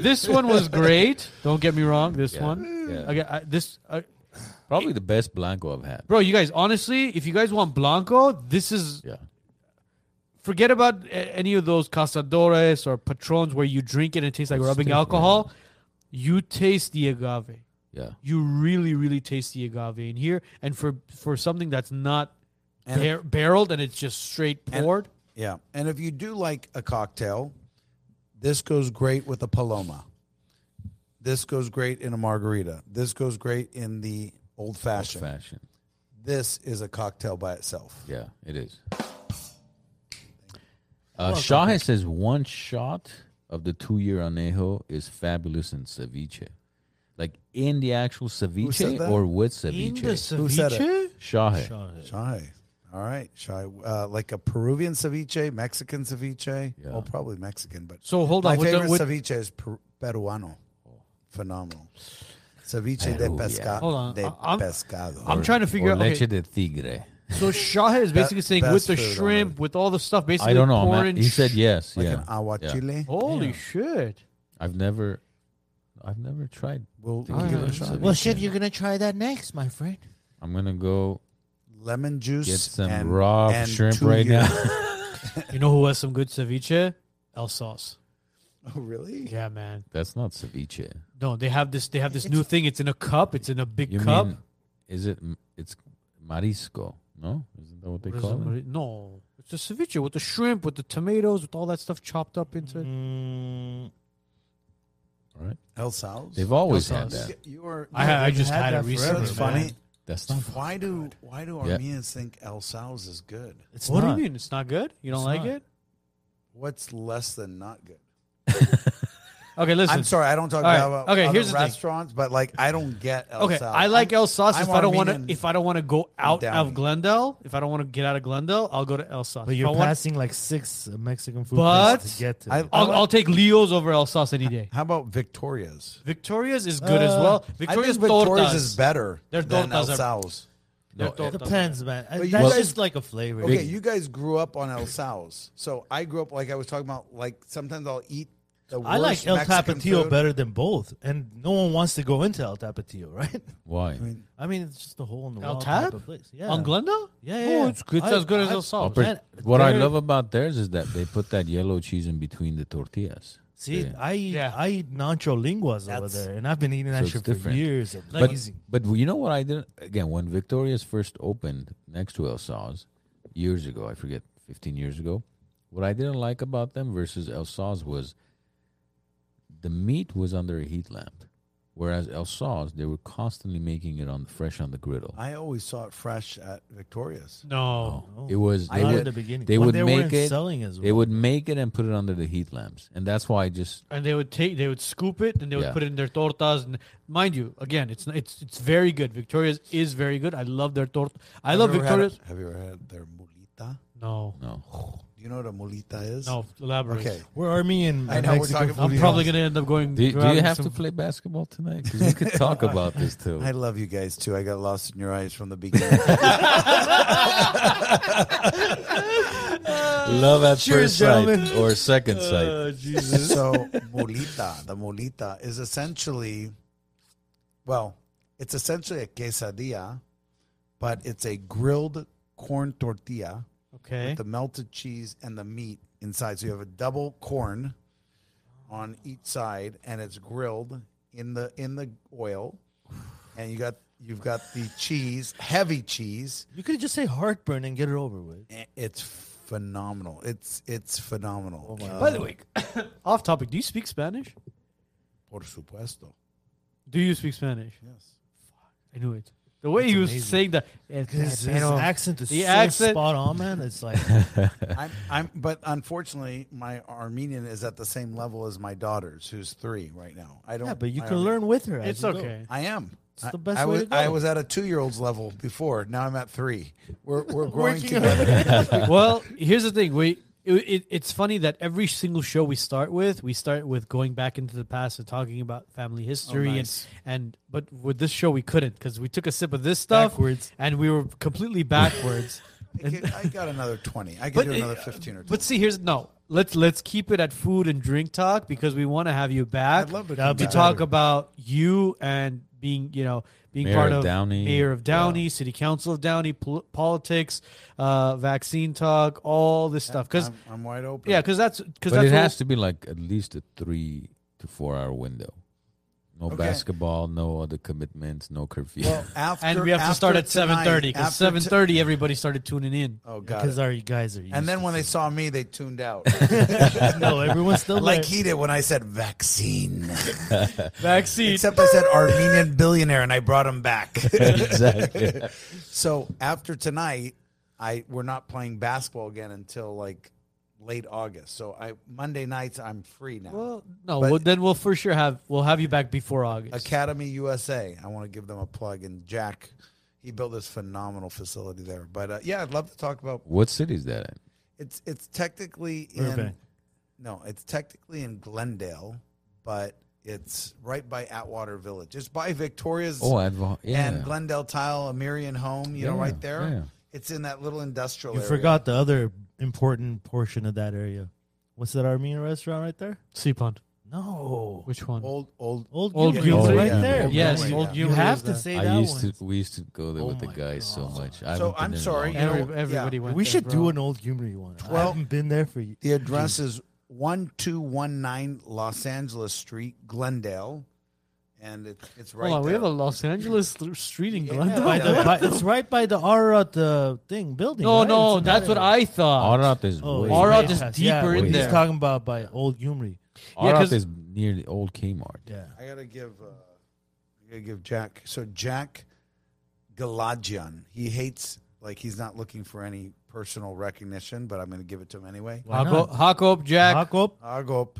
Speaker 1: this one was great. Don't get me wrong. This
Speaker 2: Yeah,
Speaker 1: one,
Speaker 2: yeah.
Speaker 1: Again, I, this, uh,
Speaker 2: Probably the best blanco I've had.
Speaker 1: bro. You guys, honestly, if you guys want blanco, this is
Speaker 2: Yeah.
Speaker 1: forget about a- any of those casadores or patrons where you drink it and it tastes like
Speaker 2: It's
Speaker 1: rubbing
Speaker 2: different.
Speaker 1: alcohol. You taste the agave.
Speaker 2: Yeah.
Speaker 1: You really, really taste the agave in here, and for for something that's not
Speaker 4: And-
Speaker 1: bar- barreled and it's just straight
Speaker 4: And-
Speaker 1: poured.
Speaker 4: yeah. And if you do like a cocktail, this goes great with a paloma. This goes great in a margarita. This goes great in the old fashioned.
Speaker 2: Fashion.
Speaker 4: This is a cocktail by itself.
Speaker 2: Yeah, it is. Uh, Shahi says one shot of the two-year anejo is fabulous in ceviche, like in the actual
Speaker 4: said
Speaker 2: ceviche
Speaker 4: that?
Speaker 2: or with
Speaker 1: in the
Speaker 2: ceviche.
Speaker 1: ceviche,
Speaker 4: Who said it?
Speaker 2: Shahi,
Speaker 4: Shy. All right. Shy. Uh, like a Peruvian ceviche, Mexican ceviche.
Speaker 2: Yeah.
Speaker 4: Well, probably Mexican, but
Speaker 1: So hold
Speaker 4: my
Speaker 1: on. with the-
Speaker 4: favorite
Speaker 1: with-
Speaker 4: ceviche is per- peruano. Phenomenal. Ceviche de,
Speaker 2: Peru,
Speaker 4: pesca-
Speaker 2: yeah.
Speaker 1: Hold on,
Speaker 4: de
Speaker 1: I- I'm-
Speaker 4: pescado.
Speaker 1: I'm trying to figure
Speaker 2: or
Speaker 1: out. okay.
Speaker 2: leche de tigre.
Speaker 1: So Shah is basically saying with
Speaker 4: best
Speaker 1: the
Speaker 4: food on
Speaker 1: shrimp, with all the stuff, basically.
Speaker 2: I don't know. I'm
Speaker 1: pouring
Speaker 2: at, he said
Speaker 1: sh-
Speaker 2: yes.
Speaker 4: like
Speaker 2: yeah.
Speaker 4: an aguachile.
Speaker 1: Holy shit!
Speaker 2: I've never, I've never tried.
Speaker 4: We'll
Speaker 2: tequila
Speaker 4: give it a
Speaker 2: ceviche.
Speaker 4: shot.
Speaker 5: Well, shit, you're gonna try that next, my friend.
Speaker 2: I'm gonna go
Speaker 4: Lemon juice.
Speaker 2: get some
Speaker 4: and,
Speaker 2: raw
Speaker 4: and
Speaker 2: shrimp
Speaker 4: two
Speaker 2: right
Speaker 4: years-
Speaker 2: now.
Speaker 1: You know who has some good ceviche? El Sauce.
Speaker 4: Oh, really?
Speaker 1: Yeah, man.
Speaker 2: That's not ceviche.
Speaker 1: No, they have this. They have this new thing. It's in a cup. It's in a big
Speaker 2: You
Speaker 1: cup.
Speaker 2: mean is it? m- It's marisco. No, isn't that what they
Speaker 1: What is
Speaker 2: call
Speaker 1: it?
Speaker 2: it?
Speaker 1: No, it's a ceviche with the shrimp, with the tomatoes, with all that stuff chopped up into it.
Speaker 3: Mm,
Speaker 2: All right.
Speaker 4: El Sal's.
Speaker 2: They've always had
Speaker 1: sauce.
Speaker 2: that.
Speaker 4: You are.
Speaker 1: I, ha- I
Speaker 3: they've
Speaker 1: just
Speaker 3: had
Speaker 1: had, it
Speaker 3: that
Speaker 4: so
Speaker 1: recently.
Speaker 4: it's
Speaker 3: forever, man.
Speaker 4: funny.
Speaker 2: That's not.
Speaker 4: Why do why do
Speaker 2: Yeah.
Speaker 4: Armenians think El Sal's is good?
Speaker 3: it's
Speaker 1: What
Speaker 3: not.
Speaker 1: do you mean? It's not good? You don't
Speaker 3: It's
Speaker 1: like
Speaker 3: not.
Speaker 1: it?
Speaker 4: What's less than not good?
Speaker 1: Okay, listen.
Speaker 4: I'm sorry, I don't
Speaker 1: All
Speaker 4: talk
Speaker 1: right,
Speaker 4: about
Speaker 1: okay,
Speaker 4: other
Speaker 1: here's the thing.
Speaker 4: restaurants, but like I don't get El
Speaker 1: Okay,
Speaker 4: Sal.
Speaker 1: I like
Speaker 4: I'm-
Speaker 1: El Sauce
Speaker 4: I'm
Speaker 1: if I don't want to.
Speaker 4: Armenian.
Speaker 1: If I don't want to go out
Speaker 4: down.
Speaker 1: of Glendale, if I don't want to get out of Glendale, I'll go to El Sauce.
Speaker 3: But
Speaker 1: If I
Speaker 3: you're
Speaker 1: want-
Speaker 3: passing like six uh, Mexican food
Speaker 1: But-
Speaker 3: places to get to.
Speaker 4: I-
Speaker 3: it.
Speaker 1: I'll,
Speaker 4: like-
Speaker 1: I'll take Leo's over El Sauce any day.
Speaker 4: How about Victoria's?
Speaker 1: Victoria's is good as
Speaker 3: Uh,
Speaker 1: well.
Speaker 4: I think
Speaker 1: Victoria's
Speaker 4: Victoria's
Speaker 1: tortas.
Speaker 4: is better
Speaker 1: Their
Speaker 4: than El
Speaker 1: tortas are-
Speaker 4: Sal's.
Speaker 1: Their
Speaker 2: No,
Speaker 1: tortas.
Speaker 3: depends, man. Uh,
Speaker 4: But you
Speaker 3: That's
Speaker 4: guys-
Speaker 3: just like a flavor.
Speaker 4: Okay, you guys grew up on El Sal's. So I grew up like I was talking about like sometimes I'll eat the worst
Speaker 3: I like El
Speaker 4: Mexican
Speaker 3: Tapatio
Speaker 4: food.
Speaker 3: better than both, and no one wants to go into El Tapatio, right?
Speaker 2: Why?
Speaker 3: I mean, it's just a hole in the
Speaker 1: El
Speaker 3: wall
Speaker 1: Tap?
Speaker 3: type of place. Yeah,
Speaker 1: On Glendale?
Speaker 3: Yeah,
Speaker 1: Oh,
Speaker 3: yeah, yeah.
Speaker 1: it's good. It's
Speaker 3: I-
Speaker 1: as good as
Speaker 3: I-
Speaker 1: El
Speaker 2: Oh,
Speaker 1: Sauce.
Speaker 2: but
Speaker 3: man,
Speaker 2: what I
Speaker 3: they're-
Speaker 2: love about theirs is that they put that yellow cheese in between the tortillas.
Speaker 3: See,
Speaker 2: Yeah.
Speaker 3: I eat,
Speaker 1: Yeah.
Speaker 3: I eat nacho linguas over
Speaker 4: That's-
Speaker 3: there, and I've been
Speaker 2: So
Speaker 3: eating that
Speaker 2: it's
Speaker 3: shit for
Speaker 2: different.
Speaker 3: years. It's
Speaker 2: but
Speaker 3: amazing.
Speaker 2: but you know what I did again when Victoria's first opened next to El Saz years ago. I forget, fifteen years ago. What I didn't like about them versus El Saz was the meat was under a heat lamp, whereas El Saz they were constantly making it on fresh on the griddle.
Speaker 4: I always saw it fresh at Victoria's.
Speaker 1: No.
Speaker 2: It was
Speaker 3: I
Speaker 2: they
Speaker 3: not
Speaker 2: would,
Speaker 3: at the beginning.
Speaker 2: they
Speaker 3: When
Speaker 2: would
Speaker 3: they
Speaker 2: make
Speaker 3: weren't
Speaker 2: it-
Speaker 3: selling as well.
Speaker 2: they would make it and put it under the heat lamps, and that's why I just
Speaker 1: And they would take, they would scoop it, and they would
Speaker 2: Yeah.
Speaker 1: put it in their tortas. And mind you, again, it's n- it's it's very good. Victoria's is very good. I love their tort. I love Victoria's.
Speaker 4: Have you ever had their mulita?
Speaker 1: No,
Speaker 2: no.
Speaker 4: Do you know what a mulita is?
Speaker 1: no, elaborate.
Speaker 4: Okay.
Speaker 3: We're Armenian.
Speaker 4: I know, we're talking about-
Speaker 1: I'm probably gonna end up going.
Speaker 2: Do, you- do you
Speaker 1: grabbing
Speaker 2: have
Speaker 1: some-
Speaker 2: to play basketball tonight? Because we could talk about this too.
Speaker 4: I love you guys too. I got lost in your eyes from the beginning.
Speaker 2: Love at
Speaker 3: Cheers, first sight gentlemen.
Speaker 2: or second
Speaker 4: Uh,
Speaker 2: sight.
Speaker 4: so mulita, the mulita is essentially, well, It's essentially a quesadilla, but it's a grilled corn tortilla
Speaker 1: Okay.
Speaker 4: with the melted cheese and the meat inside. So you have a double corn on each side, and it's grilled in the in the oil, and you got you've got the cheese, heavy cheese.
Speaker 3: You could just say heartburn and get it over with.
Speaker 4: Eh, It's phenomenal. It's it's phenomenal.
Speaker 3: Oh,
Speaker 4: Uh,
Speaker 1: By the way, off topic. Do you speak Spanish?
Speaker 4: por supuesto,
Speaker 1: Do you speak Spanish?
Speaker 4: yes.
Speaker 1: I knew it. The way he was saying that, eh, el
Speaker 3: His, his
Speaker 1: cartero.
Speaker 3: accent is
Speaker 1: The
Speaker 3: so
Speaker 1: accent-
Speaker 3: spot on, man. It's like
Speaker 4: I'm, I'm, but unfortunately, my Armenian is at the same level as my daughter's, who's three right now. I don't.
Speaker 3: yeah, but you
Speaker 4: my
Speaker 3: can
Speaker 4: Armenian-
Speaker 3: learn with her. as
Speaker 1: it's
Speaker 3: you go.
Speaker 1: okay.
Speaker 4: I am.
Speaker 3: It's the
Speaker 4: I-
Speaker 3: best
Speaker 4: I,
Speaker 3: way
Speaker 4: was,
Speaker 3: to go.
Speaker 4: I was at a two-year-old's level before. Now I'm at three. We're we're growing together.
Speaker 1: well, here's the thing. We it, it, it's funny that every single show we start with, we start with going back into the past and talking about family history
Speaker 4: nice.
Speaker 1: and and but with this show we couldn't because we took a sip of this stuff
Speaker 3: Backwards.
Speaker 1: and we were completely backwards.
Speaker 4: I, can- I got another twenty. I
Speaker 1: But
Speaker 4: can do
Speaker 1: it- uh,
Speaker 4: another fifteen or
Speaker 1: but
Speaker 4: twenty.
Speaker 1: see, here's no. Let's let's keep it at food and drink talk because we want to have you back
Speaker 4: I'd love to
Speaker 3: That'd
Speaker 4: come
Speaker 3: be
Speaker 1: to
Speaker 4: back.
Speaker 1: talk about you and being you know being
Speaker 2: Mayor
Speaker 1: part
Speaker 2: of
Speaker 1: of
Speaker 2: Downey.
Speaker 1: mayor of Downey, city council of Downey, pol- politics, uh, vaccine talk, all this stuff because.
Speaker 4: I'm, I'm wide open.
Speaker 1: Yeah, because that's because
Speaker 2: But
Speaker 1: that's
Speaker 2: it
Speaker 1: what-
Speaker 2: has to be like at least a three to four hour window. No
Speaker 4: Okay.
Speaker 2: basketball, no other commitments, no curfew.
Speaker 4: Well, after
Speaker 1: and we have to start
Speaker 4: after
Speaker 1: at seven thirty
Speaker 4: tonight,
Speaker 1: because
Speaker 4: after
Speaker 1: seven
Speaker 4: to-
Speaker 1: thirty everybody started tuning in.
Speaker 4: Oh god.
Speaker 3: because our you guys are. Used
Speaker 4: And then
Speaker 3: to
Speaker 4: when they saw me, they tuned out.
Speaker 3: it. no, everyone's still
Speaker 4: like
Speaker 3: there.
Speaker 4: he did when I said vaccine.
Speaker 1: Vaccine.
Speaker 4: Except I said Armenian billionaire, and I brought him back.
Speaker 2: exactly.
Speaker 4: So after tonight, I we're not playing basketball again until like late August. So I Monday nights I'm free now.
Speaker 1: well, no,
Speaker 4: But-
Speaker 1: well, then we'll for sure have we'll have you back before August.
Speaker 4: Academy USA. I want to give them a plug. And Jack, he built this phenomenal facility there. But uh, yeah, I'd love to talk about.
Speaker 2: what city is that in?
Speaker 4: It's it's technically in
Speaker 3: Burbank.
Speaker 4: no, it's technically in Glendale, but it's right by Atwater Village. It's by Victoria's
Speaker 2: Oh, Advo- yeah.
Speaker 4: and Glendale Tile, Amerian Home. You know,
Speaker 2: Yeah,
Speaker 4: right there.
Speaker 2: yeah.
Speaker 4: It's in that little industrial.
Speaker 3: You
Speaker 4: area.
Speaker 3: forgot the other important portion of that area. What's that Armenian restaurant right there?
Speaker 1: Seapond.
Speaker 3: No,
Speaker 1: Which one?
Speaker 4: old old
Speaker 3: Old
Speaker 1: Old
Speaker 3: Gilbert,
Speaker 1: Gilbert.
Speaker 3: right
Speaker 2: Oh, yeah.
Speaker 3: there.
Speaker 2: Old
Speaker 1: yes,
Speaker 4: Gilbert,
Speaker 1: old
Speaker 4: yeah.
Speaker 1: you
Speaker 3: You have to say that
Speaker 2: I used
Speaker 3: one.
Speaker 2: to. We used to go there
Speaker 3: Oh
Speaker 2: with the
Speaker 3: my
Speaker 2: guys so
Speaker 3: God.
Speaker 2: much. I haven't
Speaker 4: So,
Speaker 2: been
Speaker 4: I'm
Speaker 2: in a
Speaker 4: sorry,
Speaker 2: long
Speaker 4: you know,
Speaker 2: time.
Speaker 1: Every, everybody went.
Speaker 3: we
Speaker 1: there,
Speaker 3: should
Speaker 1: bro.
Speaker 3: do an old Gilbert one. I
Speaker 4: Well-
Speaker 3: haven't been there for y-
Speaker 4: The address is 1219 Los Angeles Street, Glendale. And it's it's right
Speaker 1: Hold on, we
Speaker 4: there.
Speaker 1: have a Los Angeles th- street in
Speaker 4: Yeah.
Speaker 1: Glendale.
Speaker 3: by
Speaker 4: Yeah.
Speaker 3: the, by, it's right by the Arat uh, thing building.
Speaker 1: No,
Speaker 3: right?
Speaker 1: no,
Speaker 3: It's
Speaker 1: that's
Speaker 3: another-
Speaker 1: what I thought.
Speaker 2: Arat is
Speaker 3: Oh,
Speaker 2: way.
Speaker 3: it's
Speaker 1: Arat
Speaker 3: way
Speaker 1: is
Speaker 3: past-
Speaker 1: deeper
Speaker 3: yeah,
Speaker 2: in
Speaker 3: he's
Speaker 2: there.
Speaker 3: talking about by old Gumri.
Speaker 1: yeah,
Speaker 2: Arat
Speaker 1: 'cause-
Speaker 2: is near the old Kmart.
Speaker 3: Yeah.
Speaker 4: I gotta give uh, I gotta give Jack so Jack Galadian. He hates like he's not looking for any personal recognition, but I'm gonna give it to him anyway.
Speaker 3: Why
Speaker 1: Hako,
Speaker 3: not?
Speaker 1: Hakop, Jack.
Speaker 3: Jacob,
Speaker 4: Agop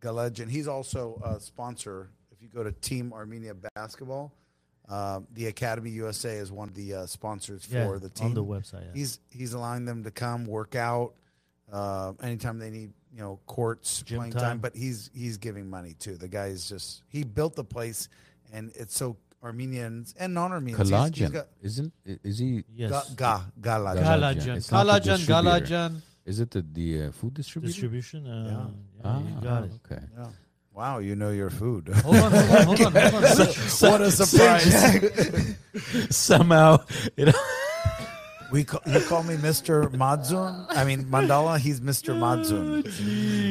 Speaker 4: Galadian. He's also a sponsor. If you go to Team Armenia Basketball, uh, the Academy USA is one of the uh, sponsors
Speaker 3: yeah,
Speaker 4: for the team.
Speaker 3: on the website. Yeah.
Speaker 4: he's he's allowing them to come work out uh, anytime they need you know courts
Speaker 3: Gym
Speaker 4: playing time.
Speaker 3: time.
Speaker 4: but he's he's giving money too the guy is just he built the place and it's so armenians and non-armenians He's- he's
Speaker 2: Collagen,
Speaker 4: got-
Speaker 2: isn't? i- Is he?
Speaker 3: Yes,
Speaker 4: ga, ga, Galadian.
Speaker 2: Galadian.
Speaker 1: Galajan.
Speaker 2: It's not the
Speaker 1: Galajan,
Speaker 2: distributor.
Speaker 1: Galajan.
Speaker 2: Is it the, the uh, food distributor?
Speaker 3: distribution. Uh, yeah.
Speaker 2: Ah,
Speaker 3: you got it.
Speaker 2: Okay.
Speaker 4: Yeah. wow you know your food
Speaker 1: Hold on, hold on, hold on, hold on.
Speaker 4: what a surprise
Speaker 2: Somehow, it,
Speaker 4: we call, you call me mr madzun i mean mandala he's mr madzun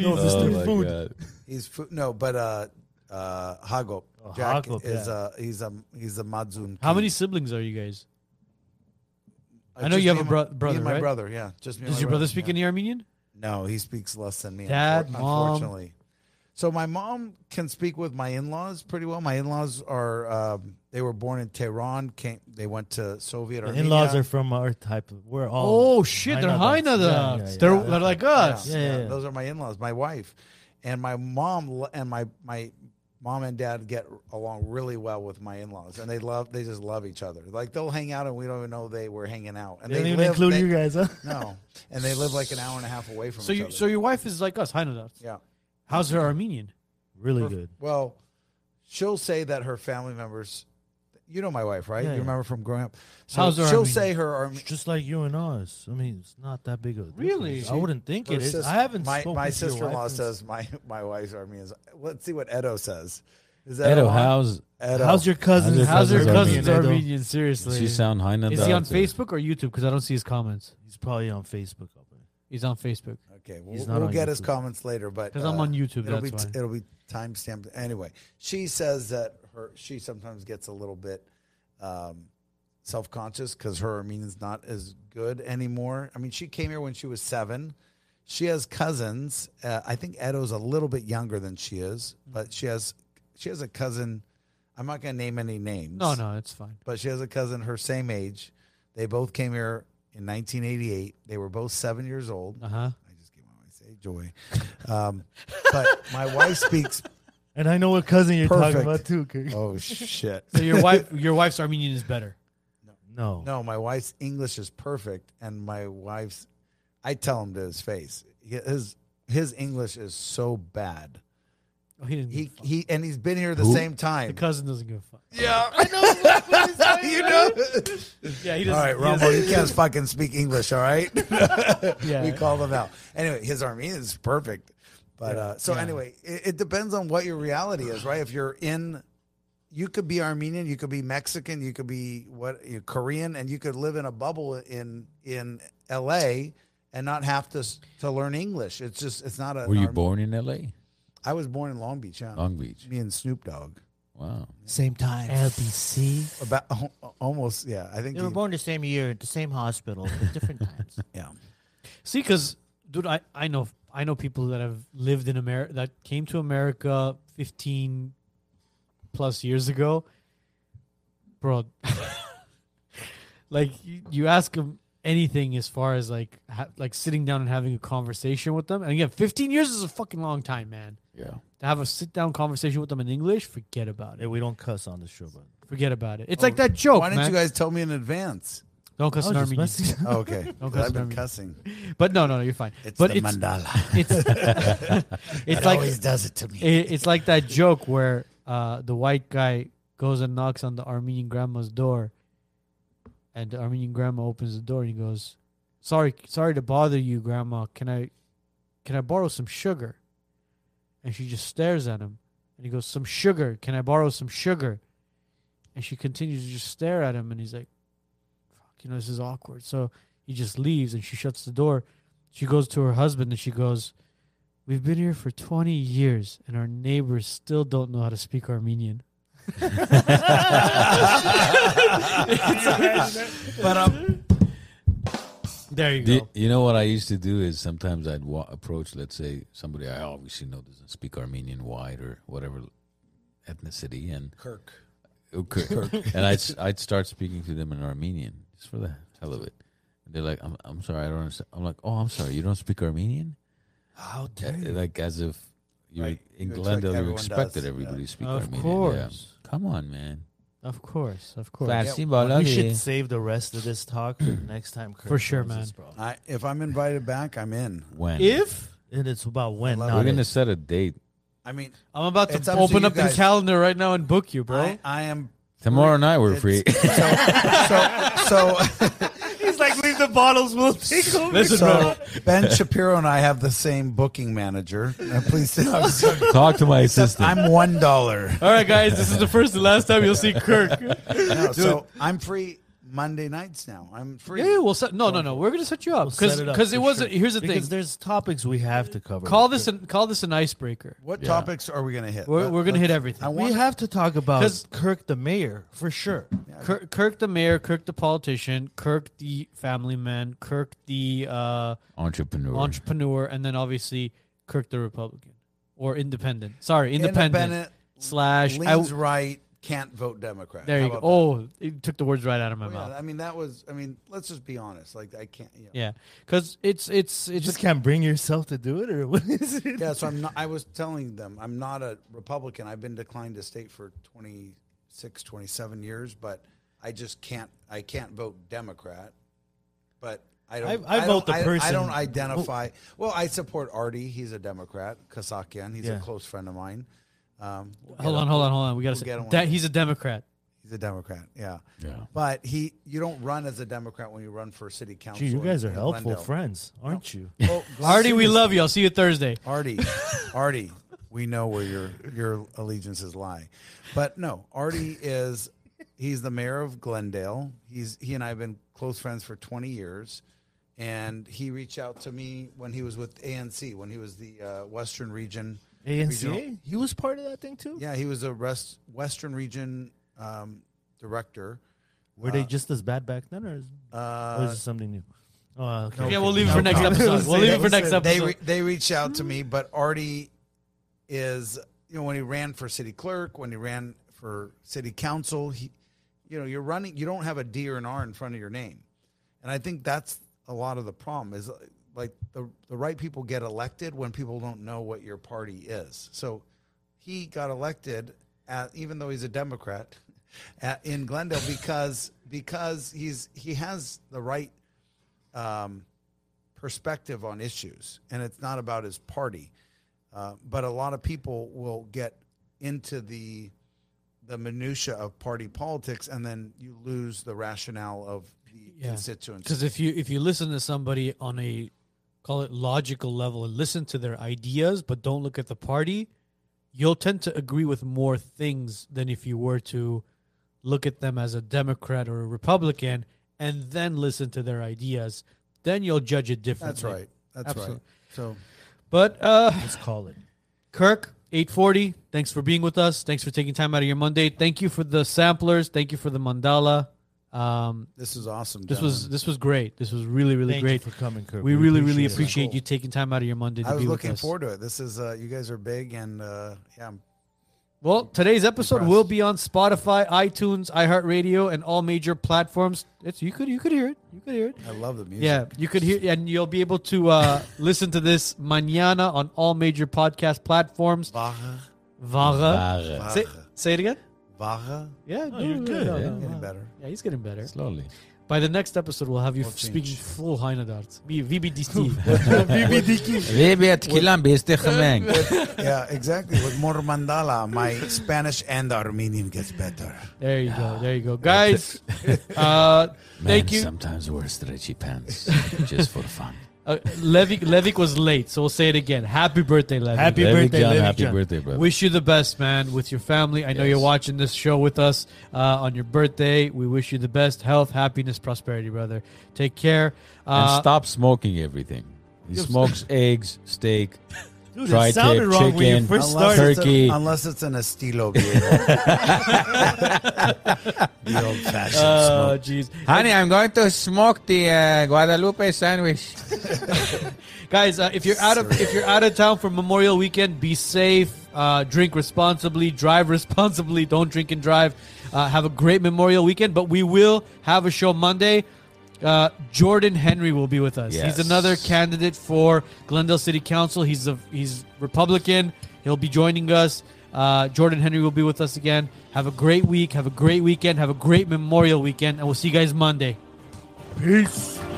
Speaker 3: No, this
Speaker 2: oh
Speaker 3: is
Speaker 2: my
Speaker 3: food.
Speaker 2: God.
Speaker 4: he's food no but uh uh hagop
Speaker 3: Oh,
Speaker 4: Jack
Speaker 3: Hagop,
Speaker 4: is
Speaker 3: yeah.
Speaker 4: uh he's a he's a madzun
Speaker 1: How
Speaker 4: king.
Speaker 1: many siblings are you guys?
Speaker 4: Uh,
Speaker 1: I know
Speaker 4: just
Speaker 1: you have
Speaker 4: me
Speaker 1: a
Speaker 4: and
Speaker 1: bro-
Speaker 4: my-
Speaker 1: brother,
Speaker 4: Me and my
Speaker 1: right?
Speaker 4: brother, yeah. Just me. and
Speaker 1: Does
Speaker 4: my
Speaker 1: your brother speak
Speaker 4: yeah.
Speaker 1: any Armenian?
Speaker 4: No, he speaks less than me.
Speaker 1: Dad,
Speaker 4: unfor-
Speaker 1: mom.
Speaker 4: unfortunately. So my mom can speak with my in-laws pretty well. My in-laws are um, they were born in Tehran. Came they went to Soviet.
Speaker 3: The
Speaker 4: Armenia.
Speaker 3: in-laws are from our type. of- We're all.
Speaker 1: Oh shit, they're high
Speaker 3: Hainada.
Speaker 1: now.
Speaker 3: Yeah, yeah, yeah.
Speaker 1: They're
Speaker 3: Yeah.
Speaker 1: they're like
Speaker 4: Yeah,
Speaker 1: us.
Speaker 4: yeah,
Speaker 3: Yeah, yeah.
Speaker 4: Those are my in-laws. My wife and my mom lo- and my my mom and dad get along really well with my in-laws, and they love they just love each other. Like they'll hang out, and we don't even know they were hanging out. And
Speaker 3: They didn't
Speaker 4: they
Speaker 3: even
Speaker 4: live,
Speaker 3: include
Speaker 4: they-
Speaker 3: you guys, huh?
Speaker 4: No, and they live like an hour and a half away from
Speaker 1: So
Speaker 4: each
Speaker 1: you
Speaker 4: other.
Speaker 1: so your wife is like us, high now.
Speaker 4: yeah.
Speaker 1: How's her Armenian?
Speaker 3: Really good.
Speaker 4: Well, she'll say that her family members, you know my wife, right?
Speaker 3: Yeah,
Speaker 4: you
Speaker 3: yeah.
Speaker 4: remember from growing up. So
Speaker 1: How's her
Speaker 4: she'll
Speaker 1: Armenian?
Speaker 4: say her Armenian.
Speaker 3: It's just like you and us. I mean, it's not that big of a
Speaker 1: Really?
Speaker 3: difference. I wouldn't think it is. I haven't.
Speaker 4: My,
Speaker 3: spoken
Speaker 4: my
Speaker 3: to your
Speaker 4: sister-in-law
Speaker 3: wife in-
Speaker 4: says my my wife's Armenian. Let's see what Edo says. Is that
Speaker 2: Edo,
Speaker 4: a lot?
Speaker 2: how's
Speaker 4: Edo.
Speaker 3: How's your cousin?
Speaker 2: How's your
Speaker 1: How's your
Speaker 2: Cousin's
Speaker 1: cousin's
Speaker 2: Armenian,
Speaker 1: Armenian? Seriously,
Speaker 2: she sound high
Speaker 1: is he on Facebook or YouTube? Because I don't see his comments.
Speaker 3: He's probably on Facebook. up there.
Speaker 1: He's on Facebook
Speaker 4: Okay,
Speaker 3: He's
Speaker 4: we'll,
Speaker 3: not
Speaker 4: we'll
Speaker 3: on
Speaker 4: get his
Speaker 3: YouTube.
Speaker 4: comments later, but
Speaker 1: because I'm
Speaker 4: uh,
Speaker 1: on YouTube.
Speaker 4: it'll
Speaker 1: That's
Speaker 4: be
Speaker 1: why.
Speaker 4: it'll be timestamped anyway. She says that her she sometimes gets a little bit um, self conscious because her Armenian's not as good anymore. I mean, she came here when she was seven. She has cousins. Uh, I think Edo's a little bit younger than she is, but she has she has a cousin. I'm not going to name any names
Speaker 1: No, no, it's fine.
Speaker 4: but she has a cousin her same age. They both came here in 1988. They were both seven years old.
Speaker 1: Uh huh.
Speaker 4: I just gave my wife's age away. Um, but my wife speaks.
Speaker 3: And I know what cousin you're
Speaker 4: Perfect.
Speaker 3: talking about too. Kirk.
Speaker 4: Oh shit!
Speaker 1: So your wife, your wife's Armenian is better.
Speaker 3: No.
Speaker 4: No, my wife's English is perfect, and my wife's. I tell him to his face. His his English is so bad.
Speaker 1: Oh, he didn't.
Speaker 4: He
Speaker 1: He,
Speaker 4: he, and he's been here the
Speaker 2: Who?
Speaker 4: same
Speaker 1: the
Speaker 4: time.
Speaker 1: cousin doesn't give a fuck.
Speaker 4: Yeah, I know. you know.
Speaker 1: Yeah, he doesn't.
Speaker 4: All right,
Speaker 1: he doesn't-
Speaker 4: Rumble, you can't fucking speak English, all right?
Speaker 1: Yeah.
Speaker 4: we call them out. Anyway, his Armenian is perfect. But uh, so
Speaker 1: Yeah.
Speaker 4: anyway, it, it depends on what your reality is, right? If you're in, you could be Armenian, you could be Mexican, you could be what you know, Korean, and you could live in a bubble in in L.A. and not have to s- to learn English. It's just it's not a.
Speaker 2: Were you
Speaker 4: Arme-
Speaker 2: born in L.A.
Speaker 4: I was born in Long Beach. Yeah,
Speaker 2: Long Beach?
Speaker 4: me and Snoop Dogg.
Speaker 2: Wow.
Speaker 5: Same time.
Speaker 3: LBC.
Speaker 4: About al- almost, yeah. I think
Speaker 5: They were
Speaker 4: he-
Speaker 5: born the same year at the same hospital, at different times.
Speaker 4: yeah.
Speaker 1: See, because dude, I, I know I know people that have lived in America that came to America fifteen plus years ago, bro. like you, you ask them anything as far as like ha- like sitting down and having a conversation with them, and again, fifteen years is a fucking long time, man.
Speaker 2: Yeah.
Speaker 1: To have a sit down conversation with them in English, forget about
Speaker 3: Hey,
Speaker 1: it.
Speaker 3: we don't cuss on the show, but
Speaker 1: Forget about it. It's like that joke,
Speaker 4: Oh, Why didn't
Speaker 1: man.
Speaker 4: you guys tell me in advance?
Speaker 1: Don't cuss
Speaker 3: I
Speaker 1: an
Speaker 3: was just
Speaker 1: Armenian.
Speaker 3: messing-
Speaker 4: Oh, okay.
Speaker 1: Don't
Speaker 4: 'Cause
Speaker 1: cuss
Speaker 4: I've been
Speaker 1: Armenian.
Speaker 4: cussing.
Speaker 1: But no, no, no, you're fine.
Speaker 4: It's
Speaker 1: but
Speaker 4: the
Speaker 1: it's
Speaker 4: mandala.
Speaker 1: it's it's
Speaker 4: It
Speaker 1: like
Speaker 4: always does it to me.
Speaker 1: it, it's like that joke where uh, the white guy goes and knocks on the Armenian grandma's door, and the Armenian grandma opens the door and he goes, "Sorry, sorry to bother you, grandma. Can I, can I borrow some sugar?" And she just stares at him, and he goes, "Some sugar? Can I borrow some sugar?" And she continues to just stare at him, and he's like, "Fuck, you know this is awkward." So he just leaves, and she shuts the door. She goes to her husband, and she goes. We've been here for 20 years and our neighbors still don't know how to speak Armenian.
Speaker 4: but um,
Speaker 1: There you
Speaker 2: Do
Speaker 1: go.
Speaker 2: you, you know what I used to do is sometimes I'd wa- approach, let's say, somebody I obviously know doesn't speak Armenian, white, or whatever ethnicity, and
Speaker 4: Kirk.
Speaker 2: Okay. and I'd s- I'd start speaking to them in Armenian just for the hell of it. And they're like, I'm I'm sorry, I don't understand. I'm like, oh, I'm sorry, you don't speak Armenian?
Speaker 3: How
Speaker 2: Uh,
Speaker 3: dare you?
Speaker 2: Like as if you
Speaker 4: Right.
Speaker 2: in
Speaker 4: You expect
Speaker 2: Glendale you
Speaker 4: everyone
Speaker 2: expected
Speaker 4: does, yeah.
Speaker 2: everybody to speak
Speaker 1: Of
Speaker 2: Armenian. yeah.
Speaker 1: course.
Speaker 2: Come on, man.
Speaker 1: Of course. Of course.
Speaker 2: Classy
Speaker 4: Yeah,
Speaker 2: baloney.
Speaker 3: We should save the rest of this talk for the next time. Kirk
Speaker 1: For sure,
Speaker 3: joins us,
Speaker 1: man.
Speaker 3: bro.
Speaker 4: I, if I'm invited back, I'm in.
Speaker 2: when
Speaker 1: If
Speaker 3: And it's about when.
Speaker 4: I love
Speaker 2: we're
Speaker 3: Not
Speaker 2: gonna
Speaker 3: if.
Speaker 2: set a date
Speaker 4: I mean,
Speaker 1: I'm about to
Speaker 4: It's up to
Speaker 1: open
Speaker 4: you
Speaker 1: up the
Speaker 4: guys.
Speaker 1: calendar right now and book you, bro.
Speaker 4: I, I am.
Speaker 2: tomorrow night, we're
Speaker 4: It's-
Speaker 2: free.
Speaker 4: So, so,
Speaker 1: He's like, leave the bottles, we'll take over. Listen, bro.
Speaker 4: so Ben Shapiro and I have the same booking manager. Uh, please, I'm, sorry.
Speaker 2: Talk to my assistant.
Speaker 4: I'm one dollar.
Speaker 1: All right, guys, this is the first and last time you'll see Kirk.
Speaker 4: No, so I'm free Monday nights now. I'm free.
Speaker 1: Yeah, yeah, we'll set. No, no, no. We're gonna set you up
Speaker 3: We'll set
Speaker 1: because
Speaker 3: it up
Speaker 1: it
Speaker 3: for
Speaker 1: wasn't.
Speaker 3: sure.
Speaker 1: Here's the
Speaker 3: because
Speaker 1: thing.
Speaker 3: there's topics we have to cover.
Speaker 1: Call this an call this an icebreaker.
Speaker 4: What
Speaker 2: Yeah.
Speaker 4: topics are we gonna hit?
Speaker 1: We're,
Speaker 4: Let-
Speaker 1: we're gonna hit
Speaker 4: let's-
Speaker 1: everything.
Speaker 4: I
Speaker 3: We
Speaker 4: want.
Speaker 3: have to talk about
Speaker 1: 'Cause-
Speaker 3: Kirk the mayor for sure.
Speaker 1: Kirk, Kirk the mayor, Kirk the politician, Kirk the family man, Kirk the uh,
Speaker 2: Entrepreneur.
Speaker 1: entrepreneur, and then obviously Kirk the Republican or independent. Sorry, independent,
Speaker 4: Independent
Speaker 1: slash. I,
Speaker 4: leans right, can't vote Democrat.
Speaker 1: there
Speaker 4: How
Speaker 1: you go.
Speaker 4: about that?
Speaker 1: Oh, it took the words right out of my
Speaker 4: Well,
Speaker 1: mouth.
Speaker 4: yeah, I mean, that was. I mean, let's just be honest. Like, I can't. Yeah.
Speaker 1: yeah, because it's it's
Speaker 3: You
Speaker 1: it's
Speaker 3: just can't bring yourself to do it, or what is it?
Speaker 4: Yeah, so I'm not, I was telling them I'm not a Republican. I've been declined to state for 26, 27 years, but I just can't. I can't vote Democrat. But I don't.
Speaker 3: I- I vote
Speaker 4: don't-
Speaker 3: the
Speaker 4: I- I
Speaker 3: person.
Speaker 4: don't identify. Well, I support Artie. He's a Democrat. Kasakian. He's a
Speaker 3: Yeah.
Speaker 4: close friend of mine. Um, we'll get
Speaker 1: hold
Speaker 4: him-
Speaker 1: on, hold on, hold on. We gotta
Speaker 4: We'll
Speaker 1: say
Speaker 4: get him one
Speaker 1: that
Speaker 4: day.
Speaker 1: he's a Democrat.
Speaker 4: He's a Democrat. Yeah.
Speaker 2: Yeah.
Speaker 4: But he, you don't run as a Democrat when you run for city council.
Speaker 3: Gee, you guys are helpful
Speaker 4: friends.
Speaker 3: friends, aren't you?
Speaker 4: Well,
Speaker 1: Artie, we love you. I'll see you Thursday.
Speaker 4: Artie, Artie, We know where your your allegiances lie. But no, Artie is he's the mayor of Glendale. He's he and I have been close friends for 20 years. And he reached out to me when he was with ANC, when he was the uh, Western Region. Regional-
Speaker 3: ANCA? He was part of that thing too?
Speaker 4: yeah, he was a rest, Western Region um, director.
Speaker 3: Were they just as bad back then or is, or
Speaker 4: Uh,
Speaker 3: is it something new? Oh, okay.
Speaker 1: Yeah, we'll leave it for next episode. We'll leave it for next
Speaker 4: they
Speaker 1: episode.
Speaker 4: re- they reached out to me, but Artie is you know when he ran for city clerk, when he ran for city council, he you know you're running you don't have a D or an R in front of your name, and I think that's a lot of the problem is uh, like the the right people get elected when people don't know what your party is. So he got elected at, even though he's a Democrat at, in Glendale because because he's he has the right um, perspective on issues, and it's not about his party. Uh, but a lot of people will get into the the minutia of party politics, and then you lose the rationale of the
Speaker 1: Yeah.
Speaker 4: constituents.
Speaker 1: Because if you if you listen to somebody on a call it logical level and listen to their ideas, but don't look at the party, you'll tend to agree with more things than if you were to look at them as a Democrat or a Republican and then listen to their ideas. Then you'll judge it differently.
Speaker 4: That's right. That's right.
Speaker 1: Absolutely.
Speaker 4: So
Speaker 1: But uh,
Speaker 3: Let's call it.
Speaker 1: Kirk, 840, thanks for being with us. Thanks for taking time out of your Monday. Thank you for the samplers. Thank you for the mandala. Um,
Speaker 4: this is awesome.
Speaker 1: this was this was great. This was really really
Speaker 3: Thank
Speaker 1: great.
Speaker 3: you for coming, Kirk.
Speaker 1: We really, really
Speaker 3: it.
Speaker 1: appreciate
Speaker 4: Cool.
Speaker 1: you taking time out of your Monday to
Speaker 4: I was
Speaker 1: be
Speaker 4: looking
Speaker 1: with us.
Speaker 4: forward to it. This is uh, you guys are big, and uh, yeah, I'm
Speaker 1: well, today's episode
Speaker 4: Impressed.
Speaker 1: will be on Spotify, iTunes, iHeartRadio, and all major platforms. It's you could you could hear it. You could hear it.
Speaker 4: I love the music.
Speaker 1: Yeah, you could hear, and you'll be able to uh, listen to this mañana on all major podcast platforms.
Speaker 4: Vaha,
Speaker 1: Vara.
Speaker 2: Vare.
Speaker 1: Say, say it again.
Speaker 4: Vaha,
Speaker 1: Yeah,
Speaker 3: Oh, you're
Speaker 1: no,
Speaker 3: good.
Speaker 1: no, no, no,
Speaker 4: getting
Speaker 1: no.
Speaker 4: better.
Speaker 1: Yeah, he's getting better.
Speaker 2: Slowly.
Speaker 1: By the next episode, we'll have you
Speaker 4: We'll
Speaker 1: speaking
Speaker 4: change.
Speaker 1: full Heinadart. VBDT.
Speaker 2: Maybe تكلم باستخمام.
Speaker 4: yeah, exactly. With more mandala, my Spanish and Armenian gets better.
Speaker 1: There you go. There you go. Guys, uh, thank
Speaker 2: Men
Speaker 1: you.
Speaker 2: Sometimes wear stretchy pants just for fun.
Speaker 1: Uh, Levick, Levick was late, so we'll say it again. Happy birthday, Levick.
Speaker 3: Happy
Speaker 2: Levy
Speaker 3: birthday,
Speaker 2: John,
Speaker 3: Levy
Speaker 2: happy
Speaker 3: John.
Speaker 2: birthday, brother.
Speaker 1: Wish you the best, man, with your family. I know you're
Speaker 2: Yes.
Speaker 1: watching this show with us uh, on your birthday. We wish you the best health, happiness, prosperity, brother. Take care.
Speaker 2: and
Speaker 1: Uh,
Speaker 2: stop smoking everything. He smokes eggs, steak,
Speaker 3: Dude,
Speaker 2: Tri-tip,
Speaker 3: it sounded wrong when you
Speaker 2: chicken,
Speaker 3: first
Speaker 2: Unless-
Speaker 3: started.
Speaker 4: it's a-
Speaker 2: Turkey.
Speaker 4: unless it's an estilo beer. the old fashioned
Speaker 1: Oh,
Speaker 4: smoke.
Speaker 1: jeez.
Speaker 2: Honey, I'm going to smoke the uh, Guadalupe sandwich.
Speaker 1: guys uh, if you're out of if you're out of town for memorial weekend be safe uh, drink responsibly drive responsibly don't drink and drive uh, have a great memorial weekend but we will have a show monday uh, jordan henry will be with us
Speaker 2: Yes.
Speaker 1: he's another candidate for glendale city council he's a he's republican he'll be joining us uh, jordan henry will be with us again have a great week have a great weekend have a great memorial weekend and we'll see you guys monday
Speaker 3: Peace.